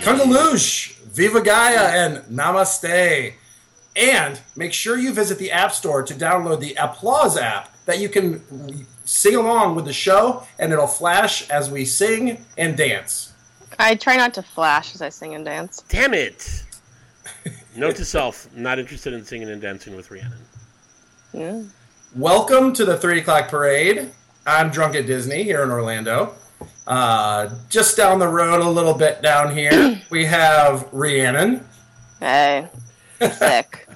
Kundalush, Viva Gaia, and Namaste. And make sure you visit the App Store to download the Applause app that you can sing along with the show and it'll flash as we sing and dance. I try not to flash as I sing and dance. Damn it! Note to self: not interested in singing and dancing with Rhiannon. Yeah. Welcome to the 3 o'clock parade. I'm drunk at Disney here in Orlando. Uh, just down the road a little bit down here, we have Rhiannon. Hey, sick.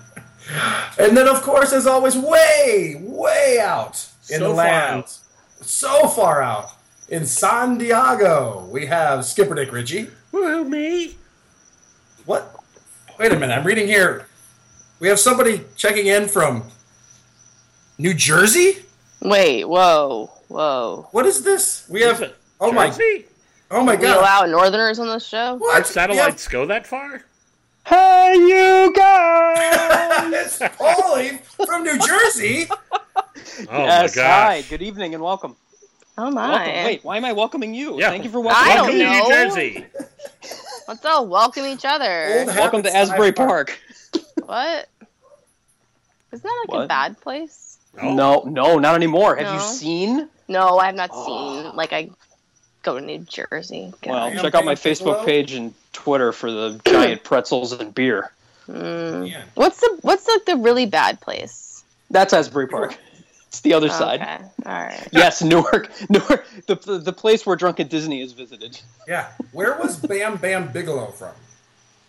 And then, of course, as always, way, way out in So the far land. out. So far out. In San Diego, we have Skipper Dick Ritchie. Woohoo me! What? Wait a minute. I'm reading here. We have somebody checking in from New Jersey. Wait, whoa, Oh whoa. What is this? We have. Is it Oh my. Jersey? Oh my We God. allow Northerners on this show? What? Our satellites go that far? Hey, you guys! We have- It's Paulie from New Jersey. oh yes, my gosh! hi. Good evening and welcome. Oh welcome. my. Wait, why am I welcoming you? Yeah. Thank you for I welcoming don't Welcome me. to know. New Jersey. Let's all welcome each Old other. Welcome to habits die Asbury hard. Park. What? Isn't that like a What? bad place? Oh, No, no, not anymore. Have you No. seen? No, I have not Oh. seen. Like, I go to New Jersey. Well, Damn check out my thing, Facebook Piccolo. page and Twitter for the giant pretzels and beer. Mm. Yeah. What's the what's like the really bad place? That's Asbury Park. It's the other side. Okay. All right. Yes, Newark. Newark, the, the, the place where Drunken Disney is visited. Yeah. Where was Bam Bam Bigelow from?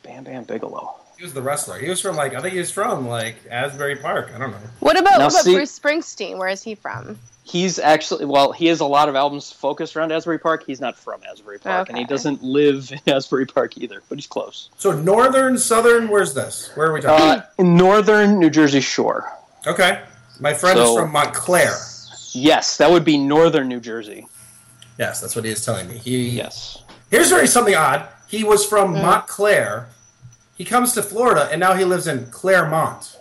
Bam Bam Bigelow. He was the wrestler. He was from like I think he was from like Asbury Park. I don't know. What about, Now what about see- Bruce Springsteen? Where is he from? He's actually, well, he has a lot of albums focused around Asbury Park. He's not from Asbury Park, and he Okay. doesn't live in Asbury Park either, but he's close. So northern, southern. Where's this? Where are we talking? Uh, northern New Jersey Shore. okay. My friend so- is from Montclair. Yes, that would be northern New Jersey. Yes, that's what he is telling me. He Yes. Here's very something odd. He was from Hmm. Montclair. He comes to Florida and now he lives in Claremont.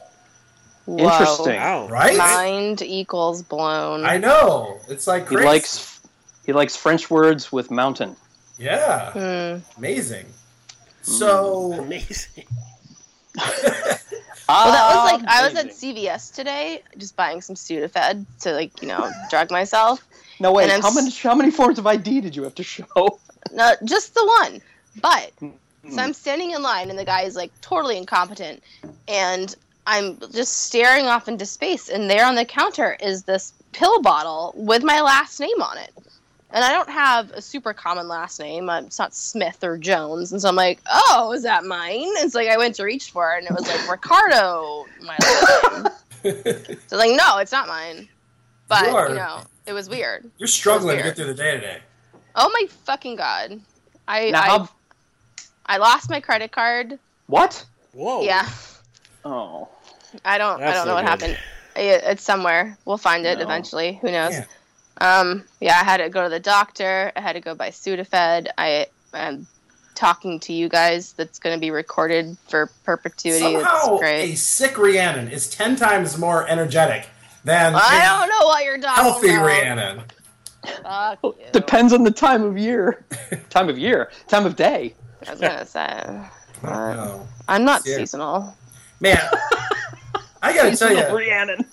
Whoa. Interesting. Wow. Right? Mind equals blown. I know. It's like He crazy. likes he likes French words with mountain. Yeah. Mm. Amazing. Hmm. So Amazing. Well, that was like I was at CVS today, just buying some Sudafed to like you know drug myself. No wait, and I'm how s- many how many forms of ID did you have to show? No, just the one. But so I'm standing in line, and the guy is like totally incompetent, and I'm just staring off into space, and there on the counter is this pill bottle with my last name on it. And I don't have a super common last name. Uh, It's not Smith or Jones. And so I'm like, oh, is that mine? And so like, I went to reach for it, and it was like Ricardo, my last name. so I was like, no, it's not mine. But, You are- you know, it was weird. you're struggling to That's get through the day today. Oh my fucking god. I, Now, I how, I lost my credit card. what? Whoa. Yeah, Oh. I don't. I That's don't know no what good. happened. It, it's somewhere. We'll find it No. eventually. Who knows? Yeah. Um. Yeah. I had to go to the doctor. I had to go buy Sudafed. I am talking to you guys. That's going to be recorded for perpetuity. Somehow it's a great. sick Rhiannon is ten times more energetic than I don't know what you're talking healthy about. Rhiannon. Fuck you. Depends on the time of year. time of year. Time of day. I was gonna say. Oh. I'm not Yeah. seasonal. Man, I gotta Oh, tell you, Rhiannon.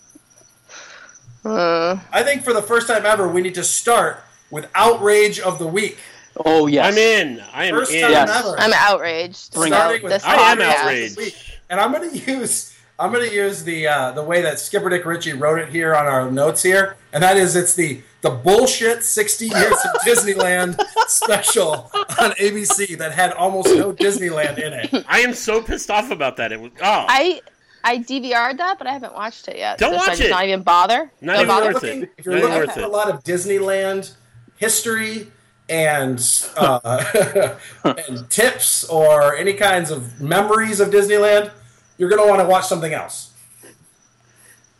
Uh, I think for the first time ever, we need to start with outrage of the week. Oh yes. I'm in. I am First in. time Yes. ever. I'm outraged. Bring about Starting with this I am podcast. outraged. And I'm gonna use I'm gonna use the uh, the way that Skipper Dick Ritchie wrote it here on our notes here, and that is it's the the bullshit 60 years of Disneyland special on ABC that had almost no Disneyland in it. I am so pissed off about that. It was, oh, I I DVR'd that, but I haven't watched it yet. Don't so should I watch just it. Not even bother. Not Don't even bother? worth it. if you're Not even looking worth for it. a lot of Disneyland history and uh, and tips or any kinds of memories of Disneyland, you're gonna want to watch something else.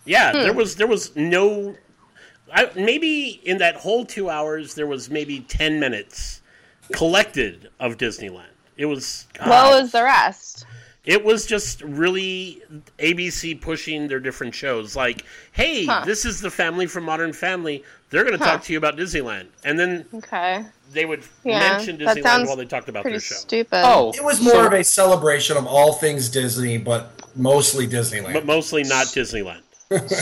yeah. Hmm. There was there was no. I, maybe in that whole two hours, there was maybe ten minutes collected of Disneyland. It was. What God. was the rest? It was just really ABC pushing their different shows. Like, hey, Huh. this is the family from Modern Family. They're going to Huh. talk to you about Disneyland, and then Okay. they would Yeah, mention that Disneyland sounds while they talked about Pretty their show. stupid. Oh, It was more so- of a celebration of all things Disney, but mostly Disneyland. But mostly not Disneyland.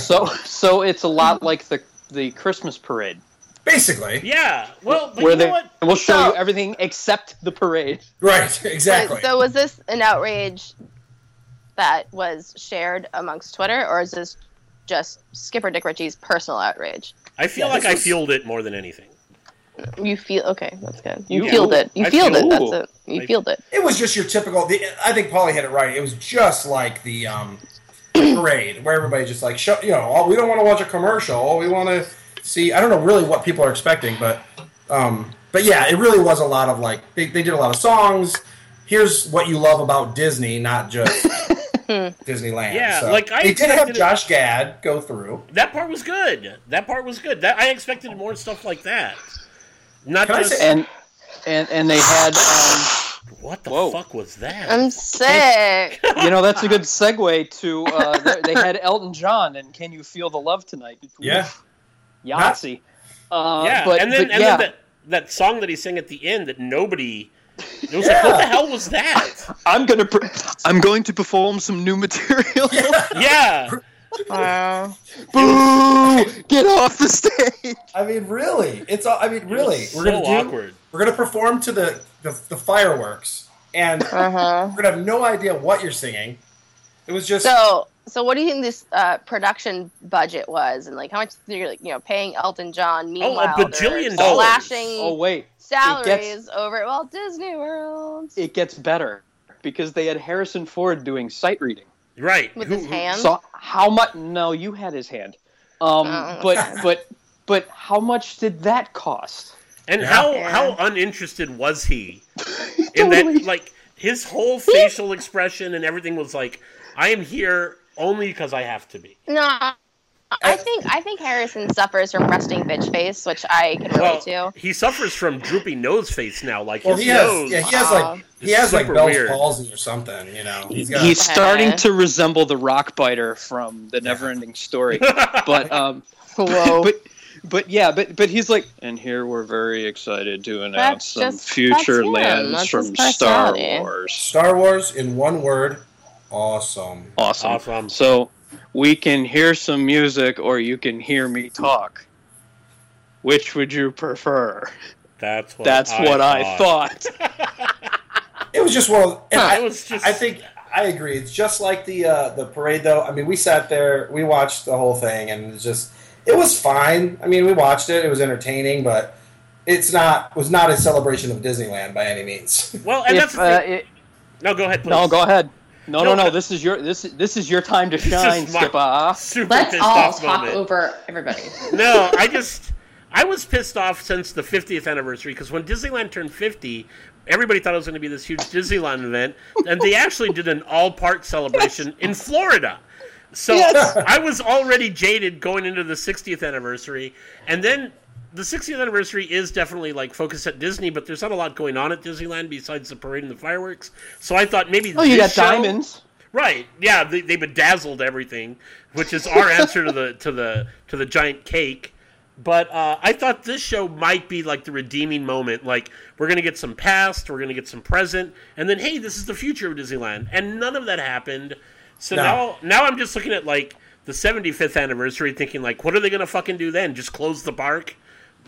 so so it's a lot like the the Christmas parade Basically, Yeah. Well, but where you know they what? will show So- you everything except the parade. right? But- Exactly. so was this an outrage that was shared amongst Twitter, or is this just Skipper Dick Ritchie's personal outrage? I feel Yeah, like this I was- fueled it more than anything. You feel okay. That's good. You Yeah. feel it. You I feel it. feel- That's it. You I- feel it. it was just your typical. The, I think Polly hit it right. It was just like the um, parade where everybody just like, show, you know, all, we don't want to watch a commercial. We want to see. I don't know really what people are expecting, but um, but yeah, it really was a lot of like they, they did a lot of songs. Here's what you love about Disney, not just Disneyland. Yeah, So like, I they did have expected it- Josh Gad go through. That part was good. That part was good. That I expected more stuff like that. Not Can I just say- And and and they had um, what the Whoa. fuck was that? I'm sick. you know that's a good segue to uh, they- they had Elton John and Can You Feel the Love Tonight? Yeah. Yahtzee. Uh, yeah, but, and then but and yeah, then that, that song that he sang at the end that nobody it was like what the Yeah. hell was that? I'm gonna pre- I'm going to perform some new material. yeah, wow. Boo! Get off the stage. I mean, really, it's all. I mean, It was really, so we're gonna do. awkward. We're gonna perform to the the, the fireworks, and Uh huh. we're gonna have no idea what you're singing. It was just So, so what do you think this uh, production budget was, and like how much you're like, you know paying Elton John? Meanwhile, they're Oh, bajillion dollars. slashing Oh wait, salaries gets- over at Walt Disney World. it gets better because they had Harrison Ford doing sight reading. right. With Who- his who- hand? So how much? No, you had his hand. Um, Oh, but okay. but but how much did that cost? And Yeah. how Yeah. how uninterested was he in that? Like his whole facial expression and everything was like, I am here only because I have to be. No, I think I think Harrison suffers from resting bitch face, which I can Well, relate to. he suffers from droopy nose face now. Like well, his he has nose. yeah, he has Wow. like he It's has like super Bell's weird. palsy or something. You know, he's got He's Okay. starting to resemble the rock biter from the Neverending Story. but um, Whoa. but but yeah, but but he's like, and here we're very excited to That's announce some just- future that's him. lands That's from his Star personality. Wars. Star Wars in one word, awesome. Awesome. Awesome. So we can hear some music, or you can hear me talk. Which would you prefer? That's what That's what I thought. It was just one. Of, and It I, was just. I think I agree. It's just like the uh, the parade, though. I mean, we sat there, we watched the whole thing, and it's just it was fine. I mean, we watched it; it was entertaining, but it's not was not a celebration of Disneyland by any means. Well, and that's If, the thing. uh, it- no. Go ahead, please. no, go ahead. No, No, no, no. but- This is your this is this is your time to is shine, my- Skipper. Super Let's pissed all off talk moment. over everybody. no, I just I was pissed off since the 50th anniversary because when Disneyland turned 50, everybody thought it was going to be this huge Disneyland event, and they actually did an all park celebration in Florida. So Yes. I was already jaded going into the 60th anniversary, and then the 60th anniversary is definitely like focused at Disney, but there's not a lot going on at Disneyland besides the parade and the fireworks. So I thought maybe Oh, you got this show- diamonds. Right. Yeah, they, they bedazzled everything, which is our answer to the to the to the giant cake. But uh, I thought this show might be like the redeeming moment. Like we're gonna get some past, we're gonna get some present, and then hey, this is the future of Disneyland. And none of that happened. So No. now now I'm just looking at like the 75th anniversary, thinking like, what are they gonna fucking do then? Just close the park?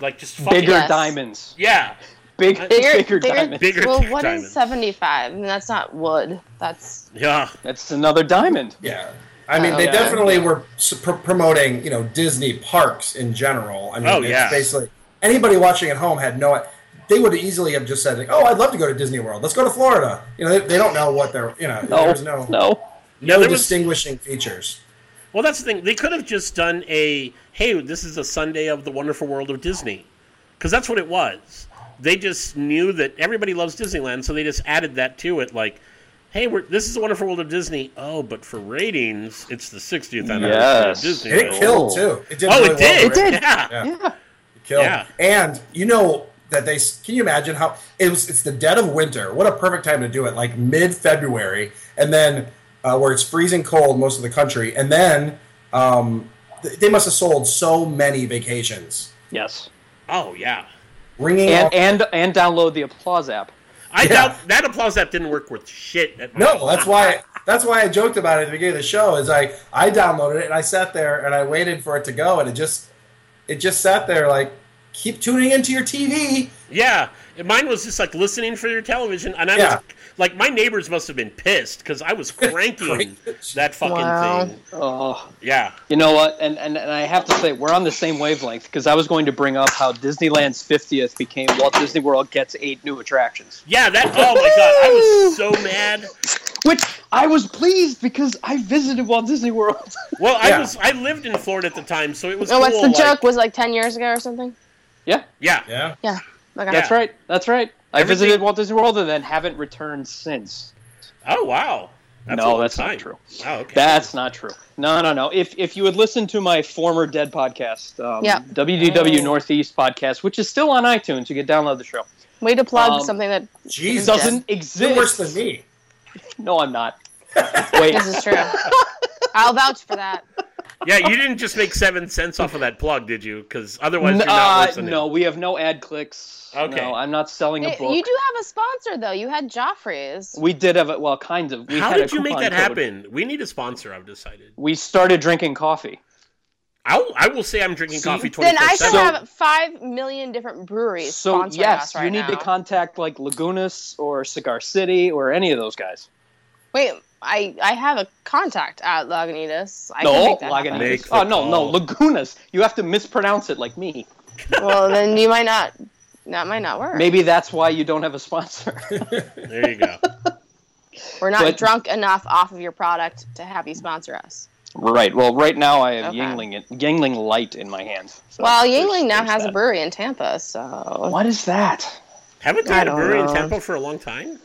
Like just fucking Bigger Yes. diamonds. yeah. Big, Bigger- bigger, bigger- diamonds. Bigger well, than what diamonds. is seventy five? I mean, that's not wood. That's Yeah. That's another diamond. Oh, Yeah. I mean, they Okay. definitely were s- pr- promoting, you know, Disney parks in general. I mean, Oh, it's yeah. basically anybody watching at home had no. They would easily have just said, like, "Oh, I'd love to go to Disney World. Let's go to Florida." You know, they, they don't know what they're. You know, No, there's no no, Oh, no. No, there was- distinguishing features. Well, that's the thing. They could have just done a hey, this is a Sunday of the Wonderful World of Disney, because that's what it was. They just knew that everybody loves Disneyland, so they just added that to it. Like, hey, we're this is the Wonderful World of Disney. Oh, but for ratings, it's the 60th anniversary Yes. of Disney. And it Oh. killed too. It did. Oh, really it did. Well, right? Yeah. Yeah. It killed. Yeah. And you know, that they can you imagine how it was it's the dead of winter what a perfect time to do it like mid-february and then uh, where it's freezing cold most of the country and then um, th- they must have sold so many vacations Yes. Oh yeah. ringing And off- and and download the applause app. I Yeah. doubt that applause app didn't work worth shit. At my no that's why that's why i joked about it at the beginning of the show is i i downloaded it and i sat there and i waited for it to go and it just it just sat there like keep tuning into your tv Yeah, and mine was just like listening for your television, and I Yeah. was like, my neighbors must have been pissed because I was cranking Crankage. that fucking Wow. thing. Oh. Yeah, You know what? And, and, and I have to say, we're on the same wavelength because I was going to bring up how Disneyland's 50th became Walt Disney World gets eight new attractions. yeah. That oh my god, I was so mad. Which I was pleased because I visited Walt Disney World. Well, I Yeah. was I lived in Florida at the time, so it was. Oh, what's cool, the like- joke? Was it like ten years ago or something? yeah, Yeah, yeah Yeah. Okay. that's right. That's right. I Everything- visited Walt Disney World and then haven't returned since. Oh wow. That's No, a long that's not time. true. Oh, okay. That's not true. No, no, no. If if you would listen to my former Dead podcast, um, Yeah. WDW Oh. Northeast podcast, which is still on iTunes, you can download the show. Way to plug Um, something that It jesus doesn't you're exist. worse than me No, I'm not. Wait, this is true. I'll vouch for that. yeah, you didn't just make seven cents off of that plug, did you? Because otherwise, N- you're not uh, listening. no, we have no ad clicks. Okay. No, I'm not selling a Hey, book. you do have a sponsor though. You had Joffrey's. We did have it. Well, kind of. We How had a did you make coupon that code. happen? We need a sponsor. I've decided. We started drinking coffee. I'll, I will say I'm drinking See? coffee twenty Then I four should So- seven. have five million different breweries So sponsoring yes, us right you need now. to contact like Lagunas or Cigar City or any of those guys. Wait, I I have a contact at Lagunitas. I can no, make that happen. Lagunitas. Make the Oh no, call. no, Lagunas. You have to mispronounce it like me. Well, then you might not. That might not work. Maybe that's why you don't have a sponsor. There you go. We're not but- drunk enough off of your product to have you sponsor us. right. Well, right now I have Okay. Yingling Yingling Light in my hand. So well, there's- Yingling now there's has a that. brewery in Tampa, so What is that? Haven't they I had a don't brewery in know. Tampa for a long time?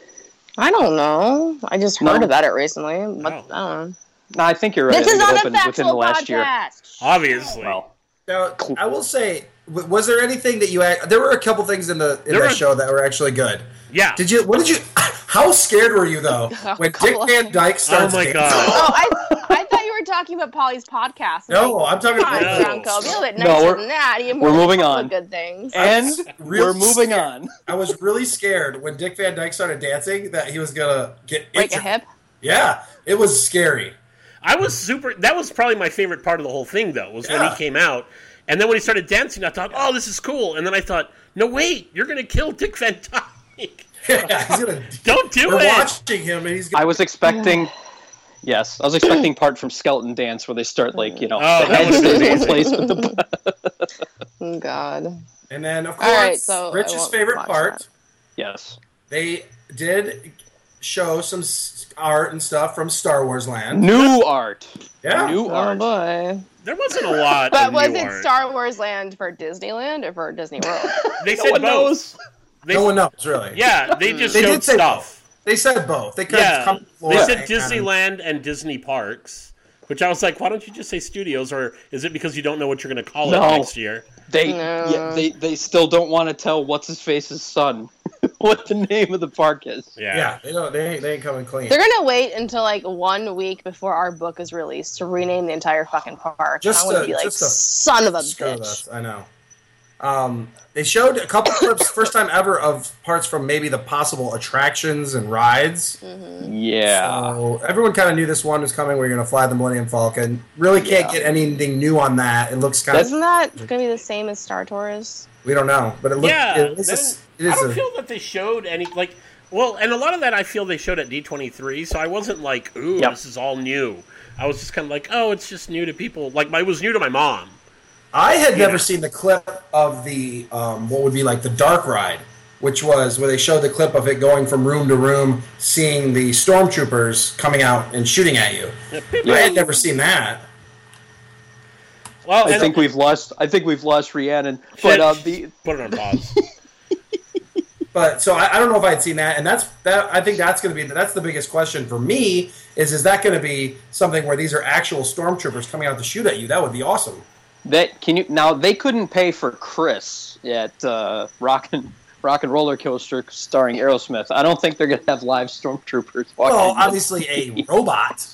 I don't know. I just No. heard about it recently, but Oh. I don't know. No, I think you're right. This I is think it not a opened within the factual last podcast. year. Ah, Obviously. Well, Now, Cool. I will say, w- was there anything that you? ac- There were a couple things in the in There the were- show that were actually good. yeah. Did you? What did you? How scared were you though when Dick couple of- Van Dyke oh starts? my dancing? god. Oh, I, I thought you were talking about Polly's podcast. No, I'm talking Come on, No. about Drunko, be a little bit No, nicer we're- than that. You we're have a moving couple on. of Good things. and real we're moving on. I was really scared when Dick Van Dyke started dancing that he was gonna get Break a injured. hip. Yeah, it was scary. I was super that was probably my favorite part of the whole thing though, was when Yeah. he came out. And then when he started dancing, I thought, Oh, this is cool. And then I thought, No wait, you're gonna kill Dick Van Dyke. yeah, he's gonna. Don't do We're it. watching him and he's I gonna. was expecting. Yes, I was expecting part from Skeleton Dance where they start like you know Oh, that the head would've been stays in amazing. place, but the Oh, God. And then of course, All right, so I Rich's won't favorite watch part. that. yes, They did show some s- art and stuff from Star Wars Land. new art, Yeah. new Oh, art. boy. There wasn't a lot. But of was new it art. Star Wars Land for Disneyland or for Disney World? They No said one both. knows. They, no one knows really. Yeah, they just They showed did say stuff. They said both. They could have Yeah. come They forward said and- Disneyland and Disney Parks. Which I was like, why don't you just say studios, or is it because you don't know what you're going to call No. it next year? They No. yeah, they they still don't want to tell what's his face's son what the name of the park is. Yeah, they don't. They ain't, they ain't coming clean. They're gonna wait until like one week before our book is released to rename the entire fucking park. Just I want to- to be like just to son of a Screw bitch. us. I know. Um, they showed a couple clips, first time ever, of parts from maybe the possible attractions and rides. Mm-hmm. Yeah, So everyone kind of knew this one was coming. Where you're going to fly the Millennium Falcon. Really can't Yeah. get anything new on that. It looks kind Isn't of. that gonna be the same as Star Tours? We don't know, but it looks. yeah, it is. a then- s- it is I don't a- feel that they showed any like. Well, and a lot of that I feel they showed at D23, so I wasn't like, ooh, Yep. this is all new. I was just kind of like, oh, it's just new to people. Like, my, it was new to my mom. I had Yeah. never seen the clip of the um, what would be like the dark ride, which was where they showed the clip of it going from room to room, seeing the stormtroopers coming out and shooting at you. I had never seen that. Well, I and- think we've lost. I think we've lost Rhiannon. But uh, the put it on pause. But so I, I don't know if I had seen that, and that's that. I think that's going to be that's the biggest question for me is is that going to be something where these are actual stormtroopers coming out to shoot at you? That would be awesome. That can you now? They couldn't pay for Chris at uh, Rock and Rock and Roller Coaster starring Aerosmith. I don't think they're going to have live stormtroopers. walking Well, in. obviously a robot.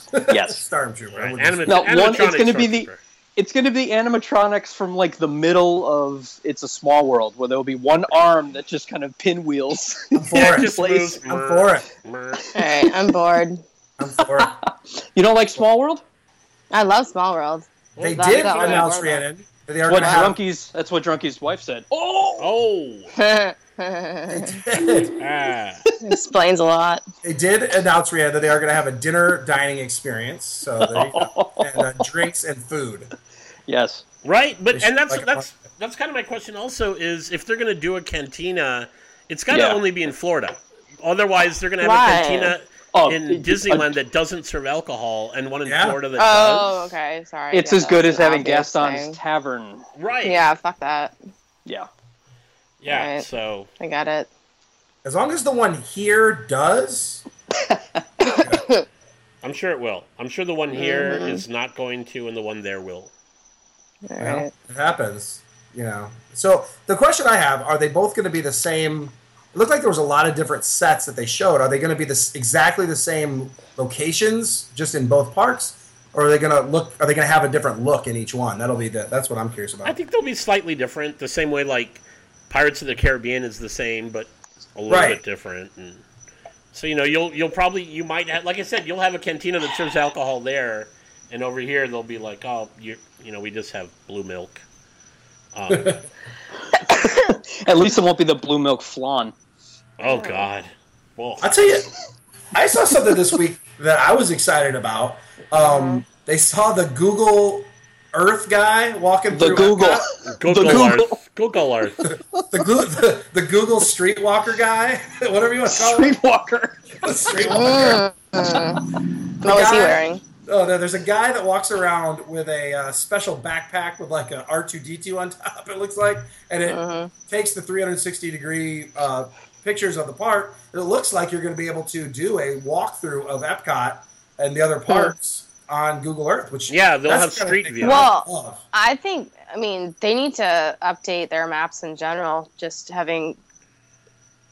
Yes. Stormtrooper. I Right. wouldn't- Anima- No, one- it's animatronic gonna be the- stormtrooper. it's going to be animatronics from like the middle of It's a Small World, where there will be one arm that just kind of pinwheels. I'm for Yeah, it. just place. moves. I'm for it. Mrr. All right, I'm bored. I'm for it. you don't like Small World? I love Small World. They Well, did that- that- announce that- Rhiannon. that They are What going to have. drunkies? That's what drunkie's wife said. Oh, Explains ah. a lot. They did announce Rhiannon that they are going to have a dinner dining experience. So there you go. and uh, drinks and food. Yes. right. But It's and that's like a- that's that's kind of my question. Also, is if they're going to do a cantina, it's got to Yeah. only be in Florida. Otherwise, they're going to have Why? a cantina Oh, in it- Disneyland that doesn't serve alcohol, and one in Yeah. Florida that Oh, okay. Sorry. It's Yeah, as good that's as an having obvious Gaston's thing. Tavern. does. Right. Yeah, fuck that. Yeah. Yeah. Right. So I got it. As long as the one here does, I'm sure it will. I'm sure the one here is not going to, and the one there will. All well, right. it happens. You know. So the question I have: Are they both going to be the same? It looked like there was a lot of different sets that they showed. Are they going to be this exactly the same locations, just in both parks, or are they going to look? Are they going to have a different look in each one? That'll be the. That's what I'm curious about. I think they'll be slightly different, the same way like Pirates of the Caribbean is the same, but a little Right. bit different. And so you know, you'll you'll probably you might have, like I said, you'll have a cantina that serves alcohol there, and over here they'll be like, oh, you you know, we just have blue milk. Um, At least it won't be the blue milk flan. oh God. Well, I'll tell you, I saw something this week that I was excited about. Um, they saw the Google Earth guy walking The through Google. Epcot. Google, the Google- Earth, Google Earth. the, Goo- the, the Google Streetwalker guy, whatever you want to call him. Streetwalker. The Streetwalker. What was he guy- wearing? Oh no, there's a guy that walks around with a uh, special backpack with like a R2D2 on top. It looks like, and it Uh-huh. takes the 360 degree uh, pictures of the park. And it looks like you're going to be able to do a walkthrough of Epcot and the other parks on Google Earth. Which Hmm. Yeah, they'll that's have the kind of Street thing View. I Well- love. I think. I mean, they need to update their maps in general. Just having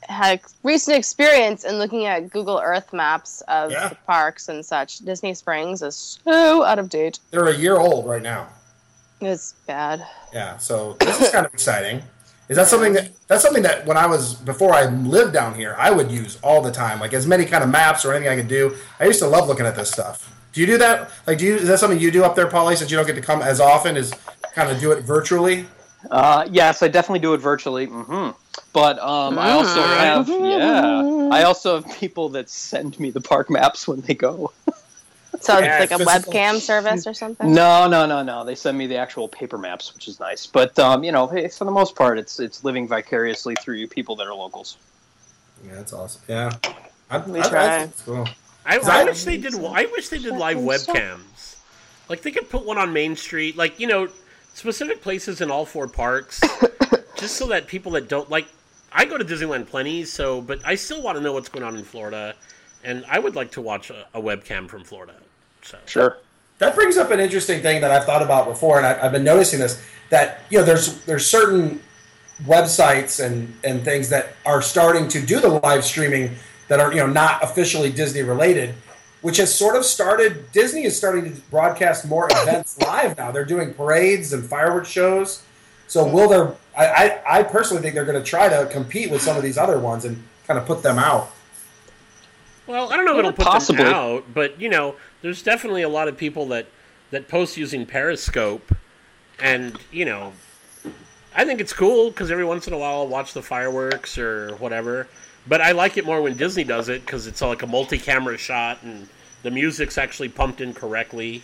had ex- recent experience in looking at Google Earth maps of Yeah. the parks and such, Disney Springs is so out of date. they're a year old right now. It's bad. Yeah, so this is kind of exciting. Is that something that that's something that when I was before I lived down here, I would use all the time, like as many kind of maps or anything I could do. I used to love looking at this stuff. Do you do that? Like, do you is that something you do up there, Polly? Since you don't get to come as often, is kind of do it virtually. Uh, yes, I definitely do it virtually. hmm But um, I also Mm-hmm. have yeah, I also have people that send me the park maps when they go. So Yeah, it's like a physical- webcam service or something. No, no, no, no. They send me the actual paper maps, which is nice. But um, you know, hey, for the most part, it's it's living vicariously through you people that are locals. Yeah, that's awesome. Yeah, I, We I- I try. think it's cool. I, Is that- I wish they did. I wish they did live webcams. Like they could put one on Main Street, like you know, specific places in all four parks, just so that people that don't like. I go to Disneyland plenty, so but I still want to know what's going on in Florida, and I would like to watch a, a webcam from Florida. So Sure. That brings up an interesting thing that I've thought about before, and I, I've been noticing this. That you know, there's there's certain websites and and things that are starting to do the live streaming that are you know not officially Disney related, which has sort of started. Disney is starting to broadcast more events live now. They're doing parades and fireworks shows. So will there? I I, I personally think they're going to try to compete with some of these other ones and kind of put them out. Well, I don't know if it'll put Possibly. them out, but you know, there's definitely a lot of people that that post using Periscope, and you know, I think it's cool because every once in a while I'll watch the fireworks or whatever. But I like it more when Disney does it because it's like a multi-camera shot and the music's actually pumped in correctly.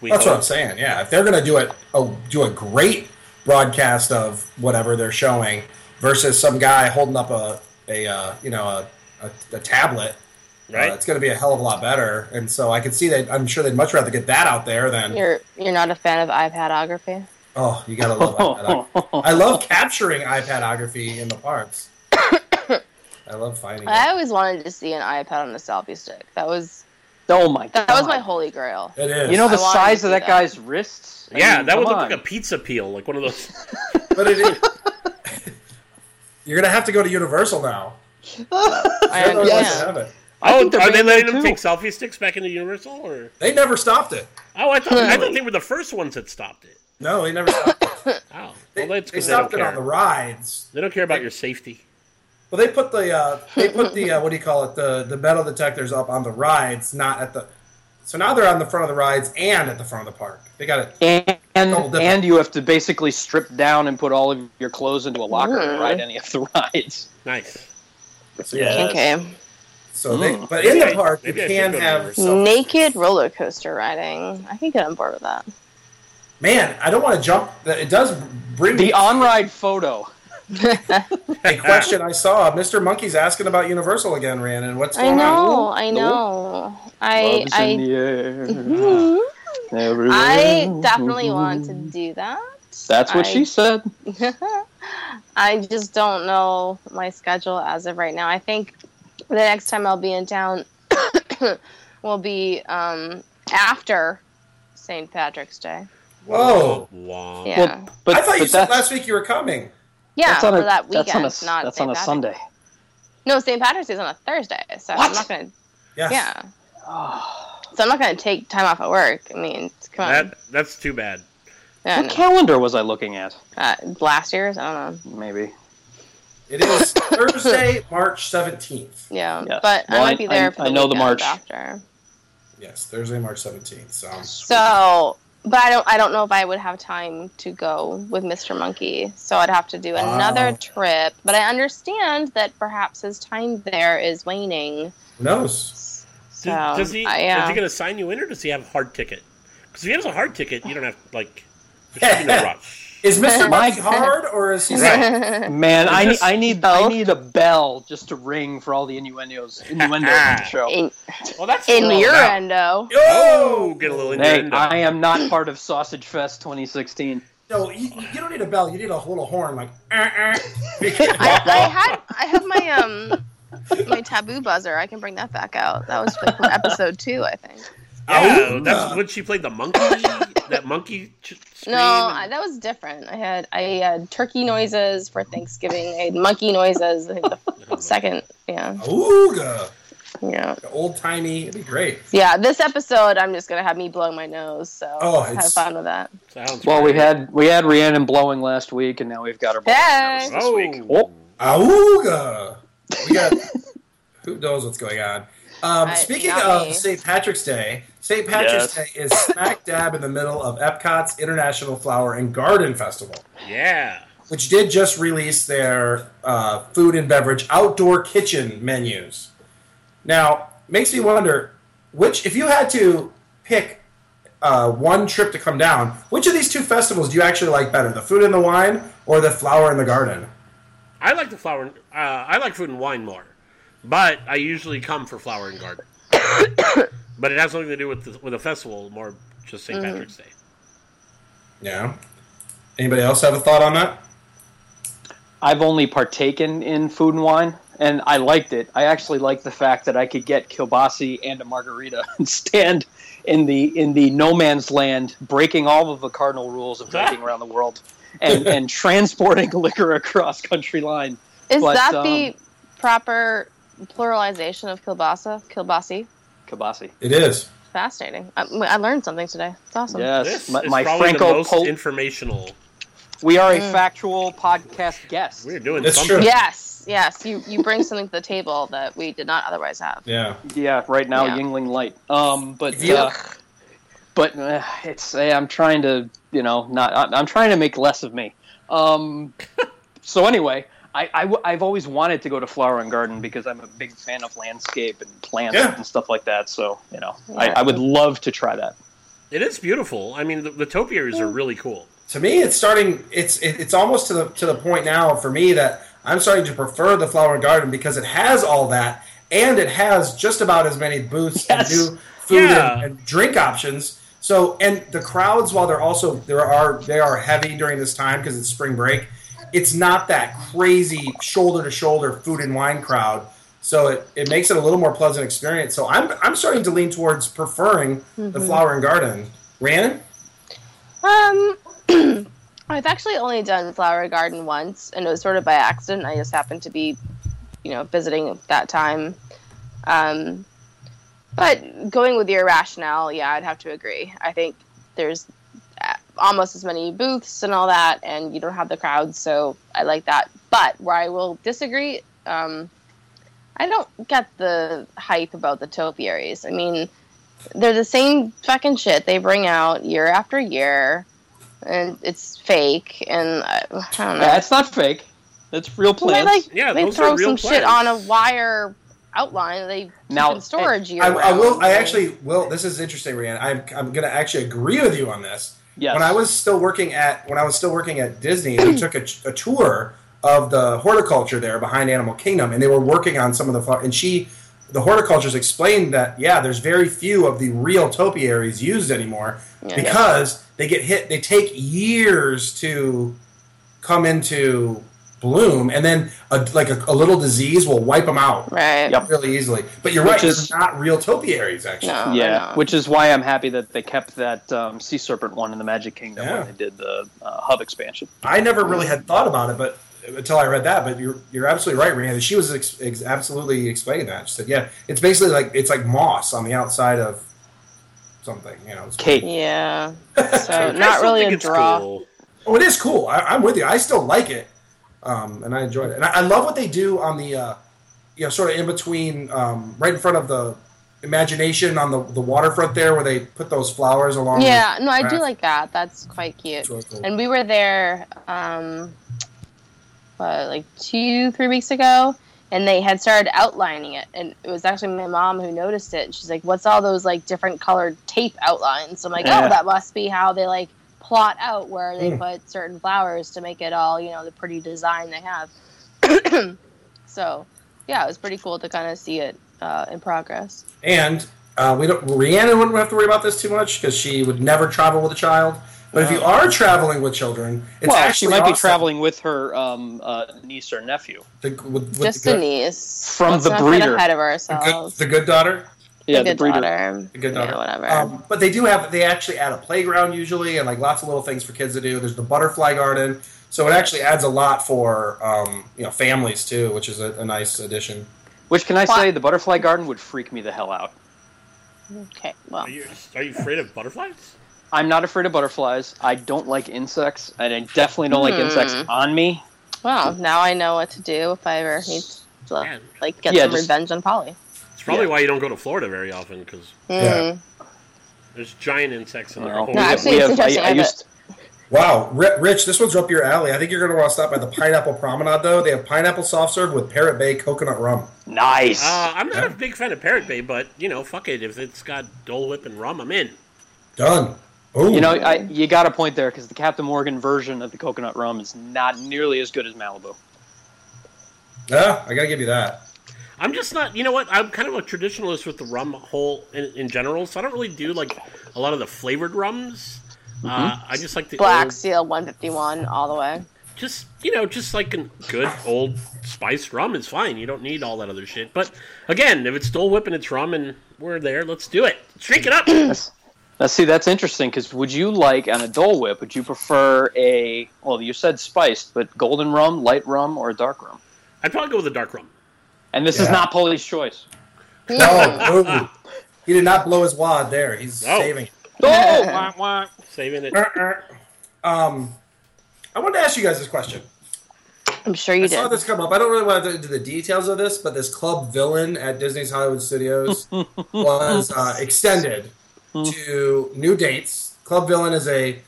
We That's what hope. I'm saying. Yeah, if they're going to do it, a, do a great broadcast of whatever they're showing versus some guy holding up a a uh, you know a, a, a tablet. uh, Right. it's going to be a hell of a lot better, and so I could see that. I'm sure they'd much rather get that out there than You're you're not a fan of iPadography. oh, you gotta love Oh, iPadography. I love capturing iPadography in the parks. I love finding. I It. always wanted to see an iPad on a selfie stick. That was Oh my god. That was my holy grail. It is. You know the I wanted size to of do that, that. guy's wrists? I yeah, mean, that come would look on. like a pizza peel, like one of those. but it is. You're gonna have to go to Universal now. I Otherwise Yes. they understand. have it. I Oh, think they're are they banned letting there, them take too. selfie sticks back into Universal? Or They never stopped it. oh, I thought I thought Really? they were the first ones that stopped it. No, they never stopped. It. They, Oh, well, that's they because they, don't stopped it care. on the rides. They don't care about your safety. Well, they put the uh, they put the uh, what do you call it the the metal detectors up on the rides, not at the. So now they're on the front of the rides and at the front of the park. They got it. And Double and, dip. you have to basically strip down and put all of your clothes into a locker Mm. and ride any of the rides. Nice. So yeah. Okay. So they, Mm. but in the Hmm. Maybe I- park you maybe I can should go to have Universal. Naked roller coaster riding. I can get on board with that. man. I don't want to jump. It does bring me The on-ride photo. a question I saw. Mr. Monkey's asking about Universal again, Ran, and what's going I on? know. I know. I Love's in I the air. Mhm. Everywhere. I definitely want to do that. That's what I- she said. I just don't know my schedule as of right now. I think the next time I'll be in town will be um, after St. Patrick's Day. Whoa! Wow. Yeah, Well, but, I thought you but said that's- last week you were coming. yeah, that's on a, for that weekend, that's on a, not that's St. on a Patrick's. Sunday. No, St. Patrick's Day is on a Thursday, so What? I'm not gonna. Yes. Yeah, Oh, so I'm not gonna take time off at work. I mean, come on. That that's too bad. Yeah, what no. calendar was I looking at? uh, last year's, I don't know. Maybe. It is Thursday, March 17th. Yeah, Yes. but Well, I I- might be there. I- for I know the weekend March. after. Yes, Thursday, March 17th. So So, but I don't. I don't know if I would have time to go with Mr. Monkey. So I'd have to do Wow. another trip. But I understand that perhaps his time there is waning. who knows? So Does, does he? I, um, yeah. Is he going to sign you in, or does he have a hard ticket? Because if he has a hard ticket, you don't have like. There should be no rush. Is Mr. My- Monkey hard or is he? Right. Man, I, Just- need- I need I need a bell just to ring for all the innuendos innuendos in the show. in Well, that's in all your about. endo. Oh, get a little Hey, innuendo. I am not part of Sausage Fest 2016. No, you, you don't need a bell. You need a little horn, like. "Eh, eh." I, I had I have my um my taboo buzzer. I can bring that back out. That was like from episode two, I think. Yeah, Ow. that's when she played the monkey. that monkey. Ch- scream No, I, and- that was different. I had I had turkey noises for Thanksgiving. I had monkey noises. I think the second, yeah, Ooga, yeah, old timey. It'd be great. yeah. This episode, I'm just gonna have me blowing my nose. So Oh, have it's- fun with that. Sounds Well, we great. had we had Rhiannon blowing last week, and now we've got her blowing Hey. this Oh. week. Oh, Auga. We got. who knows what's going on? Um, I- speaking not of me. St. Patrick's Day, St. Patrick's Yes. Day is smack dab in the middle of Epcot's International Flower and Garden Festival, Yeah. which did just release their uh, food and beverage outdoor kitchen menus. Now, makes me wonder which, if you had to pick uh, one trip to come down, which of these two festivals do you actually like better, the food and the wine or the flower and the garden? I like the flower. and- Uh, I like food and wine more, but I usually come for flower and garden. but it has nothing to do with the, with a festival, more just Mm. St. Patrick's Day. Yeah. Anybody else have a thought on that? I've only partaken in food and wine, and I liked it. I actually liked the fact that I could get kielbasi and a margarita and stand in the in the no man's land, breaking all of the cardinal rules of drinking around the world, and and transporting liquor across country line. Is But, that um, the proper pluralization of kielbasa? Kielbasi. Kielbasi. It is. Fascinating. I, I learned something today. It's awesome. Yes, This my, is my probably Franco the most Pol- informational. We are a Mm. factual podcast guest. We're doing That's something. true. Yes, yes. You you bring something to the table that we did not otherwise have. Yeah. Yeah, right now Yeah. Yingling Light. Um, but Yeah. uh, but uh, it's eh, I'm trying to you know not I- I'm trying to make less of me. Um, so anyway, I, I w- I've always wanted to go to Flower and Garden because I'm a big fan of landscape and plants Yeah. and stuff like that. So you know, I, Yeah. I would love to try that. It is beautiful. I mean, the, the topiaries Mm. are really cool. To me, it's starting. It's it, it's almost to the to the point now for me that I'm starting to prefer the flower and garden because it has all that, and it has just about as many booths Yes. and new food Yeah. and, and drink options. So, and the crowds, while they're also there are they are heavy during this time because it's spring break. It's not that crazy shoulder to shoulder food and wine crowd. So it, it makes it a little more pleasant experience. So I'm, I'm starting to lean towards preferring the flower and garden. Rhiannon? Um, I've actually only done Flower Garden once, and it was sort of by accident. I just happened to be, you know, visiting at that time. Um, but going with your rationale, yeah, I'd have to agree. I think there's uh, almost as many booths and all that, and you don't have the crowds, so I like that. But where I will disagree, um, I don't get the hype about the topiaries. I mean, they're the same fucking shit they bring out year after year, and it's fake. And I, I don't know. That's not fake. That's real Well, they plants. like Yeah, they those throw are some real shit plants. on a wire outline. that They Now, keep in storage year. I, I will. round. I actually will. This is interesting, Rhiannon. I'm, I'm going to actually agree with you on this. Yes. When I was still working at when I was still working at Disney, we took a, a tour of the horticulture there behind Animal Kingdom, and they were working on some of the. flo- And she, the horticulturist, explained that yeah, there's very few of the real topiaries used anymore Yeah. because they get hit. They take years to come into bloom, and then a, like a, a little disease will wipe them out right. Yep. really easily. But you're Which right; is- it's not real topiaries, actually. No. yeah, no. which is why I'm happy that they kept that um, sea serpent one in the Magic Kingdom Yeah. when they did the uh, hub expansion. I never really had thought about it, but until I read that. But you're you're absolutely right, Rhiannon. She was ex- ex- absolutely explaining that. She said, "Yeah, it's basically like it's like moss on the outside of something." You know, it's, Cake. yeah. I Uh, So not still really think a it's draw. cool. oh, it is cool. I, I'm with you. I still like it, um, and I enjoyed it. And I, I love what they do on the, uh, you know, sort of in between, um, right in front of the imagination on the the waterfront there, where they put those flowers along. the- Yeah, no, I do Right. like that. That's quite cute. It's really cool. And we were there, um, what, like two, three weeks ago, and they had started outlining it. And it was actually my mom who noticed it. And she's like, "What's all those like different colored tape outlines?" So I'm like, Yeah. "Oh, that must be how they like plot out where they Mm. put certain flowers to make it all, you know, the pretty design they have." so, yeah, it was pretty cool to kind of see it uh, in progress. And uh, we don't. Rhiannon wouldn't have to worry about this too much because she would never travel with a child. But if you are traveling with children, it's well, she actually might be awesome. traveling with her um, uh, niece or nephew. The, with, with Just the the good, niece From Let's the not get breeder. ahead of the good, ourselves. the good daughter. Yeah, the good breeder. daughter. The good daughter. Yeah, whatever. Um, but they do have. They actually add a playground usually, and like lots of little things for kids to do. There's the butterfly garden, so it actually adds a lot for um, you know families too, which is a, a nice addition. Which can I Why- say, the butterfly garden would freak me the hell out. okay, well, Are you, are you afraid of butterflies? I'm not afraid of butterflies. I don't like insects, and I definitely don't like Hmm. insects on me. well, now I know what to do if I ever need to like, Man, like get Yeah, some just- revenge on Polly. it's probably Yeah. why you don't go to Florida very often because Yeah. Mm. there's giant insects in there. Well, Oh, we have- actually, we it's have- I- interesting. I I have used- Wow, Ri- Rich, this one's up your alley. I think you're going to want to stop by the Pineapple Promenade though. They have pineapple soft serve with Parrot Bay coconut rum. Nice. Uh, Ah. I'm not a Yeah. big fan of Parrot Bay, but you know, fuck it. If it's got Dole Whip and rum, I'm in. Done. Boom. you know, I, you got a point there because the Captain Morgan version of the coconut rum is not nearly as good as Malibu. Yeah, I gotta give you that. I'm just not. You know what? I'm kind of a traditionalist with the rum whole in, in general, so I don't really do like a lot of the flavored rums. Uh, I just like the Black old- Seal 151 all the way. just you know, just like a good old spiced rum is fine. You don't need all that other shit. But again, if it's Dole Whip and it's rum and we're there, let's do it. Drink it up. Now, see, that's interesting because would you like on a Dole Whip? Would you prefer a well? You said spiced, but golden rum, light rum, or dark rum? I'd probably go with a dark rum. And this is Yeah. not Polly's choice. No, no. he did not blow his wad there. He's No. saving. Er, Oh, wah, wah. Uh, Saving it. Um, I wanted to ask you guys this question. I'm sure you I saw did. this come up. I don't really want to go into the details of this, but this club villain at Disney's Hollywood Studios was uh, extended to new dates. Club villain is a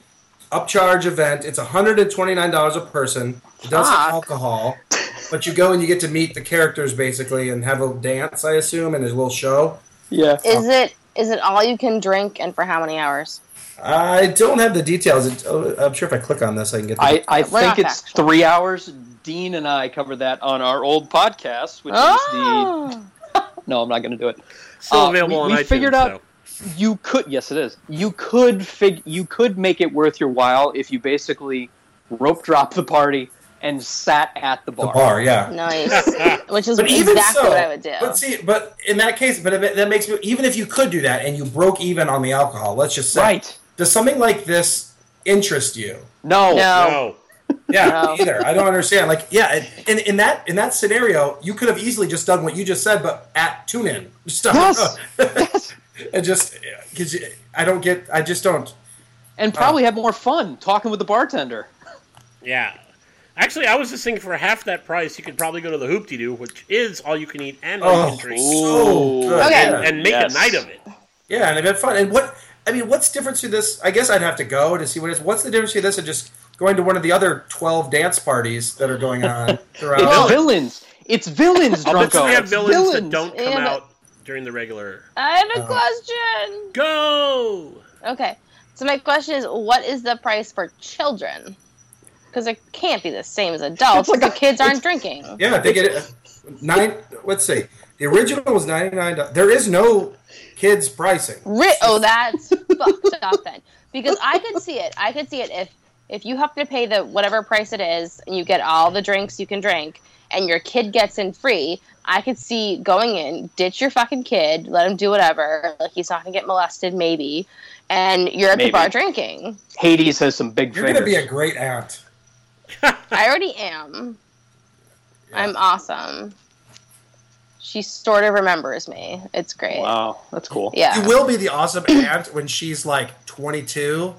upcharge event. It's $129 a person. It does have Fuck. alcohol, but you go and you get to meet the characters basically and have a dance, I assume, and there's a little show. Yeah. Oh. Is it is it all you can drink and for how many hours? I don't have the details. It- oh, I'm sure if I click on this, I can get. The I, I We're not think it's factual. three hours. Dean and I covered that on our old podcast, which Ah! Oh, is the. No, I'm not going to do it. Still Uh, available we- on we iTunes. figured out- though. You could, yes, it is. You could fig, you could make it worth your while if you basically rope drop the party and sat at the The bar. bar, yeah. Nice. Which is But exactly even so, what I would do. but see, but in that case, but if it, that makes me even if you could do that and you broke even on the alcohol, let's just say, Right. Does something like this interest you? No. No. Oh. No. Yeah, No. me either. I don't understand. Like, yeah, it- in in that in that scenario, you could have easily just done what you just said, but at tune in stuff. Yes. and just because I don't get, I just don't. And probably have more fun talking with the bartender. Yeah. Actually, I was just thinking for half that price, you could probably go to the Hoopty Doo, which is all you can eat and all you Oh, can drink, so good. Okay. Yeah. and make Yes. a night of it. Yeah, and it been fun. And what I mean, what's difference to this? I guess I'd have to go to see what it is. What's the difference to this and just going to one of the other twelve dance parties that are going on throughout? It's Well- villains. It's villains, I'll bet you Drunko. they have It's villains, that don't come Yeah, but- out during the regular. I had a Uh. question. Go. Okay. So my question is, what is the price for children? Because it can't be the same as adults. like Because a- the kids aren't drinking. yeah, they get it. Nine. Let's see. The original was ninety nine. There is no kids pricing. Ri- oh, that's fucked up then. Because I could see it. I could see it if if you have to pay the whatever price it is, and you get all the drinks you can drink, and your kid gets in free. I could see going in, ditch your fucking kid, let him do whatever. Like he's not gonna get molested, maybe. And you're at Maybe. the bar drinking. Hades has some big You're fingers. gonna be a great aunt. I already am. I'm awesome. She sort of remembers me. It's great. wow, that's cool. Yeah. You will be the awesome aunt when she's like twenty two,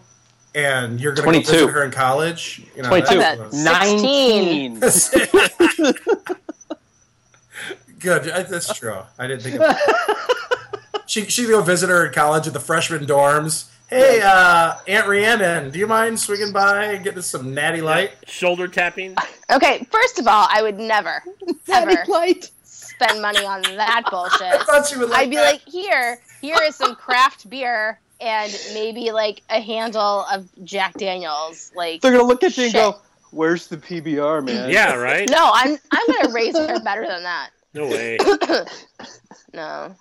and you're gonna go 22. visit her in college. You know, 22. that's- What's that? 16. 19. Good. That's true. I didn't think of that. she she go visit her in college at the freshman dorms. Hey, uh, Aunt Rhiannon, do you mind swinging by and getting us some natty light? Shoulder tapping. Okay, first of all, I would never ever light. spend money on that I bullshit. thought she would like I'd be that. like, here, here is some craft beer and maybe like a handle of Jack Daniels. Like They're going to look at you and Shit. go, Where's the PBR, man? Yeah, right? No, I'm I'm gonna raise her better than that. No way. No.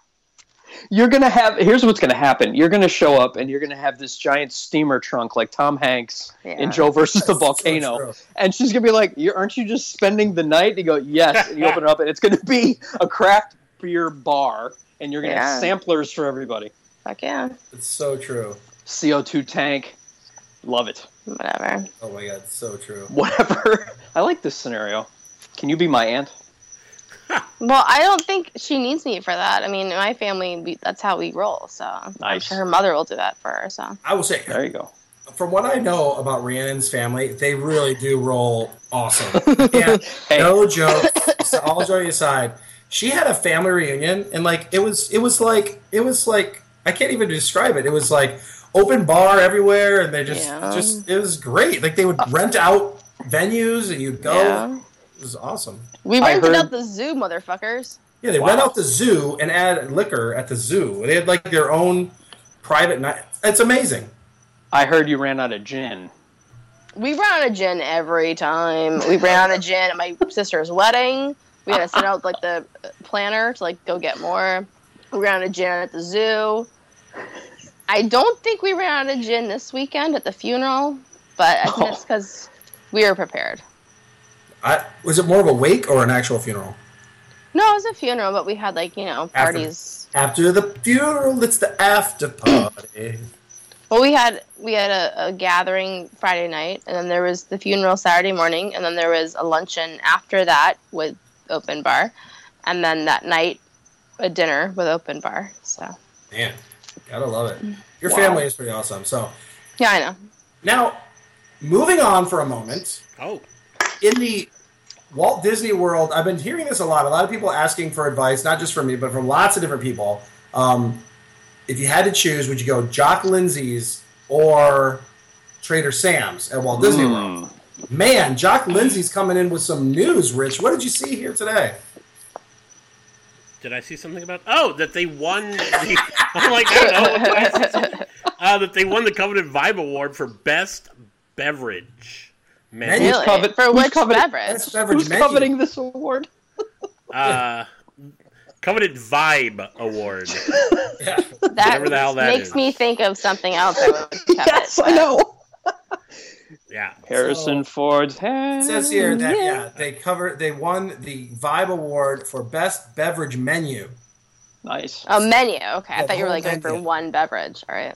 You're going to have, here's what's going to happen. You're going to show up and you're going to have this giant steamer trunk like Tom Hanks Yeah. in Joe versus the That's so volcano. true. and she's going to be like, "You- Aren't you just spending the night? And you go, Yes. And you open it up and it's going to be a craft beer bar and you're going to Yeah. have samplers for everybody. Fuck yeah. It's so true. CO2 tank. Love it. Whatever. Oh my god, it's so true. Whatever. I like this scenario. Can you be my aunt? Well, I don't think she needs me for that. I mean, in my family, we, that's how we roll. So I'm Nice. sure her mother will do that for her. So I will say, There you go. from what I know about Rhiannon's family, they really do roll awesome. And Hey. No joke. so all joking aside, she had a family reunion, and like it was, it was like it was like I can't even describe it. It was like open bar everywhere, and they just Yeah. Uh, just it was great. Like they would rent out venues, and you'd go. Yeah. It was awesome. we I rented heard- out the zoo, motherfuckers. Yeah, they rent out the zoo and add liquor at the zoo. They had like their own private night. It's amazing. I heard you ran out of gin. We ran out of gin every time. We ran out of gin at my sister's wedding. We had to send out like the planner to like go get more. We ran out of gin at the zoo. I don't think we ran out of gin this weekend at the funeral, but I think that's because we were prepared. I, was it more of a wake or an actual funeral? No, it was a funeral, but we had like you know After- parties. After the funeral, it's the after party. Well, we had we had a, a gathering Friday night, and then there was the funeral Saturday morning, and then there was a luncheon after that with open bar, and then that night a dinner with open bar. So Man, gotta love it. Your Wow. family is pretty awesome. So yeah, I know. now, moving on for a moment Oh. in the Walt Disney World, I've been hearing this a lot. A lot of people asking for advice, not just from me, but from lots of different people. Um, if you had to choose, would you go Jock Lindsay's or Trader Sam's at Walt Disney Hmm. World? Man, Jock Lindsay's coming in with some news. Rich, what did you see here today? Did I see something about? Oh, that they won. The, oh I'm like, I don't know. What did I see something? uh, that they won the Covenant Vibe Award for best beverage. Menu? Man, Really? covet- For who's which coveting- beverage? Best beverage Who's menu. coveting this award? uh, Covenant Vibe Award. Yeah. That, Whatever the hell that makes is. me think of something else. I would have kept yes, it, I know. Yeah. Harrison Ford's hair. It says here Mm, that yeah, they cover they won the Vibe Award for best beverage menu. Nice. Oh, menu. Okay, I Yeah, thought you were whole like going for menu. one beverage. All right.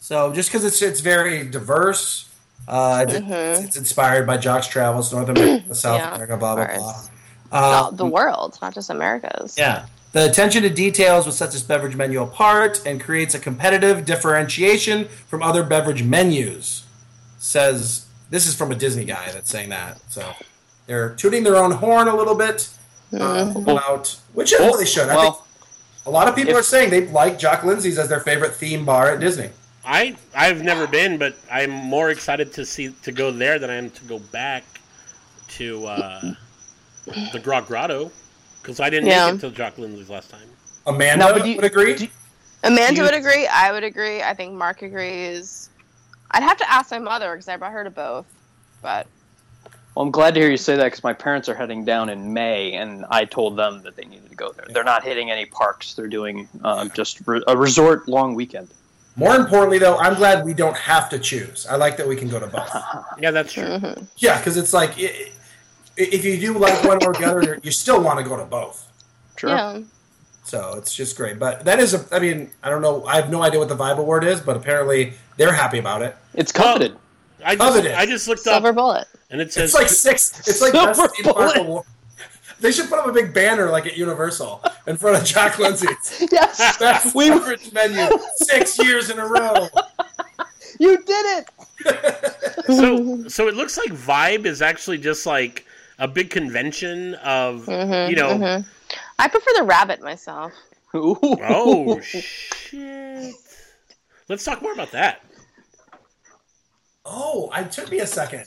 So just because it's it's very diverse, uh, it's- it's, it's inspired by Jock's travels, North America, South Mm-hmm. Yeah, America, blah of blah blah. course. Uh, Well, the world, not just America's. yeah, the attention to details would set this beverage menu apart and creates a competitive differentiation from other beverage menus. Says this is from a Disney guy that's saying that. So they're tooting their own horn a little bit uh, Mm-hmm. about which is what Oh, they should. I think Well, a lot of people if- are saying they like Jock Lindsay's as their favorite theme bar at Disney. I I've never been, but I'm more excited to see to go there than I am to go back to uh, the Gra Grotto because I didn't Yeah. make it to Jock Lindley's last time. Amanda but do you- would agree. do you- Amanda You- would agree. I would agree. I think Mark agrees. I'd have to ask my mother because I brought her to both. But well, I'm glad to hear you say that because my parents are heading down in May, and I told them that they needed to go there. They're not hitting any parks. They're doing uh, just re- a resort long weekend. More importantly, though, I'm glad we don't have to choose. I like that we can go to both. Yeah, that's true. yeah, because it's like i i if you do like one or the other, you still want to go to both. Sure. yeah, So it's just great. But that is, a, I mean, I don't know. I have no idea what the Vibe Award is, but apparently they're happy about it. It's coveted. I just, Coveted. I just looked silver up bullet. and it says It's like six. It's like best Silver theme park bullet. award. They should put up a big banner like at Universal in front of Jack Lindsay's. yes, Best We- beverage menu six years in a row. you did it. so so it looks like Vibe is actually just like a big convention of Mhm, you know mhm. I prefer the rabbit myself. Ooh. oh shit. Let's talk more about that. Oh, it took me a second.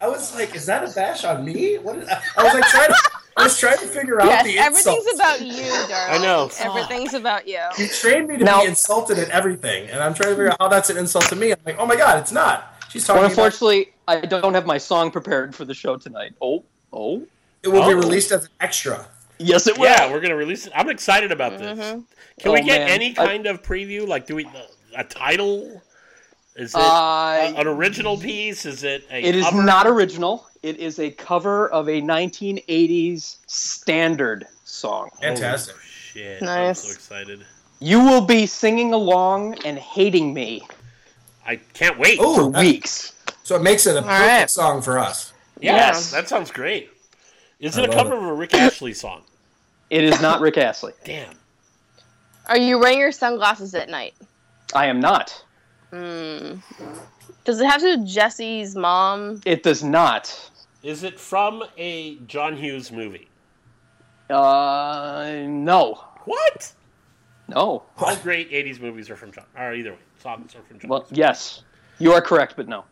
I was like, "Is that a bash on me?" What? Is, I was like trying. To, I was trying to figure out yes, the insult. everything's about you, darling. I know. Everything's about you. you trained me to No. be insulted at everything, and I'm trying to figure out how that's an insult to me. I'm like, "Oh my god, it's not." She's talking. Well, about unfortunately, I don't have my song prepared for the show tonight. Oh, oh, it will be Oh. released as an extra. yes, it will. Yeah, we're gonna release it. I'm excited about this. Mhm. Can Oh, we get man. any I- kind of preview? Like, do we a title? Is it Uh, a- an original piece? Is it a? It is cover? not original. It is a cover of a 1980s standard song. Fantastic. Oh, shit! I'm Nice. so excited. You will be singing along and hating me I can't wait. Oh, for that- weeks. So it makes it a perfect right. song for us. yes, yeah. that sounds great. Is I it a love cover it. of a Rick Ashley song? It is not Rick Astley. Damn. Are you wearing your sunglasses at night? I am not. Mm. Does it have to do with Jesse's mom? It does not. Is it from a John Hughes movie? Uh, no, What? no. All great '80s movies are from John. Or either way, songs are from John. Well, yes, you are correct, but no.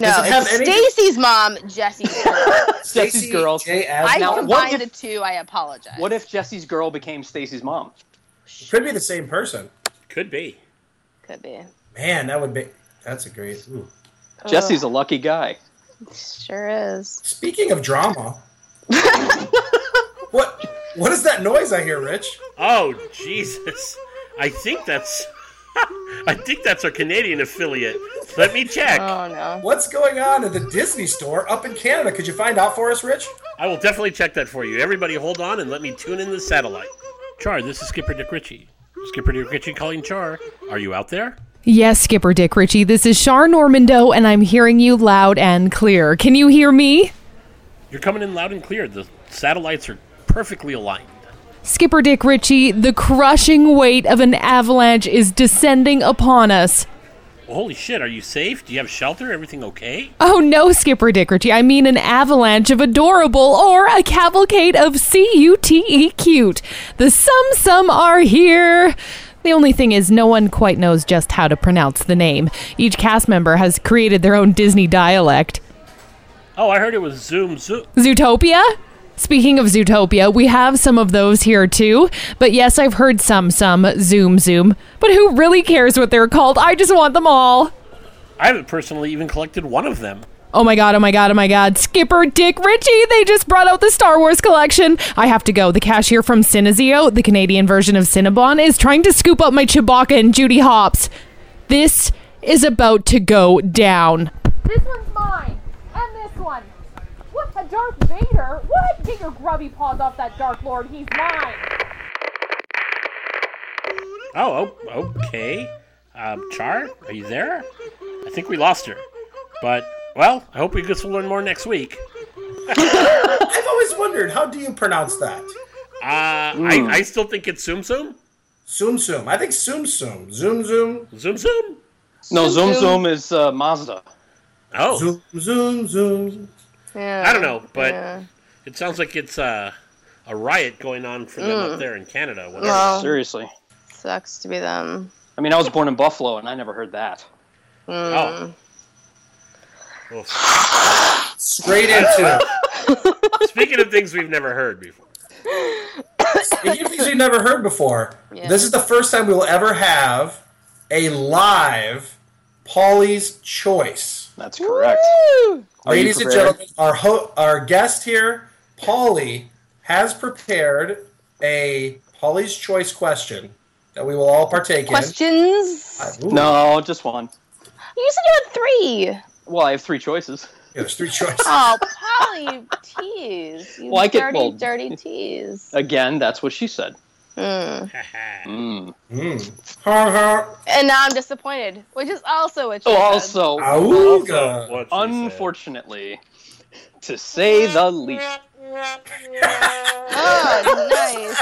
No, Does it have it's any- Stacy's mom, Jesse's mom. Jesse's Stacey girls. J. I Adams. Now, what combined if- the two. I apologize. What if Jesse's girl became Stacy's mom? Could be the same person. Could be. could be? Man, that would be. That's a great. Ooh. Jesse's a lucky guy. Ugh, sure is. Speaking of drama, what what is that noise I hear, Rich? Oh Jesus! I think that's. I think that's our Canadian affiliate. Let me check. Oh no. What's going on at the Disney store up in Canada? Could you find out for us, Rich? I will definitely check that for you. Everybody, hold on and let me tune in the satellite. Char, this is Skipper Dick Ritchie. Skipper Dick Ritchie calling Char. Are you out there? Yes, Skipper Dick Ritchie, this is Shar Normando, and I'm hearing you loud and clear. Can you hear me? You're coming in loud and clear. The satellites are perfectly aligned. Skipper Dick Ritchie, the crushing weight of an avalanche is descending upon us. Holy shit! Are you safe? Do you have shelter? Everything okay? Oh no, Skipper Dick Ritchie, I mean an avalanche of adorable or a cavalcade of C U T E cute. The Sum Sum are here. The only thing is, no one quite knows just how to pronounce the name. Each cast member has created their own Disney dialect. Oh, I heard it was Zoom Zoom. Zootopia? Speaking of Zootopia, we have some of those here too. But yes, I've heard some, some, zoom, zoom. But who really cares what they're called? I just want them all. I haven't personally even collected one of them. Oh my god, oh my god, oh my god. Skipper Dick Ritchie, they just brought out the Star Wars collection. I have to go. The cashier from Cinezio, the Canadian version of Cinnabon, is trying to scoop up my Chewbacca and Judy Hopps. This is about to go down. This one's mine, and this one. What a Darth Vader! What? Get your grubby paws off that Dark Lord. He's mine. Oh, oh okay. Um, Char, are you there? I think we lost her. But, well, I hope we get to learn more next week. I've always wondered how do you pronounce that? Uh, I, I still think it's Zoom Zoom. Zoom zoom. I think zoom zoom. Zoom zoom. Zoom Zoom. No, Zoom Zoom. Zoom is uh, Mazda. Oh, Zoom zoom zoom. Yeah. I don't know, but Yeah. it sounds like it's uh, a riot going on for them up there in Canada. Whatever. Well, Seriously. sucks to be them. I mean, I was born in Buffalo and I never heard that. Oh. Well, Straight into. speaking of things we've never heard before. If you things you've never heard before, Yeah. this is the first time we will ever have a live Paulie's Choice. That's correct. Are you Ladies and prepared? gentlemen, our ho- our guest here, Paulie, has prepared a Paulie's Choice question that we will all partake Questions? in. Ooh, No, just one. You said you had three. Well, I have three choices. There's three choices. Oh, Polly, you tease. You Well, I get- dirty, well- dirty tease. Again, that's what she said. Mm. Mm. Hmm. Har, har, And now I'm disappointed, which is also a Oh, choice. Also, also, auga. what she said. unfortunately, to say the least. Oh,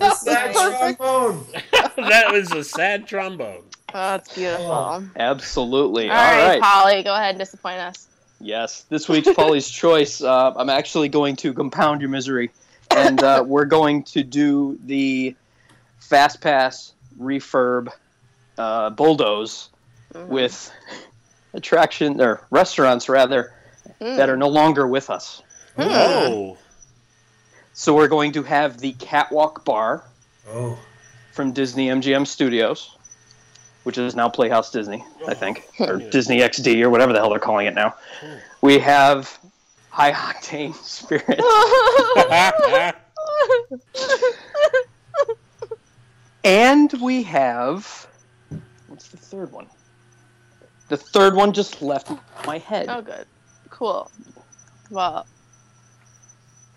nice. Sad trombone. that was a sad trombone. Oh, it's beautiful. All Absolutely. right, Polly, go ahead and disappoint us. Yes, this week's Polly's Choice. Uh, I'm actually going to compound your misery, and uh, we're going to do the fast pass refurb uh, bulldoze with attraction or restaurants rather that are no longer with us. Oh, So we're going to have the Catwalk Bar Oh, from Disney MGM Studios, which is now Playhouse Disney, I think, or Disney XD or whatever the hell they're calling it now. We have High Octane Spirit. And we have what's the third one? The third one just left my head. oh, good. Cool. Well,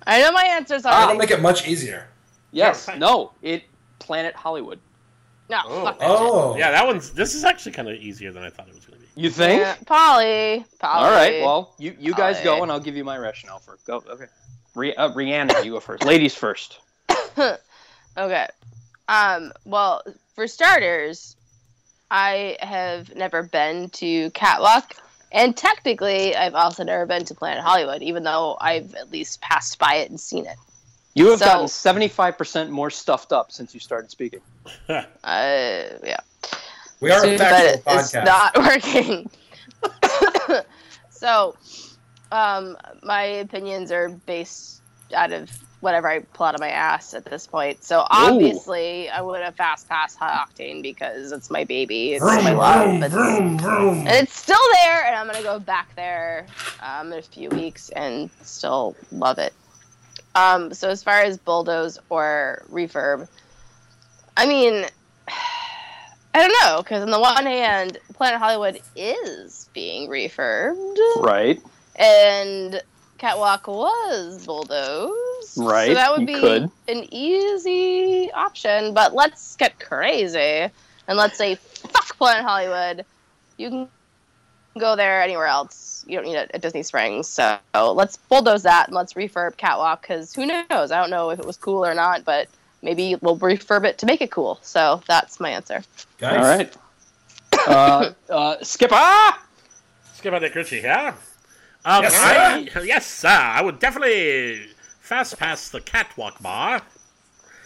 I know my answers that'll already. Ah. make it much easier. yes, yeah, right. no, it Planet Hollywood. no, Oh. fuck that shit. Oh, yeah, that one's. This is actually kind of easier than I thought it was going to be. You think? Yeah, Polly. Polly. All right, well, you you guys Holly. go and I'll give you my rationale for go. Okay. Re- uh, Rihanna, you go first. Ladies first. Okay. Um, well, for starters, I have never been to Catwalk, and technically, I've also never been to Planet Hollywood, even though I've at least passed by it and seen it. You have So- gotten seventy five percent more stuffed up since you started speaking. Uh, yeah. we are Soon, in but fact it- a it's podcast. not working. so, um, my opinions are based out of whatever I pull out of my ass at this point. So obviously, I would have fast passed high octane because it's my baby, it's my love, it's, and it's still there. And I'm gonna go back there um, in a few weeks and still love it. Um, so as far as bulldoze or refurb, I mean, I don't know, because on the one hand, Planet Hollywood is being refurbed, Right. and Catwalk was bulldozed. Right, So that would you be could. an easy option, but let's get crazy and let's say, fuck Planet Hollywood. You can go there anywhere else. You don't need it at Disney Springs. So let's bulldoze that and let's refurb Catwalk, because who knows? I don't know if it was cool or not, but maybe we'll refurb it to make it cool. So that's my answer. Guys, All right. Uh, uh, Skipper. Ah! Skip out that Gucci, yeah? Um, Yes, I, yes, sir. I would definitely fast pass the catwalk bar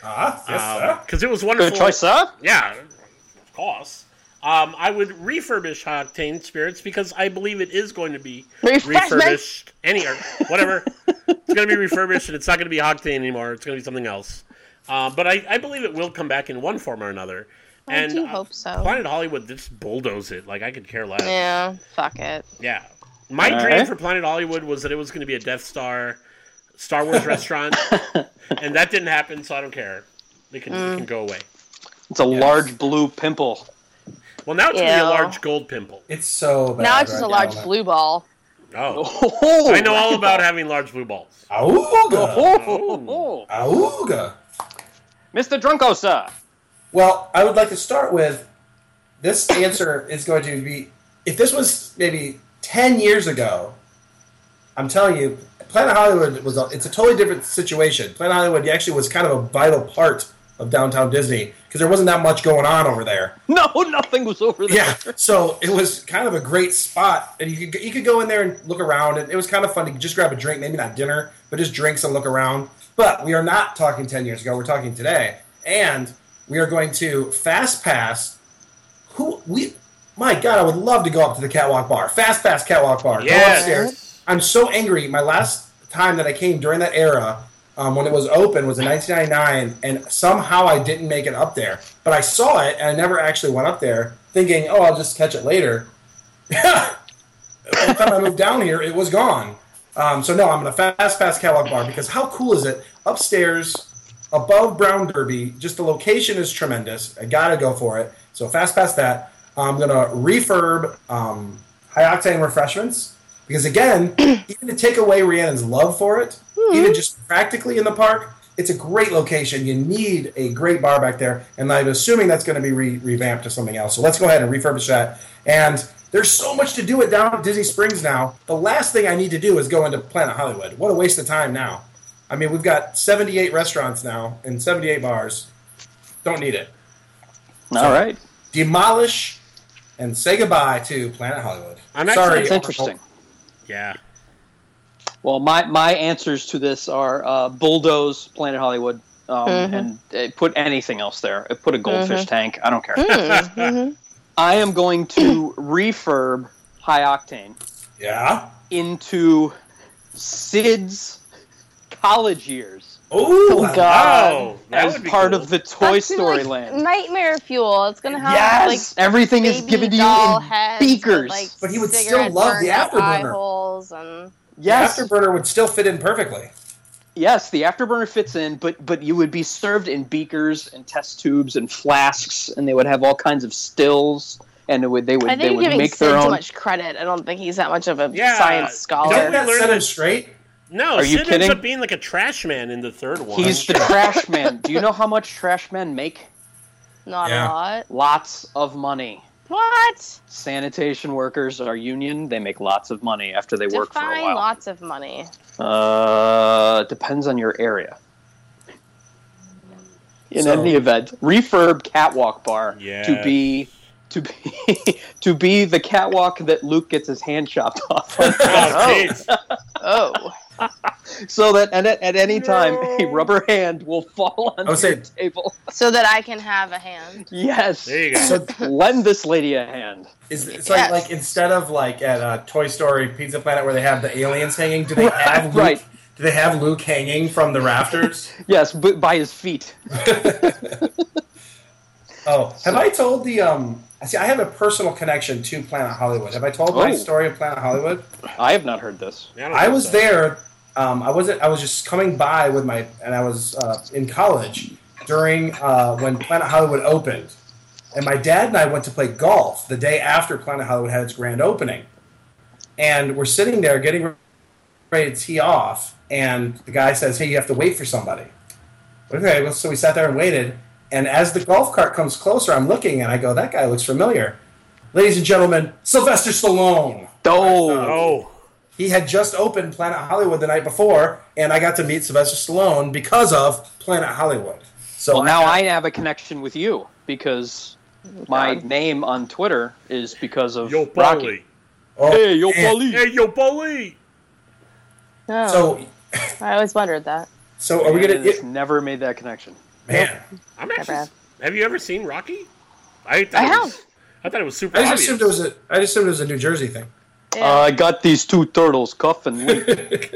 Ah, yes, sir. because it was Good wonderful. choice, sir. Yeah, of course. Um, I would refurbish High Octane Spirits because I believe it is going to be Refreshment. refurbished. Any or whatever. it's going to be refurbished and it's not going to be High Octane anymore. It's going to be something else. Uh, but I, I believe it will come back in one form or another. and do uh, hope so. Planet Hollywood just bulldoze it. Like I could care less. Yeah, fuck it. Yeah. My All dream right. for Planet Hollywood was that it was going to be a Death Star, Star Wars restaurant, and that didn't happen. So I don't care. It can, it can go away. It's a large blue pimple. Well, now it's going to be a Ew. large gold pimple. It's so bad. now it's just right a large now. blue ball. Oh, Oh, I know all about having large blue balls. Auga. Oh, Auga. Mr. Drunko, sir. Well, I would like to start with this answer is going to be if this was maybe 10 years ago, I'm telling you, Planet Hollywood was a, it's a totally different situation. Planet Hollywood actually was kind of a vital part of downtown Disney because there wasn't that much going on over there. No, nothing was over there. Yeah, so it was kind of a great spot, and you could you could go in there and look around, and it was kind of fun to just grab a drink, maybe not dinner, but just drinks and look around. But we are not talking ten years ago; we're talking today, and we are going to fast pass. Who we? My God, I would love to go up to the catwalk bar. Fast pass catwalk bar. Go Yes. upstairs. I'm so angry. My last time that I came during that era, um, when it was open, was in 1999, and somehow I didn't make it up there. But I saw it, and I never actually went up there, thinking, "Oh, I'll just catch it later." By the time I moved down here, it was gone. Um, so no, I'm gonna fast pass catalog bar because how cool is it? Upstairs, above Brown Derby, just the location is tremendous. I gotta go for it. So fast pass that. I'm gonna refurb um, high octane refreshments because again, even to take away Rhiannon's love for it, even just practically in the park, it's a great location. You need a great bar back there, and I'm assuming that's going to be re- revamped to something else. So let's go ahead and refurbish that. And there's so much to do at down at Disney Springs now. The last thing I need to do is go into Planet Hollywood. What a waste of time now. I mean, we've got 78 restaurants now and 78 bars. Don't need it. All right. Demolish and say goodbye to Planet Hollywood. I'm actually- Sorry, That's interesting. Yeah. Well, my, my answers to this are uh, bulldoze Planet Hollywood um, and uh, put anything else there. Uh, Put a goldfish tank. I don't care. Mm-hmm. I am going to refurb high octane Yeah. into Sid's college years Ooh, Oh, I God. oh, that as would be part cool. of the Toy That's gonna be, Story like, land. Nightmare fuel. It's gonna have Yes, like everything is baby given to you doll in heads with, beakers. like, But he would still cigarette love the burning eye afterburner. holes and yes, Afterburner would still fit in perfectly. Yes, the afterburner fits in, but but you would be served in beakers and test tubes and flasks, and they would have all kinds of stills, and it would they would I they think you're would giving make Sid their too own. much credit. I don't think he's that much of a Yeah. science Don't scholar. we that learn set that- him straight? No, Are you Sid ends kidding? up being like a trash man in the third one. He's the trash man. Do you know how much trash men make? Not Yeah. a lot. Lots of money. What? Sanitation workers are union. They make lots of money after they work for a Define while. lots of money. Uh, depends on your area. In So- any event, refurb catwalk bar to Yes. be to be to be the catwalk that Luke gets his hand chopped off, on. Oh, jeez. Oh, so that at, at any time a rubber hand will fall on would say- the table. so that I can have a hand. Yes, There you go. So lend this lady a hand. is it's Yes. like like instead of like at uh, Toy Story Pizza Planet where they have the aliens hanging, do they have Luke, Right. Do they have Luke hanging from the rafters? Yes, but by his feet. oh, have I told the um? See, I have a personal connection to Planet Hollywood. Have I told my Oh. story of Planet Hollywood? I have not heard this. I, don't I think was so. there. Um, I wasn't. I was just coming by with my, and I was uh, in college during uh, when Planet Hollywood opened, and my dad and I went to play golf the day after Planet Hollywood had its grand opening, and we're sitting there getting ready to tee off, and the guy says, "Hey, you have to wait for somebody." Okay, well, so we sat there and waited, and as the golf cart comes closer, I'm looking and I go, "That guy looks familiar." Ladies and gentlemen, Sylvester Stallone. Oh, Oh, He had just opened Planet Hollywood the night before, and I got to meet Sylvester Stallone because of Planet Hollywood. So well, now I have a connection with you because my name on Twitter is because of yo, Rocky. Polly. oh, Hey, yo, man. Polly. Hey, yo, Polly. No, So, Oh, I always wondered that. so are we gonna? Just It, never made that connection. man, I'm actually. bad. Have you ever seen Rocky? I thought I it have. was- I thought it was super. I just obvious. assumed it was a. I just assumed it was a New Jersey thing. Yeah. Uh, I got these two turtles, Cuff and Link.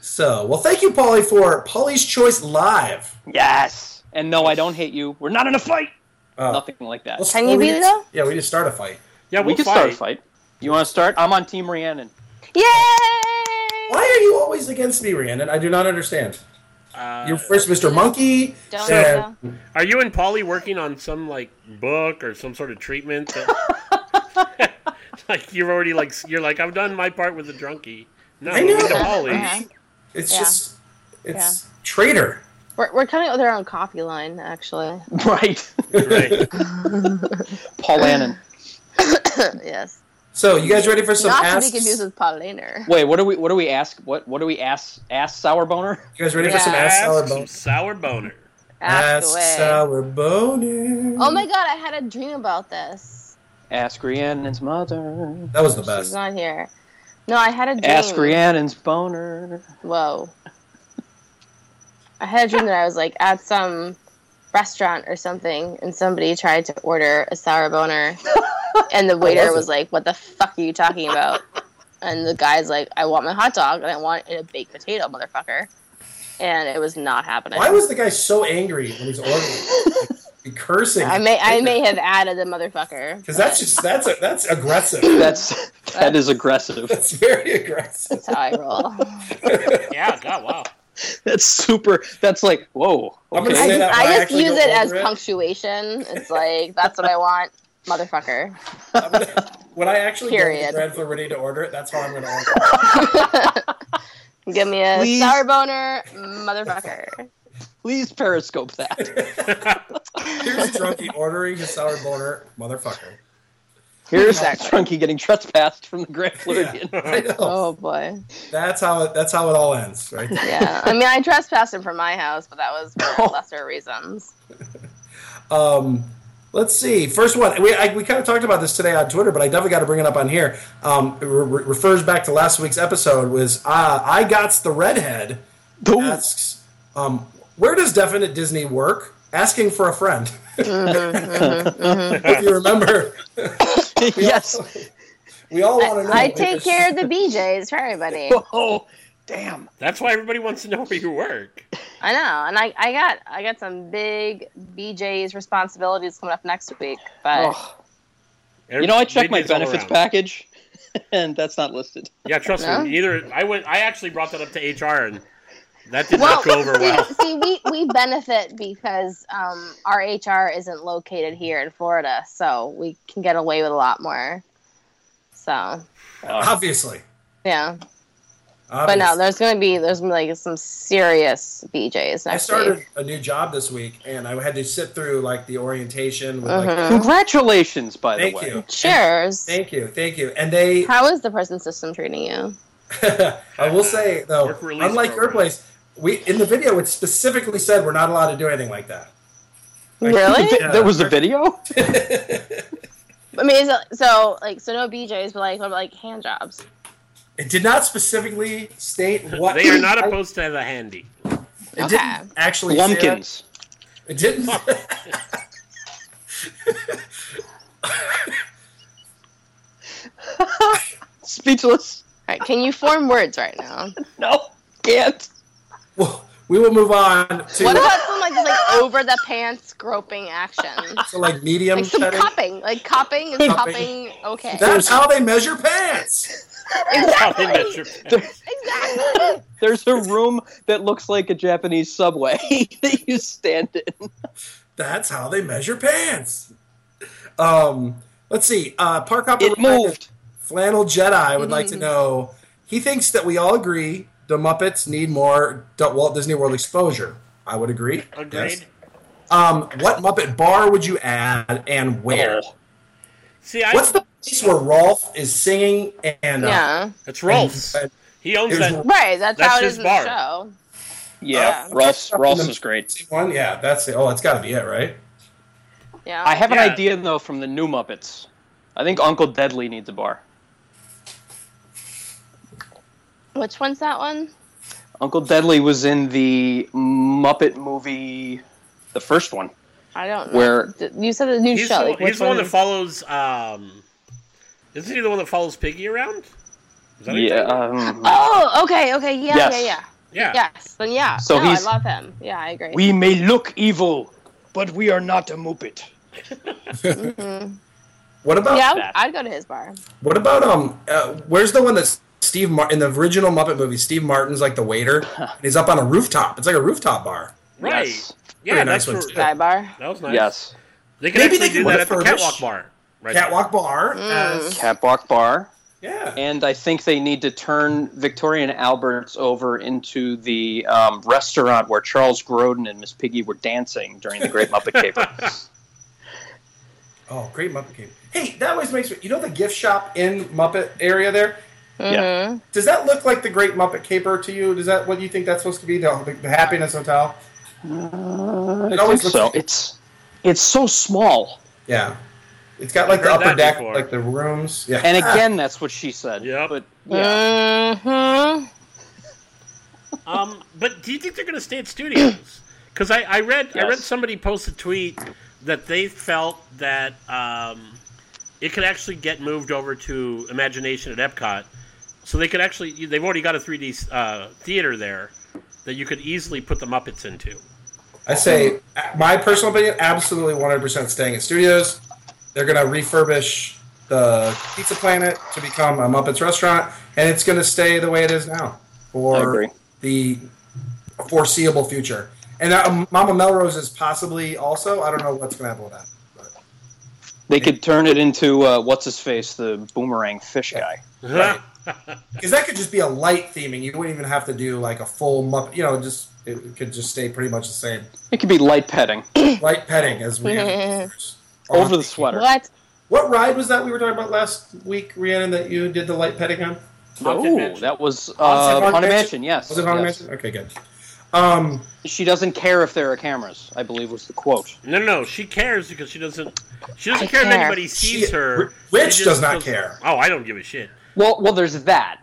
So, well, thank you, Polly, for Polly's Choice Live. yes. And no, I don't hate you. We're not in a fight. Uh, Nothing like that. let's- Can you well, we beat it just- up? Yeah, we just start a fight. Yeah, we we'll can start a fight. You want to start? I'm on Team Rhiannon. Yay! Why are you always against me, Rhiannon? I do not understand. Uh, You're first Mr. Monkey. Don't then- know. Are you and Polly working on some like book or some sort of treatment? that- like you're already like you're like I've done my part with the drunkie. No, I we know. need to Polly. Uh-huh. It's Yeah. just, it's traitor. We're, we're coming up with our own coffee line, actually. Right. Right. Paul Annan. yes. So you guys ready for some Not asks? to be confused with Pauliner. Wait, what do we what do we ask? What what do we ask? Ask Sour Boner? you guys ready for some Yeah. ass salad Ask boner? some sour boner. Ask away. sour boner. Oh my god, I had a dream about this. Ask Rhiannon's mother. That was the She's best. not here. No, I had a dream. Ask Rhiannon's boner. Whoa. I had a dream that I was like at some restaurant or something, and somebody tried to order a sour boner, and the waiter was it? was like, "What the fuck are you talking about?" and the guy's like, "I want my hot dog, and I want it a baked potato, motherfucker." And it was not happening. Why was the guy so angry when he's ordering? Like, cursing. I may I may have added a motherfucker because that's just that's a, that's aggressive. That's that is aggressive. That's very aggressive. That's how I roll. Yeah. God. Wow. That's super. That's like whoa. I'm gonna I say just, Okay. that I when I just actually use go it as over it. punctuation. It's like that's what I want, motherfucker. I'm gonna- when I actually Period. get bread for ready to order it, that's how I'm going to order. Give me a Please. sour boner, motherfucker. Please periscope that. it. Here's drunkie ordering his sour boner, motherfucker. Here's that Exactly. Trunky getting trespassed from the Grand Floridian. Yeah, I know. Oh boy. That's how it, that's how it all ends, right? Yeah. I mean, I trespassed him from my house, but that was for lesser reasons. Um, let's see. First one. We, I, we kind of talked about this today on Twitter, but I definitely got to bring it up on here. Um, it re- refers back to last week's episode. Was uh, I gots the redhead Boom. asks, um, where does definite Disney work? Asking for a friend. if you remember, yes. we all want to know. I take care of the BJs for everybody. Oh, damn. That's why everybody wants to know where you work. I know, and I, I got I got some big BJs responsibilities coming up next week, but Oh. You know, I checked my Videos all benefits around. package, and that's not listed. Yeah, trust No? me. Neither I went. I actually brought that up to HR, and that did well, not go over well. see, see, we, we benefit because um, our HR isn't located here in Florida, so we can get away with a lot more. So Obviously. yeah, but Obviously. no, there's gonna be there's gonna be like some serious BJs next I started week. a new job this week, and I had to sit through like the orientation. With, like, Mm-hmm. Mhm. Congratulations, by Thank the way. you. Cheers. Thank you, thank you. And they, How is the prison system treating you? I will say though, Work release unlike your program. place, we in the video it specifically said we're not allowed to do anything like that. Like, Really? Yeah. There was a video? I mean, is it, so like so no BJs, but like what about like hand jobs? It did not specifically state what They are not opposed to the handy. It Okay. didn't actually. say that. Lumpkins. It didn't. Speechless. All right, can you form words right now? No, can't. well, we will move on to, What about some like just, like over the pants groping action? to, like medium Like some setting. cupping, like cupping is Cupping. cupping okay. That's how they measure pants. Probably exactly, measure- There- exactly. there's a room that looks like a Japanese subway that you stand in. That's how they measure pants. Um, let's see. Uh, Park Hopper It moved. Flannel Jedi would Mm-hmm. like to know. He thinks that we all agree the Muppets need more Du- Walt Disney World exposure. I would agree. Agreed. Yes. Um, what Muppet bar would you add and where? See, I, What's the place where Rolf is singing and uh, Yeah, That's Rolf's. He owns Here's that. right. That's, That's how it his is bar. in the show. Yeah, Yeah. Rolf's, Rolf's is great. one? Yeah, that's the. Oh, that's got to be it, right? Yeah, I have an Yeah. idea, though, from the new Muppets. I think Uncle Deadly needs a bar. which one's that one? Uncle Deadly was in the Muppet movie, the first one. I don't know. Where- D- you said the new He's, show? the, Like, he's which the one one? that follows. Um, isn't he the one that follows Piggy around? Is that what you're Yeah. talking about? Um, oh, okay, okay, yeah, Yes. yeah, yeah. yeah. Yes, then yeah. So no, he's- I love him. Yeah, I agree. we may look evil, but we are not a Muppet. What about yeah, I would- that. I'd go to his bar. What about um? Uh, where's the one that's Steve Mar- in the original Muppet movie? Steve Martin's like the waiter, and he's up on a rooftop. It's like a rooftop bar. Right. Yes. Yeah, Very that's nice one, for- too. Guy bar. that was nice. Yes. They could Maybe actually they do could that at the refurbish- catwalk bar. Right. Catwalk bar. Mm. as- Catwalk Bar. yeah. And I think they need to turn Victorian Alberts over into the um, restaurant where Charles Grodin and Miss Piggy were dancing during the Great Muppet Caper. oh, great Muppet game. Hey, that always makes me. You know the gift shop in Muppet area there. Yeah. Does that look like the Great Muppet Caper to you? Does that what you think that's supposed to be? The, the, the Happiness Hotel. it Uh, I always looks think so. like- It's it's so small. yeah. It's got like the I've heard upper that deck, before. like the rooms. Yeah. And again, that's what she said. Yep. But yeah. Mm-hmm. Um, but do you think they're going to stay at studios? Because I, I read I read Yes. somebody post a tweet that they felt that um, it could actually get moved over to Imagination at Epcot, so they could actually they've already got a 3D uh, theater there that you could easily put the Muppets into. I say my personal opinion, absolutely 100% staying in studios. They're going to refurbish the Pizza Planet to become a Muppets restaurant, and it's going to stay the way it is now I for agree. the foreseeable future. And uh, Mama Melrose is possibly also. I don't know what's going to happen with that. But They could turn it into uh, what's his face, the boomerang fish guy. Uh-huh. because that could just be a light theming. You wouldn't even have to do like a full Muppet. You know, just it could just stay pretty much the same. It could be light petting Light petting as we have. over the sweater. What? What ride was that we were talking about last week, Rhiannon, that you did the light petting on? Haunted Oh, Mansion. that was Haunted uh, Haunted Mansion? Mansion. Yes. Was it Haunted yes. Mansion? Okay, good. Um, She doesn't care if there are cameras. I believe was the quote. No, no, no. She cares because she doesn't. She doesn't I care, if care. anybody sees She- her. Rich She just does not doesn't- care. Oh, I don't give a shit. Well, well, there's that.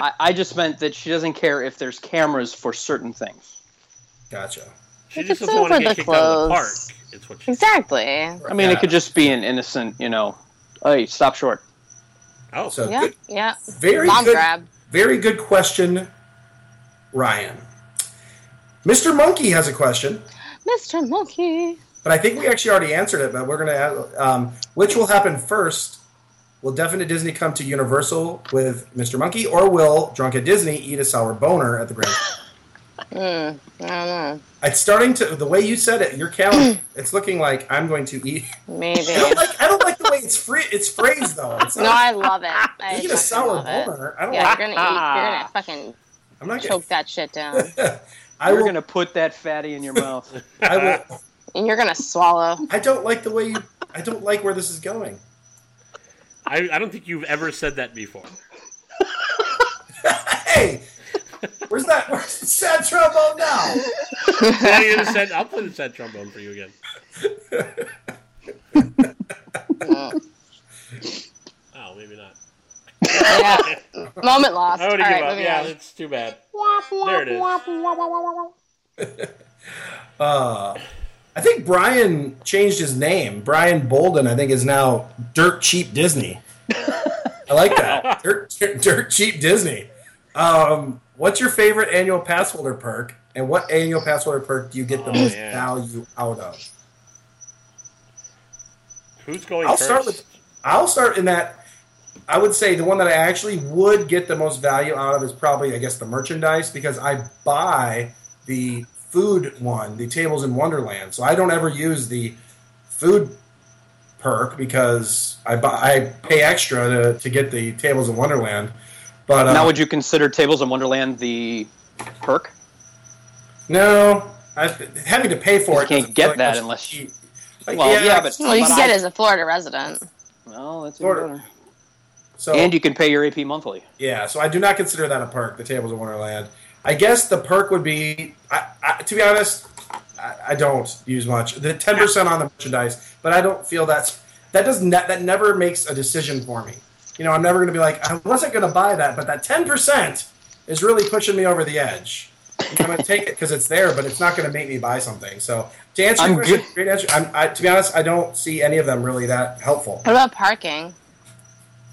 I, I just meant that she doesn't care if there's cameras for certain things. gotcha. She If just it's doesn't want to over get the kicked out of the park. clothes. It's what she. Exactly. I Yeah. mean, it could just be an innocent, you know, hey, stop short. Oh, So Yeah. good, Yeah. very Mom good, grab. very good question, Ryan. Mr. Monkey has a question, Mr. Monkey. but I think we actually already answered it. But we're gonna add, um, which will happen first? Will definite Disney come to Universal with Mr. Monkey, or will Drunk at Disney eat a sour boner at the Grand? Hmm, I don't it's starting to the way you said it. Your calendar. it's looking like I'm going to eat. know. Maybe. I don't like. I don't like the way it's free. It's phrased though. It's No, I love it. I Eat fucking a sour love it. boner. I don't Yeah, like. you're gonna eat. You're gonna fucking I'm not choke that shit down, gonna. I You're will. gonna put that fatty in your mouth. I will. and you're gonna swallow. I don't like the way you. I don't like where this is going. I, I don't think you've ever said that before. Hey, where's that? Where's the sad trombone now? Play the sad- I'll play the sad trombone for you again. oh, maybe not. Yeah. Moment lost. I All already right, give up. moving Yeah, on. it's too bad. There it is. Uh, I think Brian changed his name. Brian Bolden, I think, is now Dirt Cheap Disney. I like that. Dirt, dirt Cheap Disney. Um, what's your favorite annual pass holder perk? And what annual pass holder perk do you get the most yeah. value out of? Who's going I'll first? start with. I'll start in that. I would say the one that I actually would get the most value out of is probably, I guess, the merchandise because I buy the food one, the tables in Wonderland. So I don't ever use the food perk because I buy, I pay extra to, to get the tables in Wonderland. But uh, now, would you consider Tables in Wonderland the perk? no, I, having to pay for You it doesn't can't get feel like that it's unless- cheap. Like, Well, yeah, but Well, you but can get I- it as a Florida resident. Well, that's even Order. better. so, And you can pay your AP monthly. Yeah, so I do not consider that a perk. The tables of Wonderland. I guess the perk would be, I, I, to be honest, I, I don't use much. The ten percent on the merchandise, but I don't feel that's that does ne- that never makes a decision for me. You know, I'm never going to be like I wasn't going to buy that, but that ten percent is really pushing me over the edge. I'm going to take it because it's there, but it's not going to make me buy something. So to answer I'm your question, good- great answer. I'm, I, to be honest, I don't see any of them really that helpful. What about parking?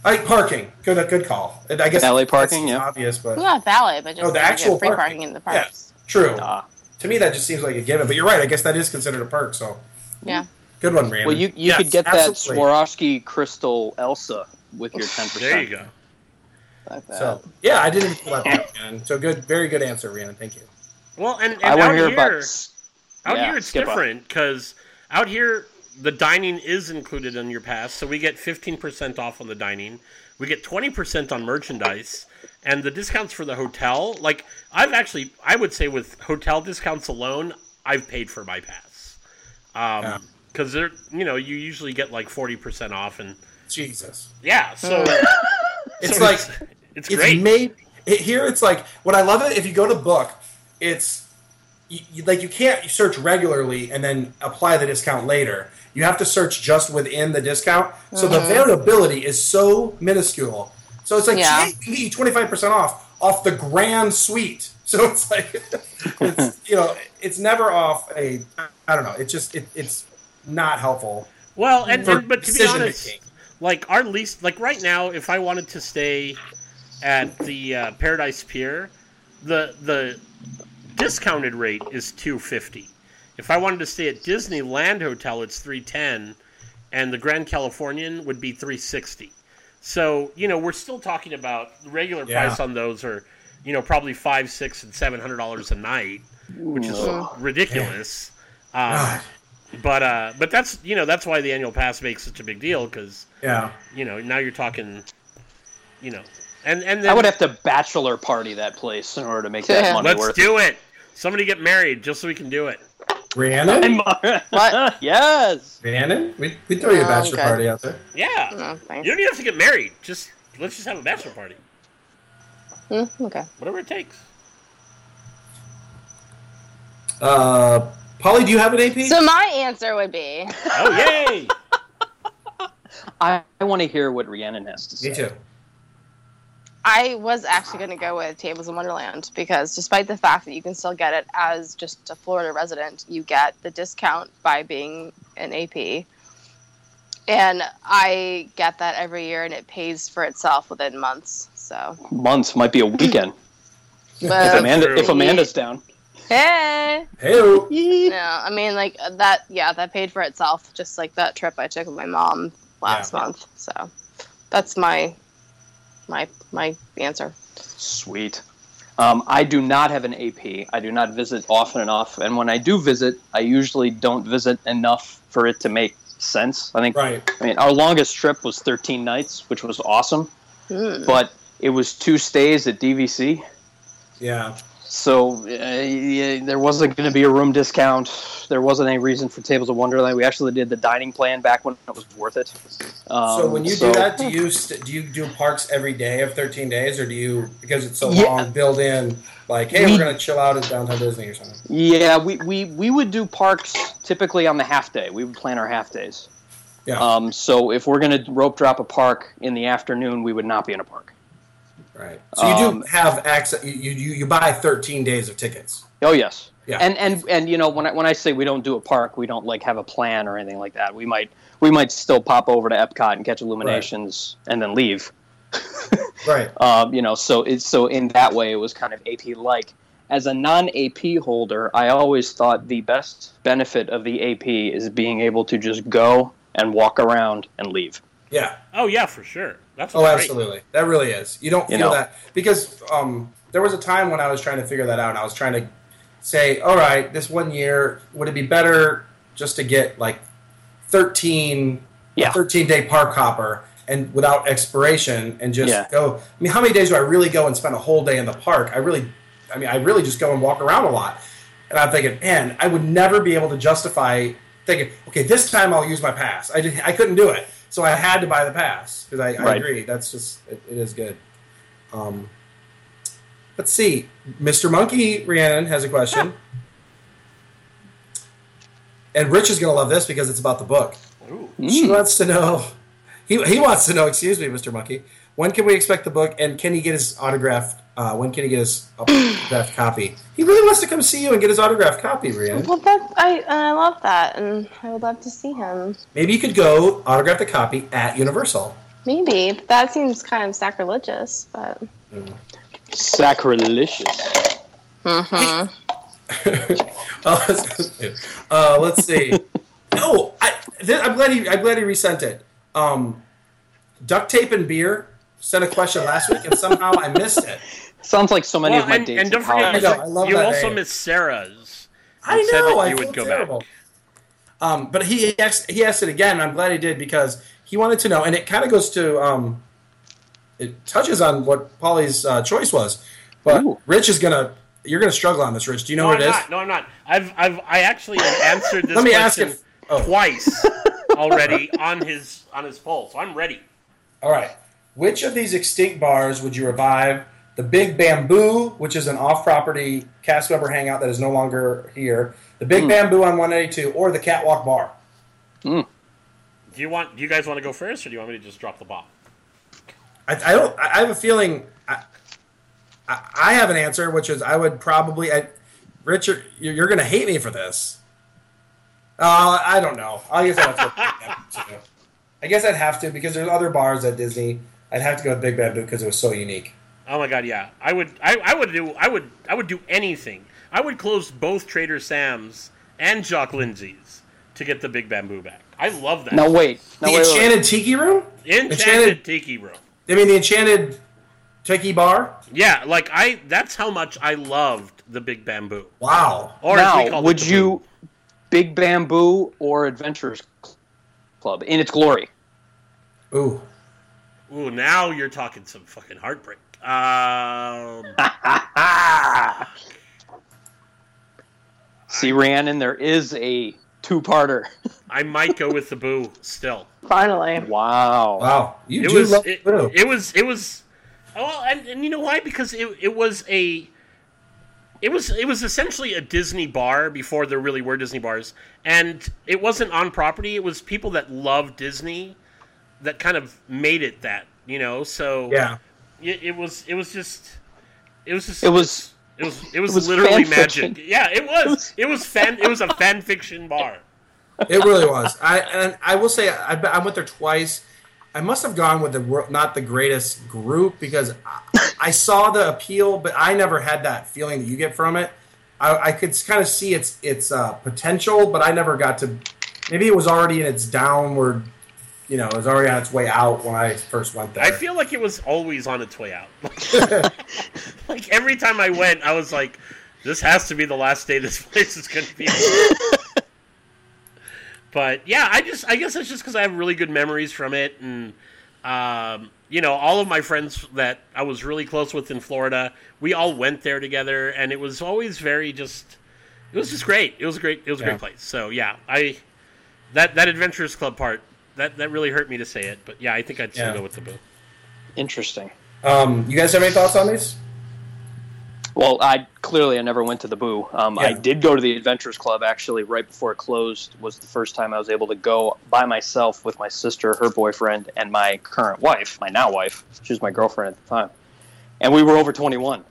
Like parking, good good call. I guess Valet parking, it's yeah. obvious, but What about valet? But just no, Oh, the like, you actual get free parking. parking in the parks. Yeah, true. Ah. To me, that just seems like a given. But you're right. I guess that is considered a perk. So Yeah. Good one, Brandon. Well, you you Yes, could get absolutely. that Swarovski crystal Elsa with your ten percent. There you go. so yeah, I didn't think about that. Rhiannon. So good, very good answer, Rhiannon. Thank you. Well, and, and I want out to hear here, about. out yeah, here it's skip up. different because out here the dining is included in your pass, so we get fifteen percent off on the dining. We get twenty percent on merchandise, and the discounts for the hotel. Like I've actually, I would say with hotel discounts alone, I've paid for my pass. Yeah. Um, because they're you know you usually get like forty percent off, and Jesus, yeah, so it's so like it's it's great. made it, here. It's like what I love it. If you go to book, it's you, you- like you can't search regularly and then apply the discount later. You have to search just within the discount. So Mm-hmm. the variability is so minuscule. So it's like Yeah. gee, we can get you twenty five percent off off the grand suite. So it's like it's you know it's never off a I don't know. It's just it, it's not helpful. Well, and, for and but to be decision honest, making. like our least, like right now, if I wanted to stay at the uh, Paradise Pier, the the discounted rate is two fifty. If I wanted to stay at Disneyland Hotel, it's three ten, and the Grand Californian would be three sixty. So you know, we're still talking about the regular Yeah. price on those are, you know, probably five, six, and seven hundred dollars a night, which is ridiculous. Um, God. but uh, but that's you know that's why the annual pass makes such a big deal because Yeah. you know now you're talking, you know, and and then I would have to bachelor party that place in order to make Yeah. that money let's worth. do it. Somebody get married just so we can do it. Rhiannon? it. yes. Rhiannon? We we throw you a Oh, bachelor okay. party out there. Yeah, No, Oh, thanks. you don't even have to get married. Just let's just have a bachelor party, Hmm, okay. whatever it takes. Uh, Polly, do you have an AP? So my answer would be Oh yay! I, I want to hear what Rhiannon has to say. Me too. I was actually going to go with Tables in Wonderland because despite the fact that you can still get it as just a Florida resident, you get the discount by being an AP. And I get that every year and it pays for itself within months. So, Months might be a weekend. if, Well, Amanda, true. if Amanda's down. hey. Hey, No, I mean, like uh, that, yeah, that paid for itself, just like that trip I took with my mom last Yeah. month. So, that's my. My my answer. Sweet. Um, I do not have an AP. I do not visit often enough, and when I do visit, I usually don't visit enough for it to make sense. I think. right. I mean, our longest trip was 13 nights, which was awesome, Hmm. but it was two stays at DVC, Yeah. so uh, yeah, there wasn't going to be a room discount. There wasn't any reason for Tables of Wonderland. We actually did the dining plan back when it was worth it. Um, so when you so- do that, do you st- do you do parks every day of 13 days, or do you because it's so Yeah. long build in like, hey, We- we're gonna chill out at Downtown Disney or something? Yeah, we, we, we would do parks typically on the half day. We would plan our half days. Yeah. Um, so if we're going to rope drop a park in the afternoon, we would not be in a park. Right. So you do um, have access. You, you you buy 13 days of tickets. Oh yes. Yeah. And and and you know when I, when I say we don't do a park, we don't like have a plan or anything like that. We might we might still pop over to Epcot and catch Illuminations and then leave. Right. Um, you know, so it's so in that way it was kind of AP like. As a non AP holder, I always thought the best benefit of the AP is being able to just go and walk around and leave. Yeah. Oh yeah, for sure. That's Oh, great. absolutely. That really is. You don't You feel know. that because um, there was a time when I was trying to figure that out, and I was trying to say, all right, this one year would it be better just to get like 13 Yeah. 13 day park hopper and without expiration and just Yeah. go i mean how many days do i really go and spend a whole day in the park i really i mean i really just go and walk around a lot and i'm thinking man i would never be able to justify thinking okay this time i'll use my pass i, did, I couldn't do it so i had to buy the pass because I, I Right. agree that's just it, it is good um, let's see mr monkey rhiannon has a question and rich is going to love this because it's about the book Ooh. she wants to know. He, he wants to know. Excuse me, Mr. Monkey. When can we expect the book, and can he get his autograph? Uh, when can he get his autographed copy? He really wants to come see you and get his autographed copy, Rhiannon. Well, that I I love that, and I would love to see him. Maybe you could go autograph the copy at Universal. Maybe but that seems kind of sacrilegious, but Sacrilegious. uh, let's see. uh, No, I, Th- I'm glad he. I'm glad he resent it. Um, duct tape and beer sent a question last week, and somehow I missed it. Sounds like so many Well, of my and, dates. and don't in college. forget, I know, I love you that also name. miss Sarah's. I and said know. that I you would feel go terrible. Um, but he asked, he asked it again. and I'm glad he did because he wanted to know, and it kind of goes to um, it touches on what Polly's uh, choice was. But Ooh. Rich is gonna you're gonna struggle on this, Rich. Do you know No, what I'm it is? not. No, I'm not. I've, I've, I actually have answered this Let me ask question if- oh. twice already on his on his poll, so I'm ready. All right. Which of these extinct bars would you revive? The Big Bamboo, which is an off-property cast member hangout that is no longer here. The Hmm. Big Bamboo on 182, or the Catwalk Bar. Do you want? Do you guys want to go first, or do you want me to just drop the ball? I, I don't. I I have a feeling. I, I I have an answer, which is I would probably. I, Richard, you're, you're going to hate me for this. Uh, I don't know. I guess I'd have to. I guess I'd have to because there's other bars at Disney. I'd have to go with Big Bamboo because it was so unique. Oh my god, yeah. I would I, I would do I would I would do anything. I would close both Trader Sam's and Jock Lindsay's to get the big bamboo back. I love that. Now wait. Oh, Now the wait, wait, Enchanted Tiki Room. Enchanted Enchanted- Tiki Room. I mean, the Enchanted Tiki Bar. Yeah, like I that's how much I loved the big bamboo. Wow. Or as we Now, called it, would the you boo. Big Bamboo or Adventurers Club in its glory? Ooh. Ooh, now you're talking some fucking heartbreak. Um See, Rhiannon, there is a two-parter. I might go with the boo still. Finally. Wow. Wow. You it do was love it, Boo. it was it was oh, well and, and you know why because it, it was a it was it was essentially a disney bar before there really were disney bars and it wasn't on property it was people that loved disney that kind of made it that you know so yeah. it, it was it was just it was just It was- it was it was, it was literally fan magic fiction. yeah it was it was fan it was a fan fiction bar It really was. I and I will say I, I went there twice. I must have gone with the wor- not the greatest group because I, I saw the appeal, but I never had that feeling that you get from it. I, I could kind of see its its uh, potential, but I never got to. Maybe it was already in its downward. You know, it was already on its way out when I first went there. I feel like it was always on its way out. like every time I went, I was like, "This has to be the last day this place is going to be." open." but yeah, I just I guess it's just because I have really good memories from it, and um, you know, all of my friends that I was really close with in Florida, we all went there together, and it was always very just. It was just great. It was a great. It was a Yeah. great place. So yeah, I that that Adventurers Club part that that really hurt me to say it, but yeah, I think I'd still Yeah. go with the boo. Interesting. Um, you guys have any thoughts on these? Well, I clearly I never went to the Boo. Um, I Yeah. did go to the Adventurers Club actually right before it closed. Was the first time I was able to go by myself with my sister, her boyfriend, and my current wife, my now wife. She was my girlfriend at the time, and we were over twenty one,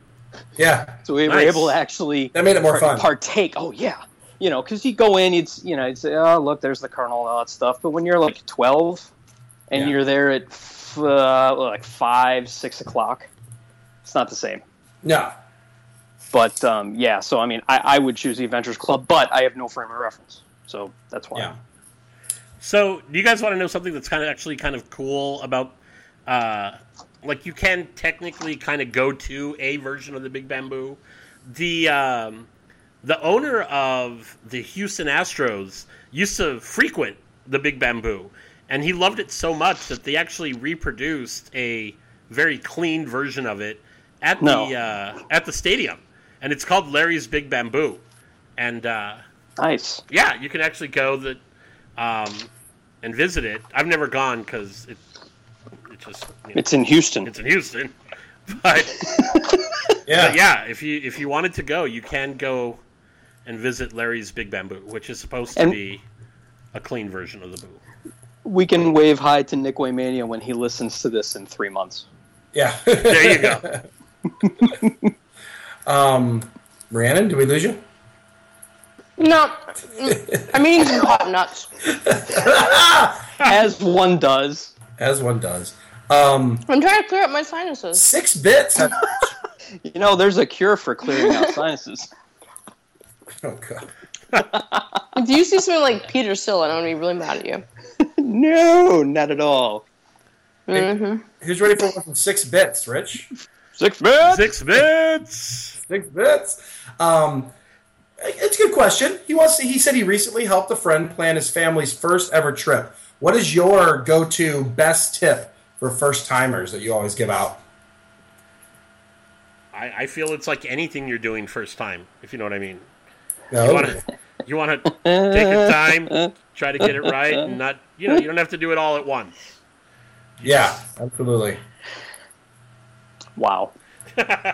Yeah, so we Nice. were able to actually that made it more par- fun. partake. Oh yeah, you know, because you go in, it's you know, it's oh look, there's the colonel and all that stuff. But when you're like twelve, and Yeah. you're there at f- uh, like five, six o'clock, it's not the same. No, But um, yeah, so I mean, I, I would choose the Adventures Club, but I have no frame of reference, so that's why. yeah. So, do you guys want to know something that's kind of actually kind of cool about, uh, like you can technically kind of go to a version of the Big Bamboo. The um, the owner of the Houston Astros used to frequent the Big Bamboo, and he loved it so much that they actually reproduced a very clean version of it at No. the uh, at the stadium, and it's called Larry's Big Bamboo, and. Uh, Nice. yeah, you can actually go the, um, and visit it. I've never gone because it, it just you know, It's in Houston. it's in Houston, but, but yeah, yeah, if you if you wanted to go, you can go and visit Larry's Big Bamboo, which is supposed to And- be a clean version of the boo. we can wave hi to Nick Waymania when he listens to this in three months. yeah. There you go. Rhiannon, did we lose you? No. I'm eating some hot nuts. As one does. As one does. Um, I'm trying to clear up my sinuses. six bits. Oh, have- You know, there's a cure for clearing out sinuses. Oh god. If you see something like Peter Silla, I'm gonna be really mad at you. No, not at all. Who's ready for one from six bits, Rich? Six minutes. Six minutes. Six bits. Um, it's a good question. He wants. To, he said he recently helped a friend plan his family's first ever trip. What is your go-to best tip for first timers that you always give out? I, I feel it's like anything you're doing first time, if you know what I mean. You No. want Oh. to you want to take your time, try to get it right, and not you know you don't have to do it all at once. Oh, Yeah, absolutely. Wow. Uh,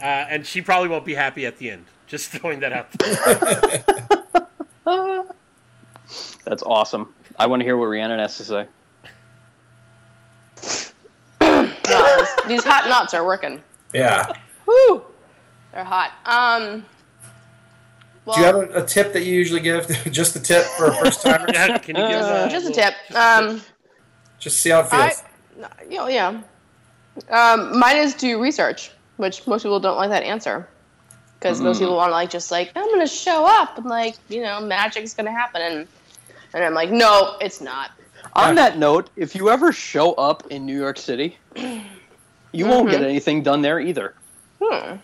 and she probably won't be happy at the end. Just throwing that out. there. That's awesome. I want to hear what Rhiannon has to say. Wow, these- these hot knots are working. Yeah. Woo! They're hot. Um. Well, Do you have a, a tip that you usually give? Just the tip for a first timer. Yeah, Can you give us a just a little- tip? Um. Just see how it I, feels. you know, yeah. Um, mine is do research, which most people don't like that answer because most Mm-hmm. people want to like just like I'm gonna show up and like you know magic's gonna happen and and I'm like no it's not On that note, if you ever show up in New York City, you won't Mm-hmm. get anything done there either. hmm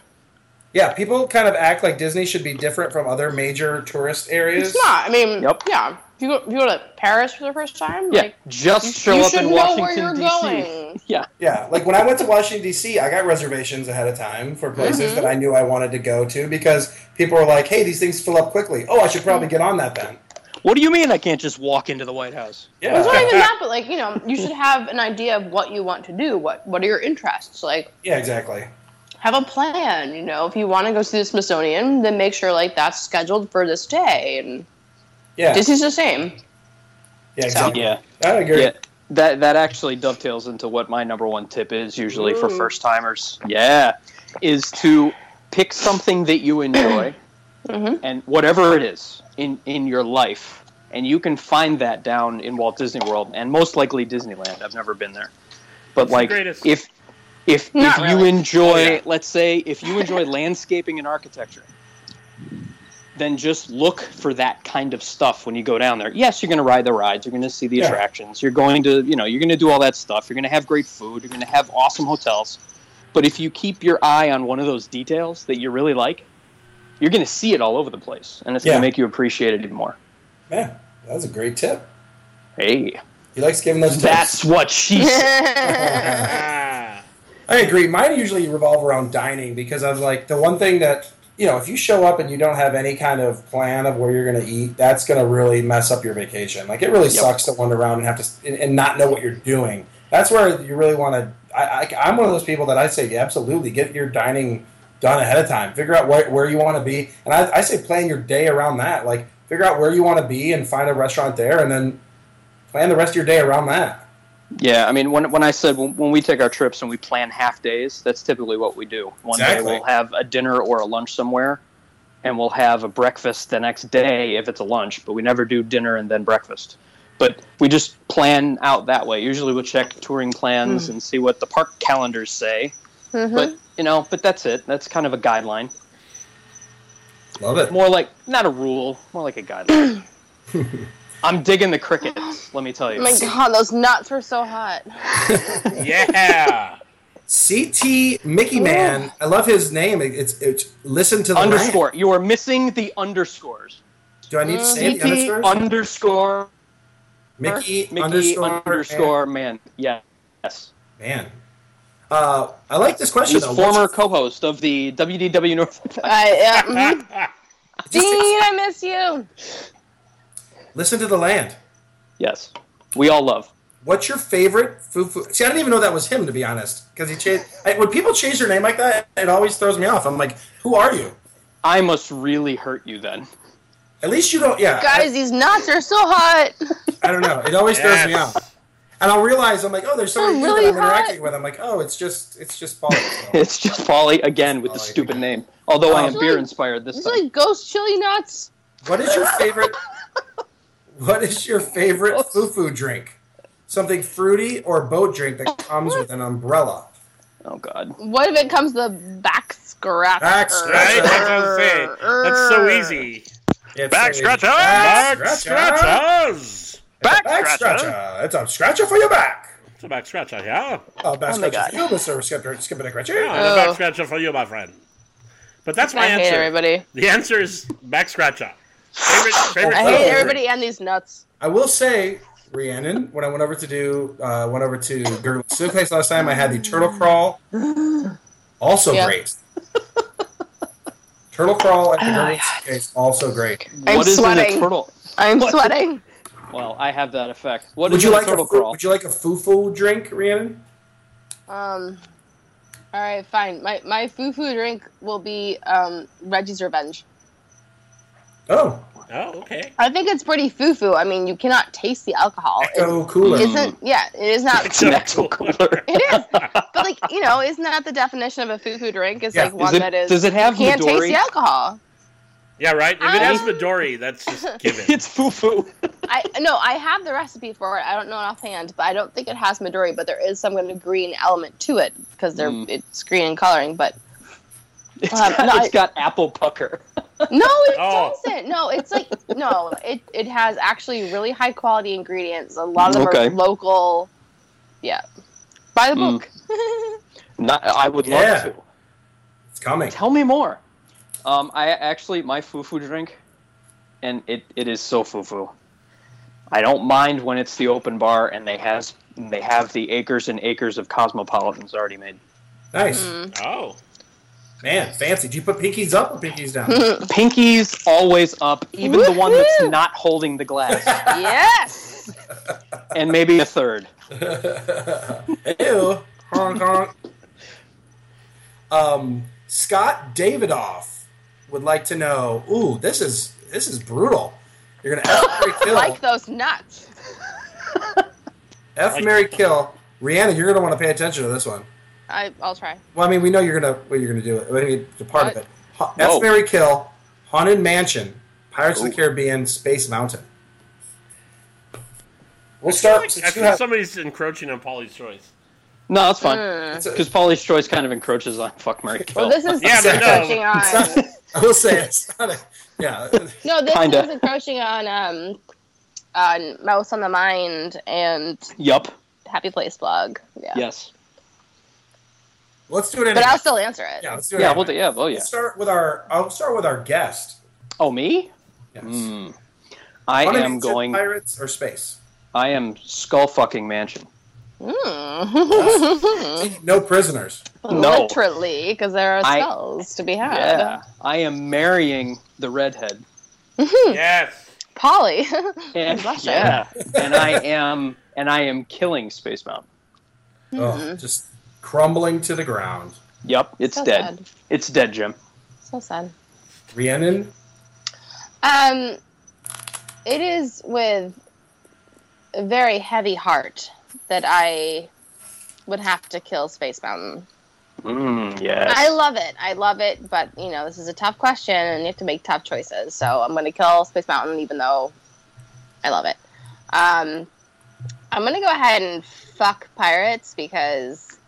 Yeah, people kind of act like Disney should be different from other major tourist areas. it's not I mean Yep. yeah if you go if you go to Paris for the first time Yeah, like, just show you up should in know where Washington you're D.C. going Yeah, Yeah, like when I went to Washington D.C., I got reservations ahead of time for places Mm-hmm. that I knew I wanted to go to because people were like, "Hey, these things fill up quickly. Oh, I should probably get on that then." What do you mean I can't just walk into the White House? it's not Yeah, even that but like you know you should have an idea of what you want to do what what are your interests like yeah, exactly. have a plan. You know, if you want to go to the Smithsonian, then make sure like that's scheduled for this day. And Yeah, Disney's the same. yeah, exactly. Yeah. I agree. Yeah, that that actually dovetails into what my number one tip is usually for first timers. Yeah, is to pick something that you enjoy, Mm-hmm. and whatever it is in in your life, and you can find that down in Walt Disney World and most likely Disneyland. I've never been there, but the like greatest. if if, if Not you really. enjoy, Yeah. let's say, if you enjoy landscaping and architecture, then just look for that kind of stuff when you go down there. Yes, you're going to ride the rides, you're going to see the Yeah. attractions, you're going to, you know, you're going to do all that stuff. You're going to have great food, you're going to have awesome hotels. But if you keep your eye on one of those details that you really like, you're going to see it all over the place, and it's Yeah. going to make you appreciate it even more. Man, that was a great tip. Hey, He likes giving those tips. that's what she said. Ah, I agree. Mine usually revolve around dining because I'm like the one thing that you know, if you show up and you don't have any kind of plan of where you're going to eat, that's going to really mess up your vacation. Like it really sucks to wander around and have to and, and not know what you're doing. That's where you really want to. I, I, I'm one of those people that I say, yeah, absolutely, get your dining done ahead of time. Figure out where, where you want to be, and I, I say plan your day around that. Like figure out where you want to be and find a restaurant there, and then plan the rest of your day around that. Yeah, I mean, when, when I said when, when we take our trips and we plan half days, that's typically what we do. One Exactly. day we'll have a dinner or a lunch somewhere, and we'll have a breakfast the next day if it's a lunch, but we never do dinner and then breakfast. But we just plan out that way. Usually we'll check touring plans Hmm. and see what the park calendars say. Mm-hmm. But, you know, but that's it. That's kind of a guideline. Love it. More like, not a rule, more like a guideline. I'm digging the crickets, let me tell you. Oh my god, those nuts were so hot. yeah. CT Mickey Man. I love his name. It- It's it's listen to the Underscore. You are missing the underscores. rant. Do I need to say the Mickey underscores? underscore Mickey, Mickey underscore, underscore man. Yeah. Yes. man. Uh, I like this question He's though. former co-host of the WDW North. I, yeah, mhm. What's- Dean, just I miss you. listen to the land. yes. We all love. What's your favorite fufu? See, I didn't even know that was him to be honest. Because he changed. I, when people change their name like that, it always throws me off. I'm like, who are you? I must really hurt you then. At least you don't. Yeah, Guys, these nuts are so hot. I, I don't know. It always throws me Yes. off. And I'll realize I'm like, oh, there's somebody I'm new really that I'm hot. interacting with. I'm like, oh, it's just, it's just Paul. So, It's just Polly again with the Polly stupid again. name. Although I am It's beer like- inspired this These time. are like ghost chili nuts. What is your favorite? what is your favorite fufu drink? Something fruity or boat drink that comes with an umbrella. Oh God. What if it comes the back scratcher? Back scratcher. Right? That's what I'm saying. That's so easy. It's Back a scratcher! Back Back scratcher! scratchers. Back, Back scratcher. scratcher. It's a scratcher for your back. It's a back scratcher, yeah. Oh, back my scratcher God. for you, Mr. Skipper. Skipper Dick Richie. Yeah, it's a back Oh. scratcher for you, my friend. But that's I my hate answer. everybody. The answer is back scratcher. Favorite, favorite I Oh. hate everybody and these nuts. I will say, Rhiannon, when I went over to do, uh, went over to Gertrude's Place last time, I had the turtle crawl. Also Yeah. great. turtle crawl at the Gertrude's Suitcase, also great. I'm What is in sweating. a turtle? I'm What? sweating. Well, I have that effect. What Would is you in like a turtle a foo- crawl? Would you like a foo-foo drink, Rhiannon? Um, all right, fine. My my foo foo drink will be um, Reggie's Revenge. Oh, Oh, okay. I think it's pretty foo foo. I mean, you cannot taste the alcohol. It Echo Cooler. isn't. Yeah, it is not. It's an actual cooler. It is, but like you know, isn't that the definition of a foo foo drink? It's Yeah. like one it- that is does it have you can't Midori? taste the alcohol. Yeah, right? If it has Um, Midori, that's just given. it's foo foo. I no, I have the recipe for it. I don't know it offhand, but I don't think it has Midori. But there is some kind of green element to it because they're Mm. it's green in coloring. But It's Uh, got, no, it's I- got apple pucker. No, it Oh. doesn't. No, it's like no, it it has actually really high quality ingredients. A lot of them Okay. are local. Yeah, by the Mm. book. Not, I would love Yeah. to. It's coming. Tell me more. Um, I actually my foo foo drink, and it, it is so foo foo. I don't mind when it's the open bar and they has they have the acres and acres of cosmopolitans already made. Nice. Mm. Oh. Man, fancy. Do you put pinkies up or pinkies down? Pinky's always up, even the one that's Woohoo! not holding the glass, yes. and maybe a third. Ew. Honk, honk. Um, Scott Davidoff would like to know. Ooh, this is this is brutal. You're gonna F Mary Oh. Kill. like those nuts. F Like- Mary Kill. Rihanna, you're gonna want to pay attention to this one. I I'll try. Well, I mean, we know you're gonna what you're gonna do. I mean, it's a part of What? it. Ha- Whoa. F Mary Kill, Haunted Mansion, Pirates of Ooh. the Caribbean, Space Mountain. We'll start. I Since you think have, somebody's encroaching on Polly's choice. No, that's fine. Mm. it's a- Because Polly's choice kind of encroaches on fuck Mary Well, Kill. this is Yeah, but no. encroaching on. I will say it's not a, yeah. No, this Kinda. is encroaching on um on Mouse on the Mind and yup. Happy Place blog. Yeah. Yes. Let's do it. Anyway. But I'll still answer it. Yeah, let's do it. Yeah. anyway. Well. the- Yeah. Oh yeah. Let's start with our. I'll start with our guest. Oh me. Yes. Mm. I Haunted am Mansion, going. Pirates or space? I am skull fucking mansion. Mm. No prisoners. No. Literally, because there are I- skulls to be had. Yeah, I am marrying the redhead. Hmm. Yes. Polly. And, Blushing. yeah, and I am and I am killing Space Mountain. Mm-hmm. Oh, just crumbling to the ground. Yep, it's So dead. sad. It's dead, Jim. So sad. Rhiannon. Um, it is with a very heavy heart that I would have to kill Space Mountain. Mm, yes. I love it. I love it, but you know, this is a tough question, and you have to make tough choices. So I'm going to kill Space Mountain, even though I love it. Um, I'm going to go ahead and fuck pirates because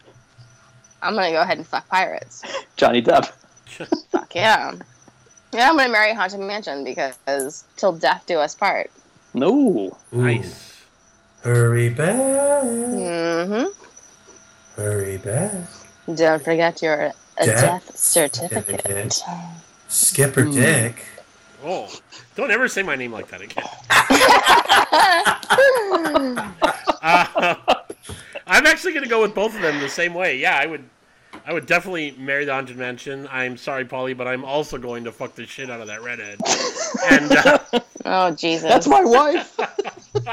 I'm going to go ahead and fuck pirates. Johnny Depp. Fuck yeah. Yeah, I'm gonna marry Haunted Mansion because till death do us part. No. Ooh. Nice. Hurry back. Mm-hmm. Hurry back. Don't forget your uh, Death death certificate. certificate. Skipper Hmm. Dick. Oh. Don't ever say my name like that again. Uh, I'm actually going to go with both of them the same way. Yeah, I would. I would definitely marry the haunted mansion. I'm sorry, Polly, but I'm also going to fuck the shit out of that redhead. And uh, oh Jesus! That's my wife. what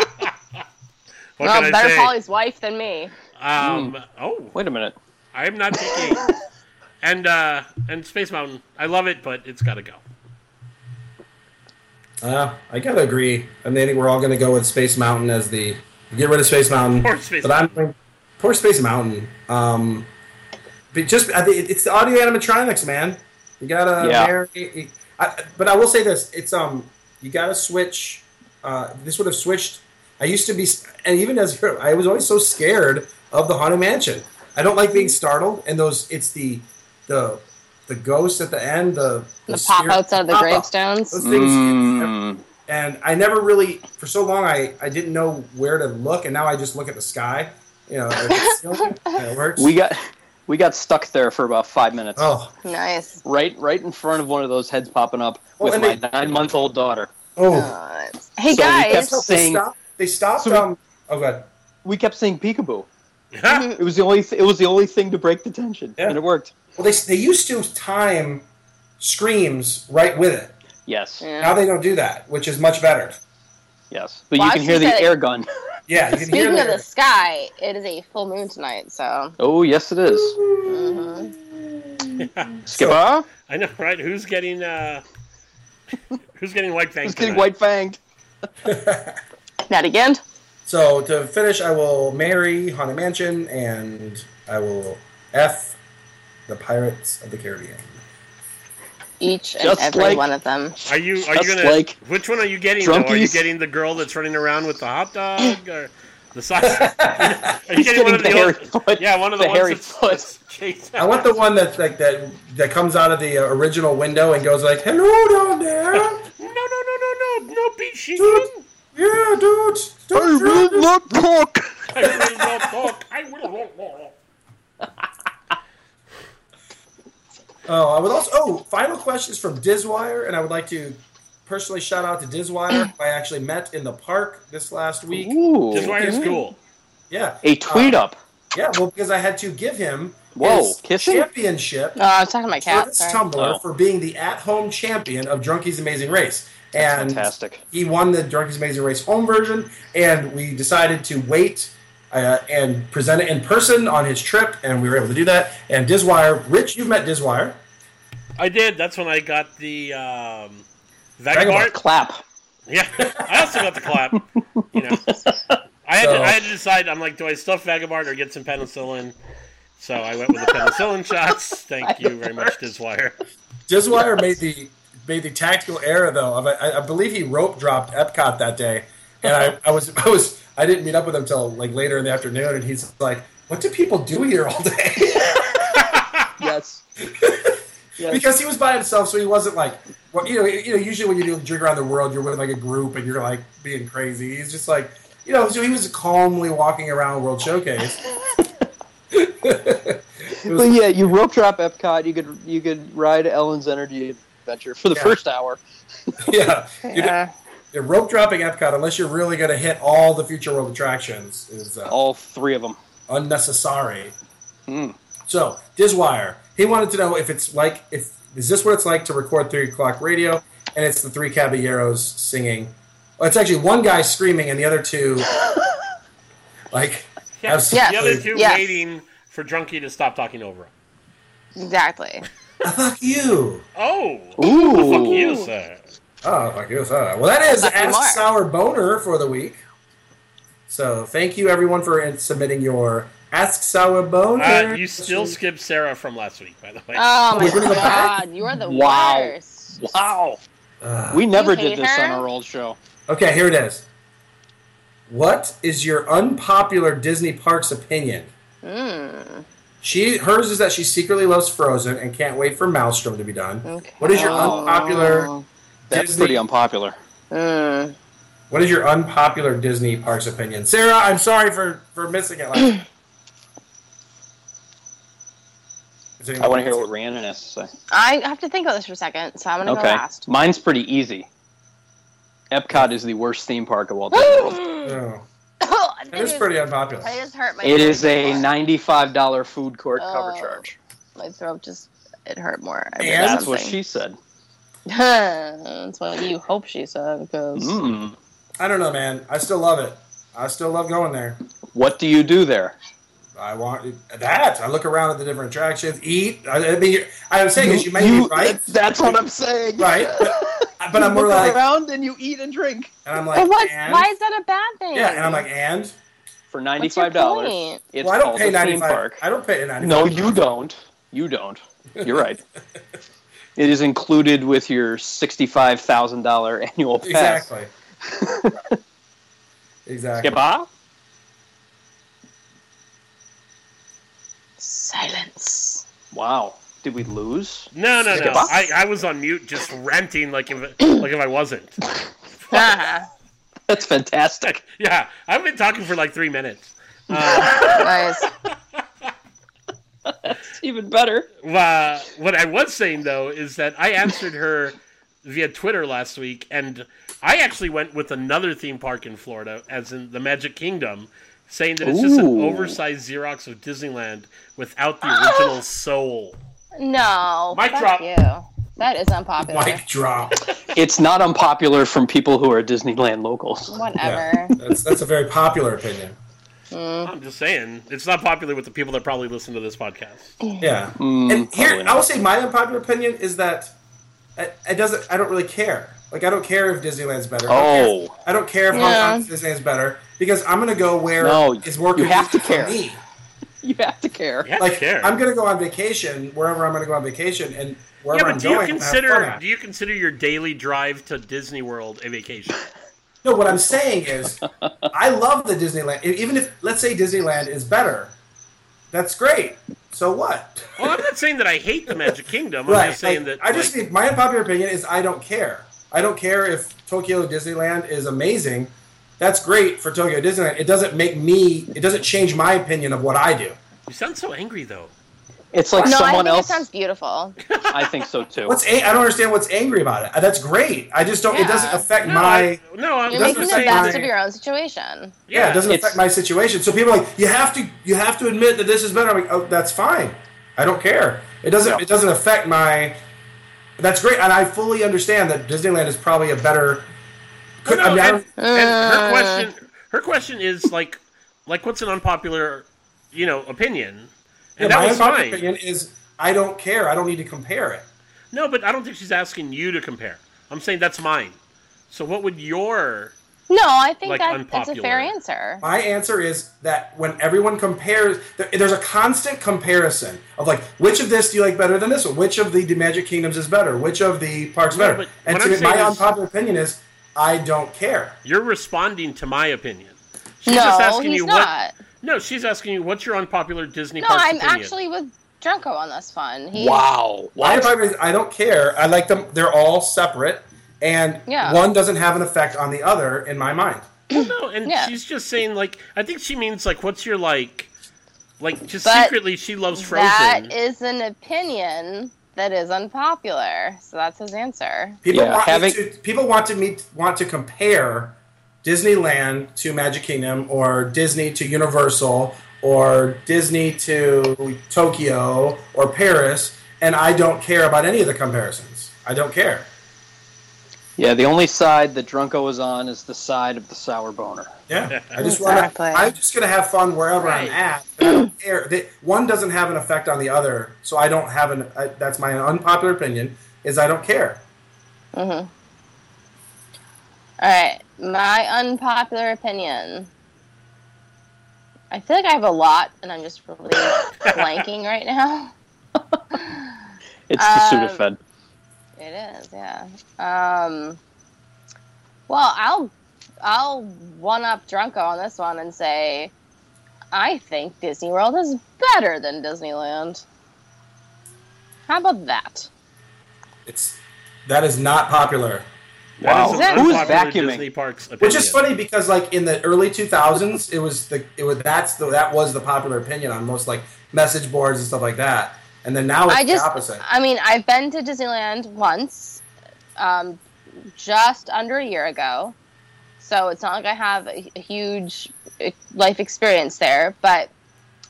well, can I better Hmm. say? Polly's wife than me. Um, Oh, Wait a minute. I'm not taking. and uh, and Space Mountain, I love it, but it's got to go. Uh, I gotta agree. I mean, I think we're all gonna go with Space Mountain as the get rid of Space Mountain. Poor Space but I'm poor Space Mountain. Um, but just I think it's the audio animatronics, man. You gotta Yeah. marry. I, but I will say this: it's um, you gotta switch. Uh, this would have switched. I used to be, and even as I was always so scared of the Haunted Mansion. I don't like being startled. And those, it's the the the ghost at the end, the The pop outs out of the pop-out. gravestones. Those things, Mm. and I never really for so long I I didn't know where to look, and now I just look at the sky. You know, if it's still, it works. We got we got stuck there for about five minutes. oh Nice. Right, right in front of one of those heads popping up Oh, with and my they- nine-month-old daughter. oh, Uh, hey So we kept guys. they saying stopped. They stopped. So we- um, oh god, we kept saying peekaboo. Yeah. It was the only th- it was the only thing to break the tension, Yeah. and it worked. well they they used to time screams right with it. Yes, Now they don't do that, which is much better. yes, but Well, you I can hear should the say- air gun. Yeah, you can hear Speaking of the the sky, it is a full moon tonight, so Oh, yes, it is. Skipper, I know, right? Who's getting uh, who's getting white fangs? who's getting tonight? white fanged? not again. So to finish, I will marry Haunted Mansion, and I will f the Pirates of the Caribbean. Each and Just every like- one of them. Are you are you Just gonna like which one are you getting though? Are you drunkies. getting the girl that's running around with the hot dog or the sausage? are you Getting getting one of the the hairy old- foot. yeah, one of the, the ones hairy that's- foot. that's chased I want the one that's like that that comes out of the uh, original window and goes like, "Hello down there, No, no, no, no, no, no, beat chicken. yeah, dude." Don't you- not talk. I will not talk. I will not. Oh, I would also. Oh, final question is from Dizwire, and I would like to personally shout out to Dizwire. who I actually met in the park this last week. This Ooh, wire is cool. Yeah, a tweet Uh, up. yeah, well, because I had to give him Whoa, his kissing? championship Oh, I was talking to my cat. Curtis Sorry. Tumbler Oh. for being the at-home champion of Drunkies Amazing Race. And Fantastic. he won the Drunkies Amazing Race home version, and we decided to wait uh, and present it in person on his trip, and we were able to do that. And Dizwire, Rich, you've met Dizwire. I did. That's when I got the um, Vagabond. Vagabond. Clap. Yeah, I also got the clap. You know, I had to, I had to decide. I'm like, do I stuff Vagabond or get some penicillin? So I went with the penicillin shots. Thank you very much, Dizwire. Dizwire made the made the tactical error though. Of, I, I believe he rope dropped Epcot that day, and I, I was I was I didn't meet up with him till like later in the afternoon, and he's like, "What do people do here all day?" Yes. yes. because he was by himself, so he wasn't like, well, you know, you know, usually when you do a drink around the world, you're with like a group and you're like being crazy. He's just like, you know, so he was calmly walking around World Showcase. It was- But yeah, you rope drop Epcot. You could you could ride Ellen's Energy Adventure for the Yeah. first hour. yeah, You know, Yeah. the rope dropping Epcot, unless you're really going to hit all the future world attractions, is uh, All three of them. unnecessary. So Dizwire, he wanted to know if it's like if is this what it's like to record three o'clock radio, and it's the three caballeros singing. Well, it's actually one guy screaming and the other two, like, Yes. absolutely. The other two Yes. waiting for Drunky to stop talking over him. Exactly. "Ah, fuck you. Oh, Ooh. fuck you, sir. Oh, fuck you. sorry. Well, that is Fuck you, Mark. Ask Sour Boner for the week. So thank you everyone for in- submitting your Ask Sour Boner. Uh, you still skipped Sarah from last week, by the way. Oh my We're gonna go back? god, you're the Wow. worst. Wow. Ugh. We never hate did this her? on our old show. Okay, here it is. What is your unpopular Disney parks opinion? Hmm. She hers is that she secretly loves Frozen and can't wait for Maelstrom to be done. What is your unpopular Oh, That's Disney? pretty um- unpopular. Mm. what is your unpopular Disney parks opinion, Sarah? I'm sorry for for missing it. Like, I want to hear what Rhiannon has to say. I have to think about this for a second, so I'm gonna go Okay. last. Mine's pretty easy. Epcot is the worst theme park of all time. Oh, I it is just- pretty unpopular. I just hurt my. it is a throat. ninety-five dollar food court Oh. cover charge. My throat just it hurt more. I And- read That's what something. she said. That's what you hope she said because Mm. I don't know, man. I still love it. I still love going there. What do you do there? I want that. I look around at the different attractions, eat. I, I mean, I was saying is you may be right, That's what I'm saying. right? But, but I'm more like, around and you eat and drink and I'm But like, what? and? Why is that a bad thing? yeah, and I'm like, and for What's your ninety-five dollars. point? It's well, I don't called pay a ninety theme five. park. I don't pay ninety five. No, you don't. You don't. You're right. it is included with your sixty-five thousand dollar annual pass. exactly. exactly. Skipper? Wow. Did we lose? No, no, no. Skip us? I, I was on mute, just ranting like if like if I wasn't. Uh-huh. Ah, That's fantastic. Yeah, I've been talking for like three minutes. Nice. That's even better. Uh, what I was saying though is that I answered her via Twitter last week, and I actually went with another theme park in Florida, as in the Magic Kingdom, saying that it's just an Ooh. oversized Xerox of Disneyland without the Ah. original soul. No. Mic fuck drop. You. That is unpopular. Mic drop. It's not unpopular from people who are Disneyland locals. Whatever. That's that's a very popular opinion. I'm just saying, it's not popular with the people that probably listen to this podcast. Yeah. Hmm, and here, I will say my unpopular opinion is that it, it doesn't. I don't really care. Like I don't care if Disneyland's better. I don't Oh. care- I don't care if Yeah. Hong Kong Disneyland's better because I'm gonna go where No, it's working you have to for care. me. You have to care. Yeah, Like care. I'm gonna go on vacation wherever I'm gonna go on vacation and yeah, wherever but I'm do you going. I'm gonna have fun consider at. do you consider your daily drive to Disney World a vacation? No, what I'm saying is, I love the Disneyland. E- Even if, let's say, Disneyland is better, that's great. So what? Well, I'm not saying that I hate the Magic Kingdom. I'm right. just saying like, that I just like, think my unpopular opinion is I don't care. I don't care if Tokyo Disneyland is amazing. That's great for Tokyo Disneyland. It doesn't make me. It doesn't change my opinion of what I do. you sound so angry though. It's like No, I someone think else. it sounds beautiful. I think so too. What's a- I don't understand what's angry about it. Uh, That's great. I just don't. It doesn't Yeah. affect No, my. I, no, I'm You're just doesn't making the saying. affect best my- of your own situation. yeah, it doesn't it's- affect my situation. So people are like, you have to, you have to admit that this is better. I'm like, oh, that's fine. I don't care. It doesn't, Yeah. it doesn't affect my. That's great, and I fully understand that Disneyland is probably a better. Could, I No, mean, I and, don't- and Mm. her question, her question is like, like what's an unpopular, you know, opinion? And my that was unpopular fine. opinion is I don't care. I don't need to compare it. No, but I don't think she's asking you to compare. I'm saying that's mine. So what would your No, I think Like, that, that's a fair answer. unpopular. My answer is that when everyone compares, there- there's a constant comparison of like, which of this do you like better than this one? Which of the, the Magic Kingdoms is better? Which of the parks No, better? but And what to I'm me, my saying is- unpopular opinion is I don't care. you're responding to my opinion? She's just No, asking he's you not. what. No, she's asking you what's your unpopular Disney No, parks I'm opinion? actually with Drunko on this one. He, Wow. My department is I don't care. I like them. They're all separate, and Yeah. one doesn't have an effect on the other in my mind. No, and Yeah. she's just saying like I think she means like what's your like like just But secretly she loves Frozen. That is an opinion that is unpopular. So that's his answer. People Yeah, want having- to people want to meet want to compare Disneyland to Magic Kingdom or Disney to Universal or Disney to Tokyo or Paris, and I don't care about any of the comparisons. I don't care. Yeah, the only side that Drunko is on is the side of the sour boner. Yeah, I just want to. Exactly. I'm just gonna have fun wherever I'm Right. at. and I don't care. They- one doesn't have an effect on the other, so I don't have an. I, that's my unpopular opinion. Is I don't care. All right, my unpopular opinion. I feel like I have a lot, and I'm just really blanking right now. It's the Um, Sudafed. It is, yeah. Um, well, I'll I'll one up Drunko on this one and say, I think Disney World is better than Disneyland. How about that? It's that is not popular. That is Wow. an Who's unpopular vacuuming? Disney parks opinion. Which is funny because like in the early 2000s, it was the it was that's the that was the popular opinion on most like message boards and stuff like that. And then now it's I just, the opposite. I mean, I've been to Disneyland once, um, just under a year ago, so it's not like I have a, a huge eh, life experience there. But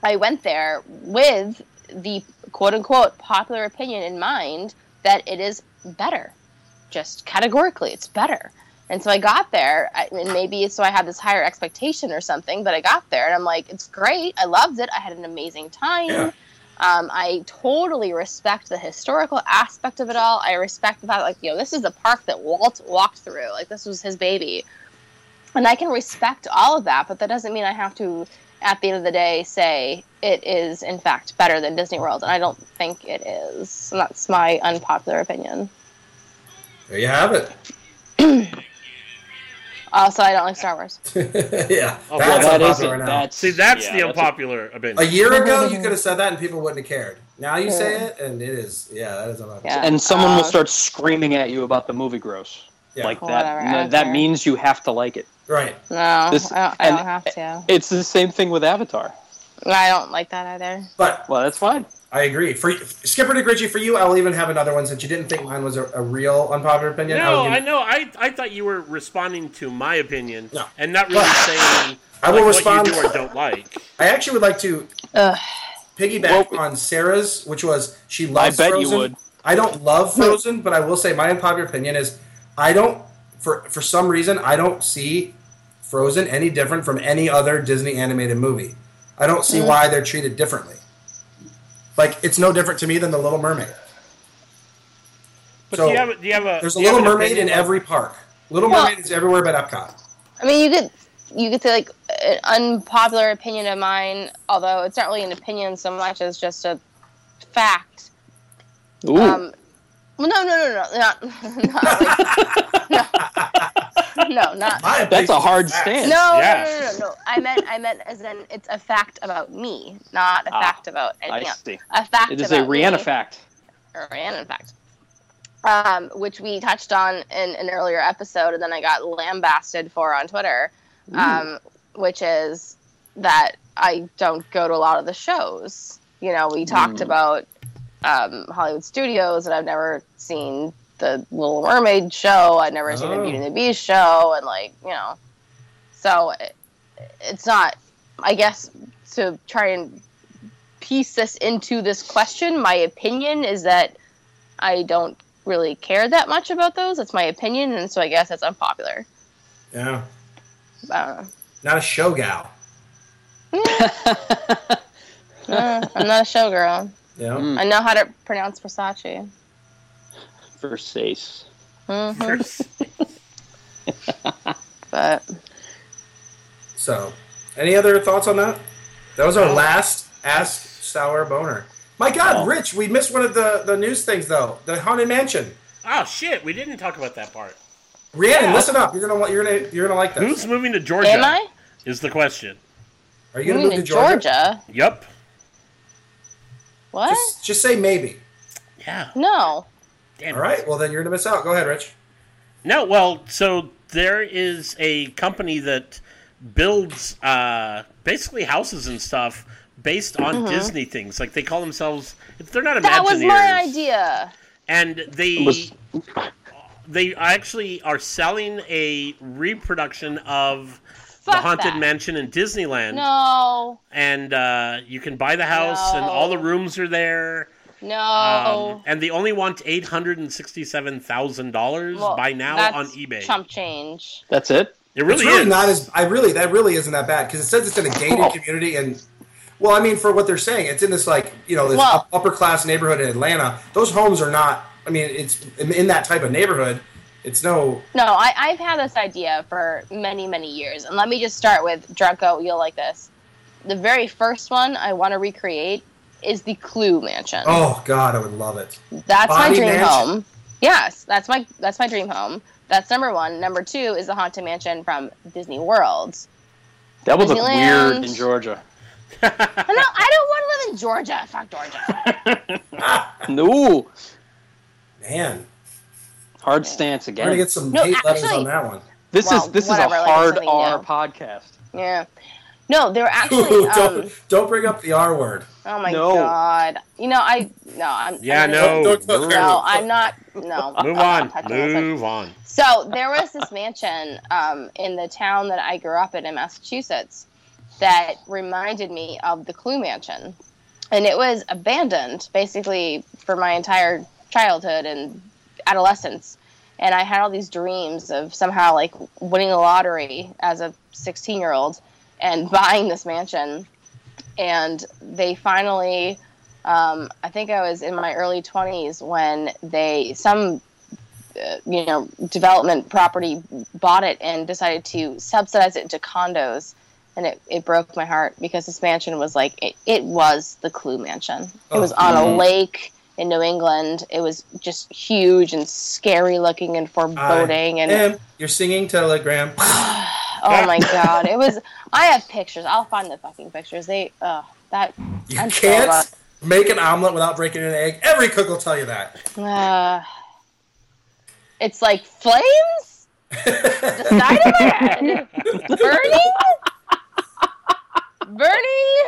I went there with the quote unquote popular opinion in mind that it is better, just categorically, it's better. And so I got there, I- and maybe so I had this higher expectation or something. But I got there, and I'm like, it's great. I loved it. I had an amazing time. Yeah. Um, I totally respect the historical aspect of it all. I respect the fact, like, you know, this is the park that Walt walked through. Like, this was his baby. And I can respect all of that, but that doesn't mean I have to, at the end of the day, say it is, in fact, better than Disney World. And I don't think it is. And that's my unpopular opinion. there you have it. Also, I don't like Star Wars. yeah, that's Oh, well, that is unpopular it. now. That's See, that's yeah, the that's unpopular opinion. a year ago, you could have said that and people wouldn't have cared. Now you say it, and it is. Yeah, that is. About, Yeah. and someone Uh, Oh, will start screaming at you about the movie gross. Yeah. Like Whatever, that. no, okay. that means you have to like it. Right. No, This- Oh, I, don't, I and- don't have to. It's the same thing with Avatar. I don't like that either. But Well, that's fine. I agree. For Skipper Dick Ritchie, for you, I'll even have another one since you didn't think mine was a, a real unpopular opinion. no, I'll give- I know. I, I thought you were responding to my opinion No. and not really saying I will like, respond- what you do or don't like. I actually would like to Ugh. piggyback Well- on Sarah's, which was she loves. I bet you Frozen. would. I don't love Frozen, but I will say my unpopular opinion is I don't for for some reason I don't see Frozen any different from any other Disney animated movie. I don't Mm. see why they're treated differently. Like it's no different to me than the Little Mermaid. But So, do you have a, do you have a There's a do you Little have an Mermaid in opinion on- every park. Little Well- Mermaid is everywhere but Epcot. I mean, you could you could say like an unpopular opinion of mine, although it's not really an opinion so much as just a fact. Ooh. Um, well, no, no, no, no, not, not like- no, no, not. My That's a hard opinion- stand. No, Yeah. no, no, no, no. I meant, I meant as in it's a fact about me, not a Ah, fact about I anything else. see. A fact. It is a about Rihanna me. fact. or Rihanna, in fact, um, which we touched on in an earlier episode, and then I got lambasted for on Twitter, um, which is that I don't go to a lot of the shows. You know, we talked Mm. about um, Hollywood Studios, and I've never seen the Little Mermaid show. I've never seen the Oh. Beauty and the Beast show, and like you know, so it, it's not. I guess to try and piece this into this question, my opinion is that I don't really care that much about those. It's my opinion, and so I guess that's unpopular. Yeah. I don't know. Not a show gal. Uh, I'm not a showgirl. Yeah. Mm. I know how to pronounce Versace. Versace. Mhm, There's- but So, any other thoughts on that? That was our last Ask Sour Boner. My Oh. God, Rich, we missed one of the, the news things though. The Haunted Mansion. Oh shit, we didn't talk about that part. Rhiannon, listen up. You're gonna wa- you're gonna you're gonna like this. Who's moving to Georgia? am I? Is the question. Mm-hmm. Are you You gonna mean move to to Georgia? Georgia? Yep. What? Just, just say maybe. Yeah. No. Damn. All right. Well, then you're gonna miss out. Go ahead, Rich. No, well, so there is a company that builds uh, basically houses and stuff based on Disney things. Like they call themselves, they're not Imagineers. Mm-hmm. That was my idea. And they Was- they actually are selling a reproduction of Fuck the Haunted that. Mansion in Disneyland. No. And uh, you can buy the house, and No. all the rooms are there. No. Um, and they only want eight hundred and sixty-seven thousand dollars Well, by now that's on eBay. Chump change. That's it. It It's really, really is. not as I really that really isn't that bad because it says it's in a gated Oh. community and well, I mean for what they're saying, it's in this like you know this Well- upper class neighborhood in Atlanta. Those homes are not. I mean, it's in in that type of neighborhood. It's no No, I, I've had this idea for many, many years. And let me just start with Draco, you'll like this. The very first one I want to recreate is the Clue Mansion. Oh God, I would love it. that's my Bonnie dream Mansion. home. Yes, that's my that's my dream home. That's number one. Number two is the Haunted Mansion from Disney World. That was a Disneyland. weird in Georgia. no, I don't want to live in Georgia. Fuck Georgia. No. Man, Hard stance we're gonna again. get some No, hate letters actually- on that one. This Well, is this whatever, is a like, hard something R new. podcast. yeah. No, they were actually. Ooh, don't Um, don't bring up the R word. oh my No. god. You know, I no, I'm. Yeah, I'm no. Don't touch no. her. No, I'm not. No. I'm Move not on. touching this. Move on. So there was this mansion um, in the town that I grew up in in Massachusetts that reminded me of the Clue Mansion, and it was abandoned basically for my entire childhood and adolescence. And I had all these dreams of somehow like winning the lottery as a 16 year old and buying this mansion. And they finally, um, I think I was in my early 20s when they, some uh, you know development property bought it and decided to subsidize it to condos and it, it broke my heart because this mansion was like it, it was the clue mansion it was on a lake in new england it was just huge and scary looking and foreboding and Em, you're singing telegram. oh my god it was i have pictures i'll find the fucking pictures they uh that You I'm so can't. lost. Make an omelet without breaking an egg. Every cook will tell you that. Uh, it's like flames? the side of my head? Burning? Burning?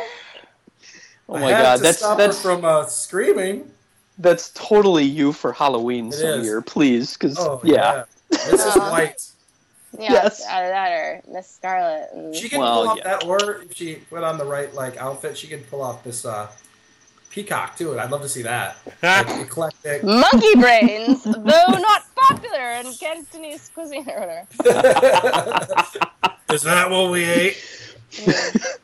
Oh I my had god, to that's stop that's her from uh, screaming. that's totally you for Halloween some is. year, please, because Oh yeah. yeah, this is Uh-huh. White. Yeah, Yes. out of that or Miss Scarlet. And She can Well, pull off yeah. that, or if she put on the right like outfit, she can pull off this uh, peacock too. And I'd love to see that. Like, eclectic. Monkey brains, though not popular in Cantonese cuisine or whatever. Is that what we ate?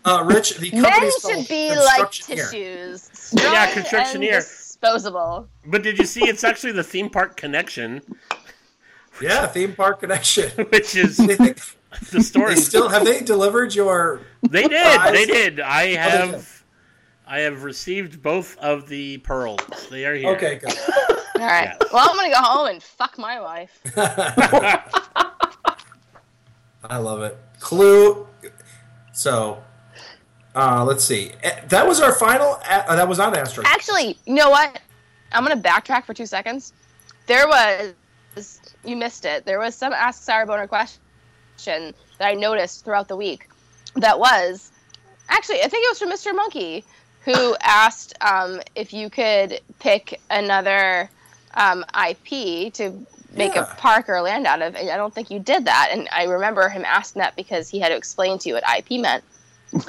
uh, Rich, the company Men sold should be like constructioneer. tissues, strong Yeah, and constructioneer. disposable. But did you see? It's actually the theme park connection, Yeah, theme park connection. which is they think the story. they still have they delivered your They did. They did. I have. did. I have received both of the pearls. They are here. okay good. All right. Yeah. Well, I'm gonna go home and fuck my wife. I love it. Clue. So, uh, let's see. Eh, That was our final. a- Uh, that was not Asteroid. Actually, you know what? I'm gonna backtrack for two seconds. There was you missed it. There was some Ask Sarah Boner question that I noticed throughout the week. That was actually I think it was from Mr. Monkey who asked um, if you could pick another um, IP to make Yeah. a park or land out of, and I don't think you did that. And I remember him asking that because he had to explain to you what IP meant.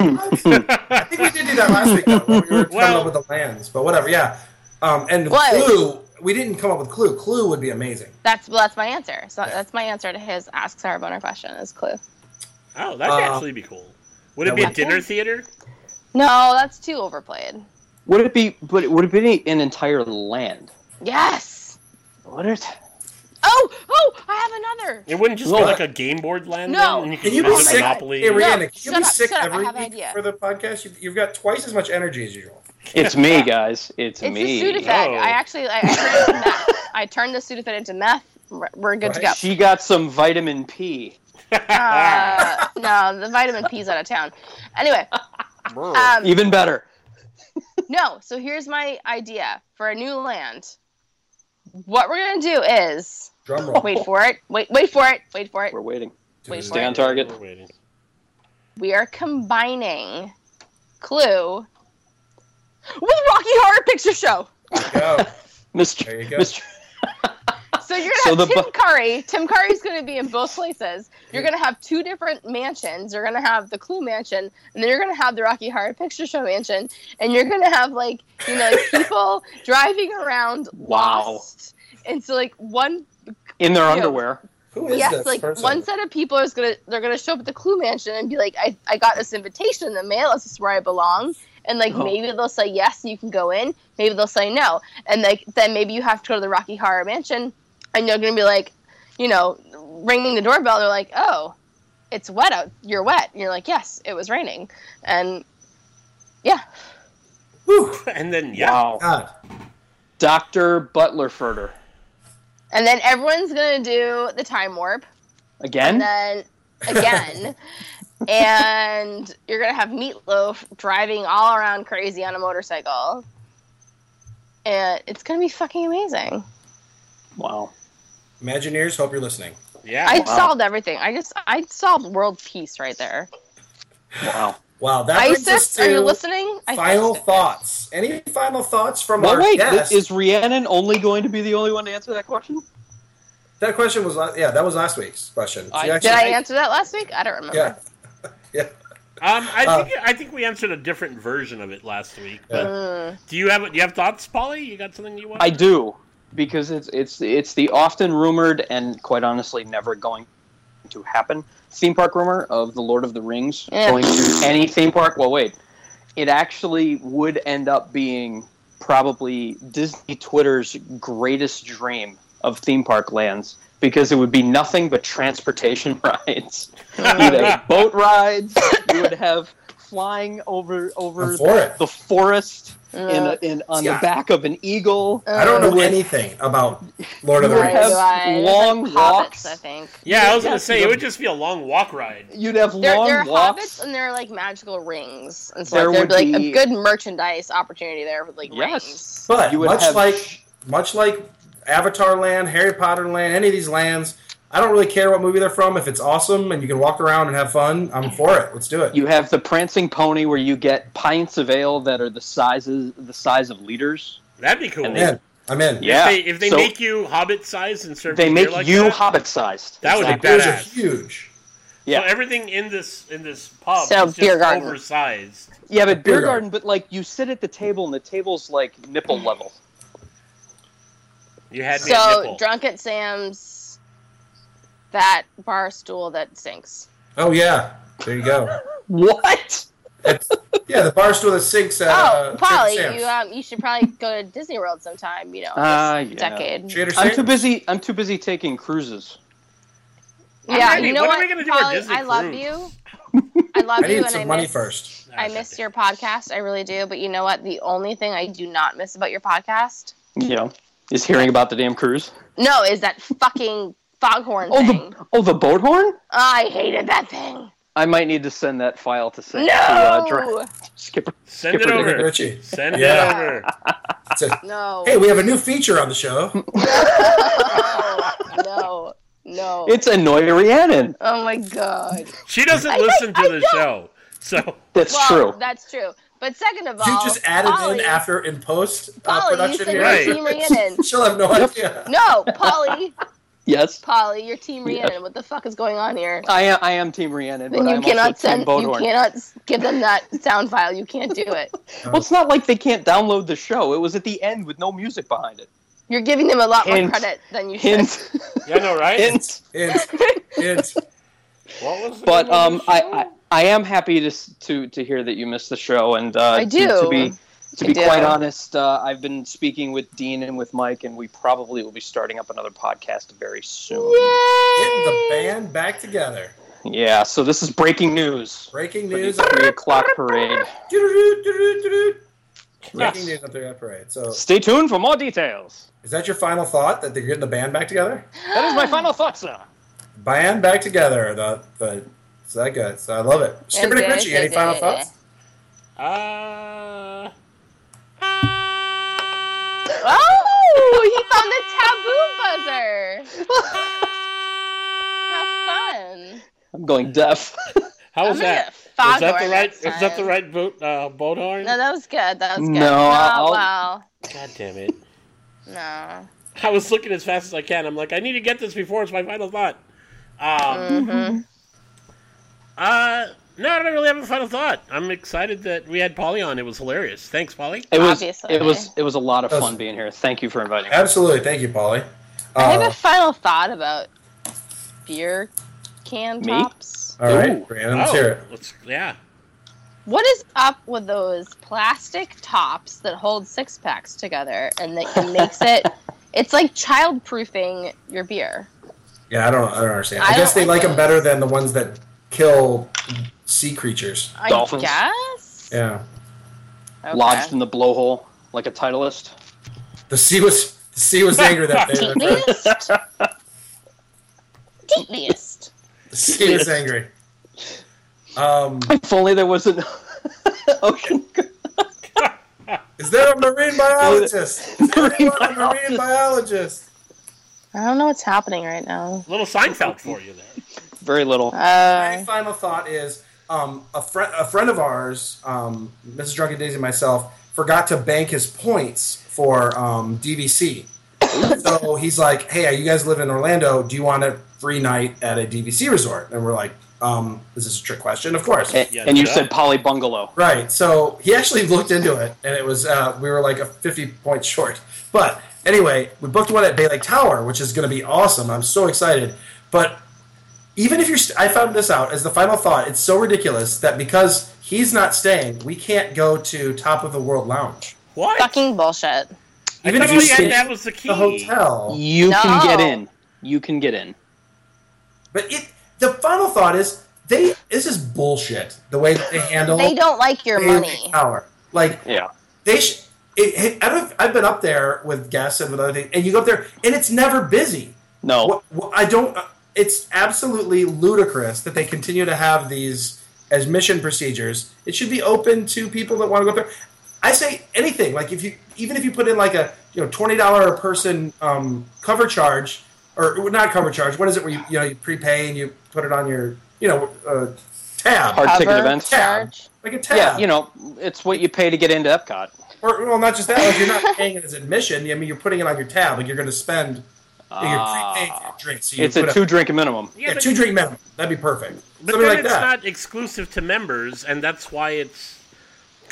I think we did do that last week though, when we were coming Well- up with the lands, but whatever. Yeah. Um, and What? Clue. We didn't come up with Clue. Clue would be amazing. That's well, that's my answer. So that's my answer to his Ask Sarah Boner question is clue. Oh, that'd Uh, actually be cool. Would it that be a would- dinner theater? No, that's too overplayed. Would it be? But it would it be an entire land? Yes. Would it? Oh, oh, I have another. It wouldn't just be What? like a game board land. No. then, and you Can could you be visit sick? Monopoly. Hey, Rihanna, can you shut be up, sick shut up, I every have an week idea. for the podcast? You, you've got twice as much energy as usual. It's me, guys. It's, It's me. the Sudafed. Oh. I actually, I, I turned, it into meth. I turned the Sudafed into meth. We're- We're good to go. Right. She got some vitamin P. Uh, no, the vitamin P's out of town. Anyway, um, Even better. no. So here's my idea for a new land. What we're gonna do is Drum roll. wait for it. Wait, wait for it. Wait for it. We're waiting. Wait for Stay on it. target. We're waiting. We are combining Clue with Rocky Horror Picture Show. Go. There Mr. you go. Mr. So you're So gonna have the Tim bu- Curry. Tim Curry's gonna be in both places. You're gonna have two different mansions. You're gonna have the Clue mansion, and then you're gonna have the Rocky Horror Picture Show mansion, and you're gonna have like you know like, people driving around Wow. lost. And so like one In their Yeah. underwear. Who is yes this like person? one set of people is gonna they're gonna show up at the Clue mansion and be like I I got this invitation in the mail. This is where I belong. And like Oh. maybe they'll say yes, and you can go in. Maybe they'll say no, and like then maybe you have to go to the Rocky Horror Mansion, and you're gonna be like, you know, ringing the doorbell. They're like, oh, it's wet out. You're wet. And you're like, yes, it was raining, and yeah, Whew, And then yeah, Wow. God. Dr. Butlerfurter. and then everyone's gonna do the time warp, and Again? then again. and you're gonna have Meatloaf driving all around crazy on a motorcycle. And it's gonna be fucking amazing. wow. Imagineers, hope you're listening. yeah. Oh, I Wow. solved everything. I just I solved world peace right there. Wow. Wow, that brings us ISIS, to are you listening? I final fixed it. thoughts. Any final thoughts from Well, our wait, thi- guest? is Rhiannon only going to be the only one to answer that question? that question was la- yeah, that was last week's question. She I- Did actually- I answer that last week? I don't remember. yeah, yeah. Um, Uh, I think I think we answered a different version of it last week. But Uh, do you have do you have thoughts, Polly? You got something you want? I do, because it's it's it's the often rumored and quite honestly never going to happen theme park rumor of the Lord of the Rings Yeah. going to any theme park. Well, wait, it actually would end up being probably Disney Twitter's greatest dream of theme park lands because it would be nothing but transportation rides. You'd have boat rides. You would have flying over over I'm for it. the forest in, a, in on Yeah. the back of an eagle. Uh, I don't know anything about Lord of the Right. Rings. have long hobbits, walks. I think. Yeah, I was gonna Yes, say you it know. would just be a long walk ride. You'd have There, long there are walks. hobbits and there are like magical rings, and so There like, there'd be would like be- a good merchandise opportunity there with like Yes. rings. But You would much have- like much like Avatar Land, Harry Potter Land, any of these lands, I don't really care what movie they're from. If it's awesome and you can walk around and have fun, I'm for it. Let's do it. You have the prancing pony where you get pints of ale that are the sizes the size of liters. That'd be cool. And I'm in. I'm in. If Yeah. they, if they So- make you hobbit size and serve They you make beer like you that, hobbit sized. That would be Those are Badass. huge. Yeah. So everything in this in this pub So, is just beer garden. oversized. Yeah, but beer Beer garden. garden, but like you sit at the table and the table's like nipple level. You had me at So nipple. drunk at Sam's, that bar stool that sinks. Oh yeah. There you go. What? yeah, the bar stool that sinks at Oh, uh, Polly, Trader Sam's. you um, you should probably go to Disney World sometime. You know, this Ah, yeah. decade. Trader I'm Sam's. too busy. I'm too busy taking cruises. Yeah, Randy, you know what what? are we gonna do at Polly, Disney I love Cruise? you. I love I you, need and I some money miss, first. I miss your podcast. I really do. But you know what? The only thing I do not miss about your podcast, You know, is hearing about the damn cruise. no, is that fucking foghorn Oh, thing. the oh the boat horn. I hated that thing. I might need to send that file to Sam. No! to, uh, Dr- Skipper. Send it Skipper Rick over. Ritchie. Send Yeah. it over. It's a- No. hey, we have a new feature on the show. no. No. No. It's Annoy Rhiannon. oh my god. She doesn't I don't- listen to I the don't- show. So That's well, true. That's true. But second of all, You just added Polly, in after in post uh, Polly, you production said here. Right. you're Team Rhiannon. She'll have no idea. No, Polly, yes, Polly, you're Team Yeah. Rhiannon. What the fuck is going on here? I am. I am Team Rhiannon, but Then you I'm also cannot Team send. boat You horn. cannot s- give them that sound file. You can't do it. Well, it's not like they can't download the show. It was at the end with no music behind it. You're giving them a lot more Hint. credit than you should. Hint, yeah, no, right? hint. Hint, hint. What was the But name of um, the I, show? I I am happy to s- to to hear that you missed the show, and uh, I do. To, to be to I be do. quite honest, uh, I've been speaking with Dean and with Mike, and we probably will be starting up another podcast very soon. Getting the band back together. Yeah, so this is breaking news. Breaking For the news. three o'clock parade. Doo-doo-doo, doo-doo-doo-doo. Breaking Yes. news up there at parade. So, Stay tuned for more details. is that your final thought that they're getting the band back together? That is my final thought, sir. Band back together. The, the, so that good. So I love it. Skipper Dick good, Ritchie, good, any good, final good. thoughts? Uh, Oh, he found the taboo buzzer. How fun! I'm going deaf. how was I'm gonna that? get foghorn Is that the right? next Is that the time. right boat? Uh, boat horn? No, that was good. That was good. No, oh, I'll- wow. God damn it! No. I was looking as fast as I can. I'm like, I need to get this before it's my final thought. Um, Mm-hmm. uh, no, I don't really have a final thought. I'm excited that we had Polly on. It was hilarious. Thanks, Polly. It was. Obviously. It was. It was a lot of That's- fun being here. Thank you for inviting me. Absolutely. Thank you, Polly. I have Uh, a final thought about beer can Me? tops. all Ooh. right, Brandon, let's oh, hear it. let's- yeah. What is up with those plastic tops that hold six packs together and that makes it? It's like child proofing your beer. Yeah, I don't. I don't understand. I I, guess don't they like like them those. better than the ones that kill sea creatures. I Dolphins. guess. Yeah, Okay. Lodged in the blowhole like a titleist. the sea was the sea was angry that day. That's right. Deepest. Deepest. The sea was angry. Um, If only there was an ocean is there a marine biologist? Is there a marine biologist? I don't know what's happening right now. Little Seinfeld for you there. Very little. My Uh, final thought is um, a friend a friend of ours, um, Mrs. Drunken Daisy, and myself forgot to bank his points for um, DVC. so he's like, "Hey, you guys live in Orlando. Do you want a free night at a DVC resort?" And we're like, um, "Is this a trick question? Of course." And, Yeah, and you duh. said poly bungalow. Right. So he actually looked into it, and it was uh, we were like a fifty point short. But anyway, we booked one at Bay Lake Tower, which is going to be awesome. I'm so excited. But even if you're, st- I found this out as the final thought. It's so ridiculous that because he's not staying, we can't go to Top of the World Lounge. What? fucking bullshit. I Even thought if you we had- stay that at was the key. the hotel, You can get No. in. You can get in. but it. The final thought is They this is bullshit. The way that they handle They don't like your their money. power. Like Yeah. they sh- it, it, I've, I've been up there with guests and with other things, and you go up there and it's never busy. No. What, what- I don't. uh, It's absolutely ludicrous that they continue to have these admission procedures. It should be open to people that want to go up there. I say anything like if you even if you put in like a you know twenty dollar a person um, cover charge or not cover charge. What is it where you you know you prepay and you put it on your you know uh, tab Hard ticket Cover events. charge. like a tab. Yeah, you know, it's what you pay to get into Epcot. Or well, not just that. Like you're not paying it as admission. I mean, you're putting it on your tab. Like you're going to spend. you're prepaying for your drink. So you It's a put two drink minimum. Yeah, but- two drink minimum. That'd be perfect. But Something then like it's that. not exclusive to members, and that's why it's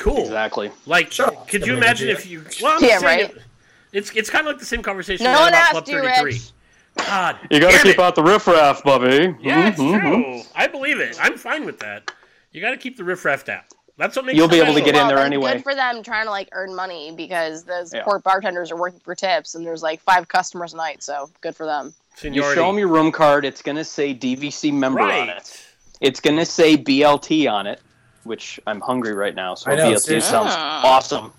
cool. Exactly. Like, Shut up. could you Somebody imagine do if that. you? Well, I'm Yeah, saying right. it- it's it's kind of like the same conversation No we had one about asked Club you, 33. Rich. God, You got to damn keep it. out the riffraff, Bubby. Yeah, it's Mhm, mhm. true. I believe it. I'm fine with that. You got to keep the riffraff out. That's what makes You'll it be able to special. get in Well, there then anyway. Good for them trying to like earn money because those Yeah. poor bartenders are working for tips, and there's like five customers a night, so good for them. You Seniority. show them your room card. It's going to say DVC member on it. right. It's going to say BLT on it, which I'm hungry right now, so I know, BLT seriously. sounds Ah. awesome.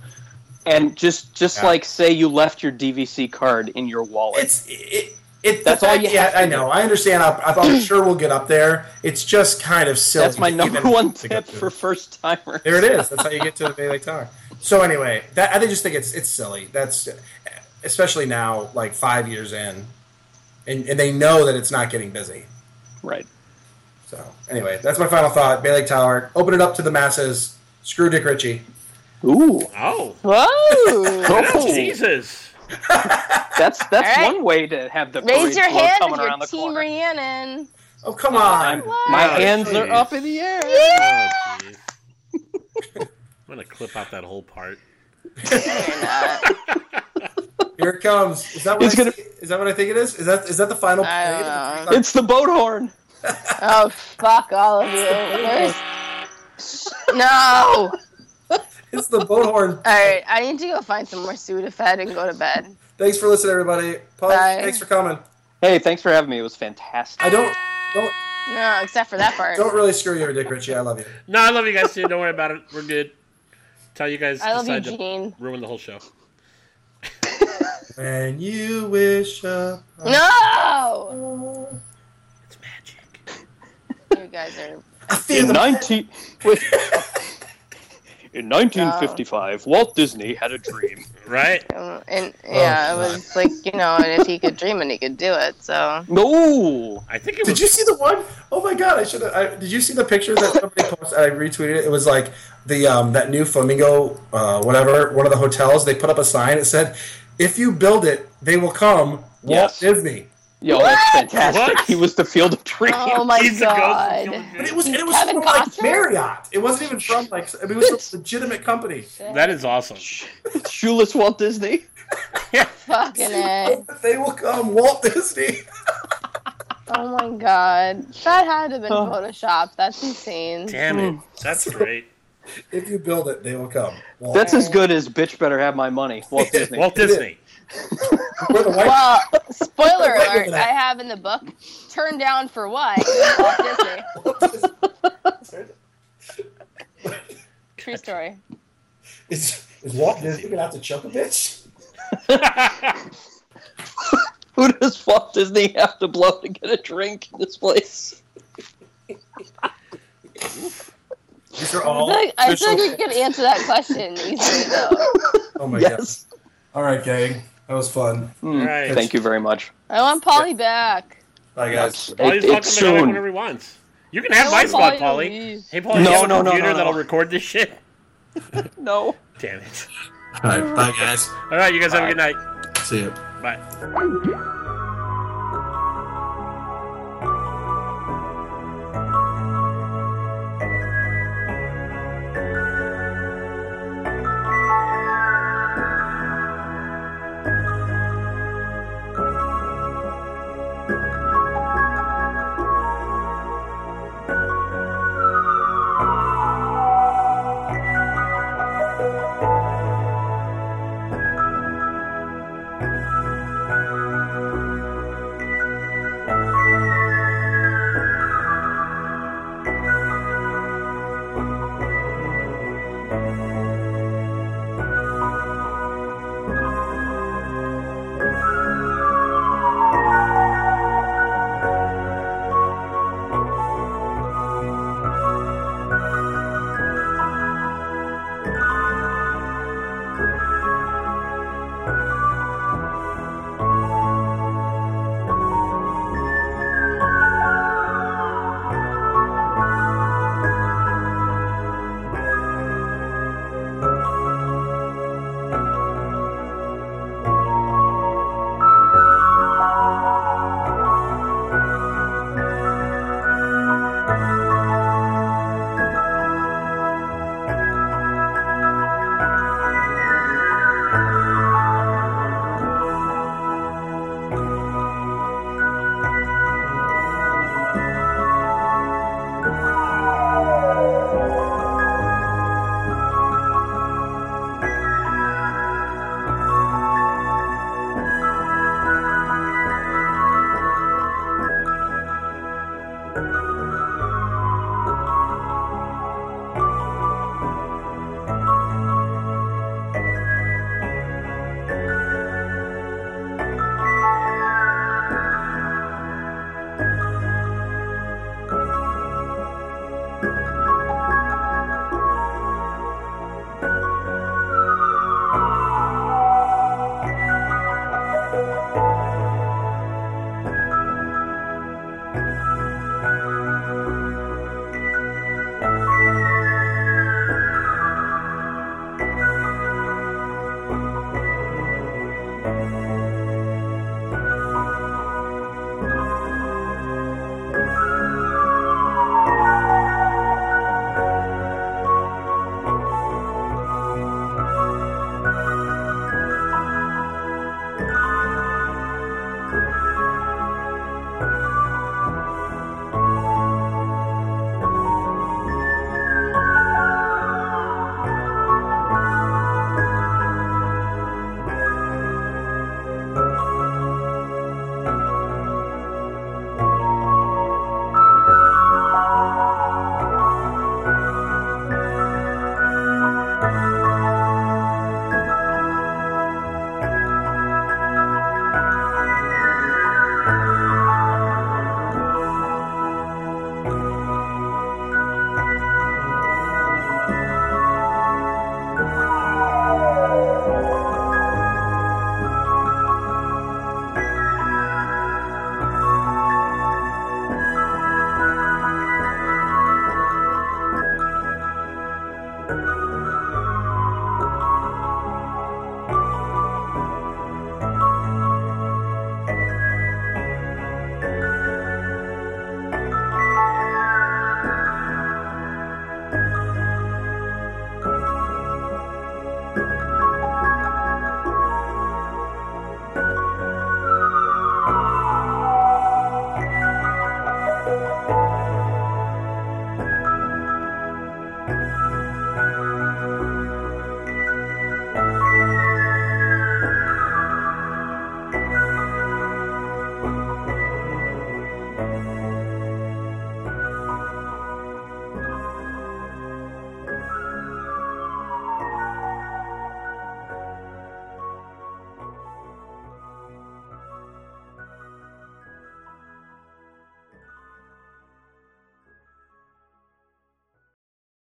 And just just Yeah. like say you left your DVC card in your wallet. It's it. it That's the all fact- you yeah, have to I know. I understand. I, I'm sure we'll get up there. It's just kind of silly. That's my to number even one think up tip to it. for first timers. There it is. That's how you get to the Bailey Tower. So anyway, that I just think it's it's silly. That's especially now, like five years in, and, and they know that it's not getting busy. Right. So anyway, that's my final thought. Bailey Tower, open it up to the masses. Screw Dick Ritchie. Ooh. Oh, Whoa! oh, Oh, Jesus. that's that's All right. one way to have the parade Raise your float hand coming if around you're the Team corner. Rhiannon. Oh come on! I'm- my Oh, hands are jeez. up in the air. Oh, jeez. I'm gonna clip out that whole part. Here it comes. Is that what It's I gonna- see- is that what I think it is? Is that is that the final? I don't play? know. It's the boat horn. Oh fuck all of you! There's... No. It's the boat horn. All right, I need to go find some more Sudafed and go to bed. Thanks for listening, everybody. Paul, Bye. thanks for coming. Hey, thanks for having me. It was fantastic. I don't don't No, except for that part. don't really screw you over Dick Ritchie. I love you. No, I love you guys too. Don't worry about it. We're good. Tell you guys I love you, decide to Gene. ruin the whole show. And you wish up. No. Oh. It's magic. You guys are. I feel in the- 19 wait. In 1955, Walt Disney had a dream. Right? Um, and yeah, it was like you know, and if he could dream and he could do it. So No, I think it Did was. you see the one? Oh my god! I should have. I, did you see the picture that somebody posted? I retweeted it. It was like the um, that new flamingo, uh, whatever. One of the hotels they put up a sign. It said, "If you build it, they will come." Walt Yes. Disney. yo, that's fantastic. What? He was the field of dreams. Oh my He's the ghost of god. Gilbert But Grape. it was and it was Kevin from like Costner? Marriott. It wasn't even from like I mean, it was from a legitimate company. That is awesome. Shoeless Walt Disney. Fucking A. They will come, Walt Disney. Oh my god. That had to have been photoshopped. That's insane. Damn Hmm. it. That's great. If you build it, they will come. Walt. That's as good as bitch better have my money. Walt Disney. Walt Disney. We're the white. Well, spoiler Wait a minute. alert, I have in the book Turned Down for What? Walt Disney. True story. Is, is Walt Disney gonna have to choke a bitch? Who does Walt Disney have to blow to get a drink in this place? These are all. I, I feel Oh, official- like we could answer that question easily, though. Oh my god! Yes. All right, gang. That was fun. Mm, Right. Thank you very much. I want Polly back. Bye, guys. That's, All he's it, talking it's about it soon. whenever he wants. You can have I my want spot, Polly to Polly. leave. Hey, Polly, No, you have a no, no, no, computer no. that'll record this shit? No. Damn it. All right, bye, guys. All right, you guys have a good night. See you. Bye.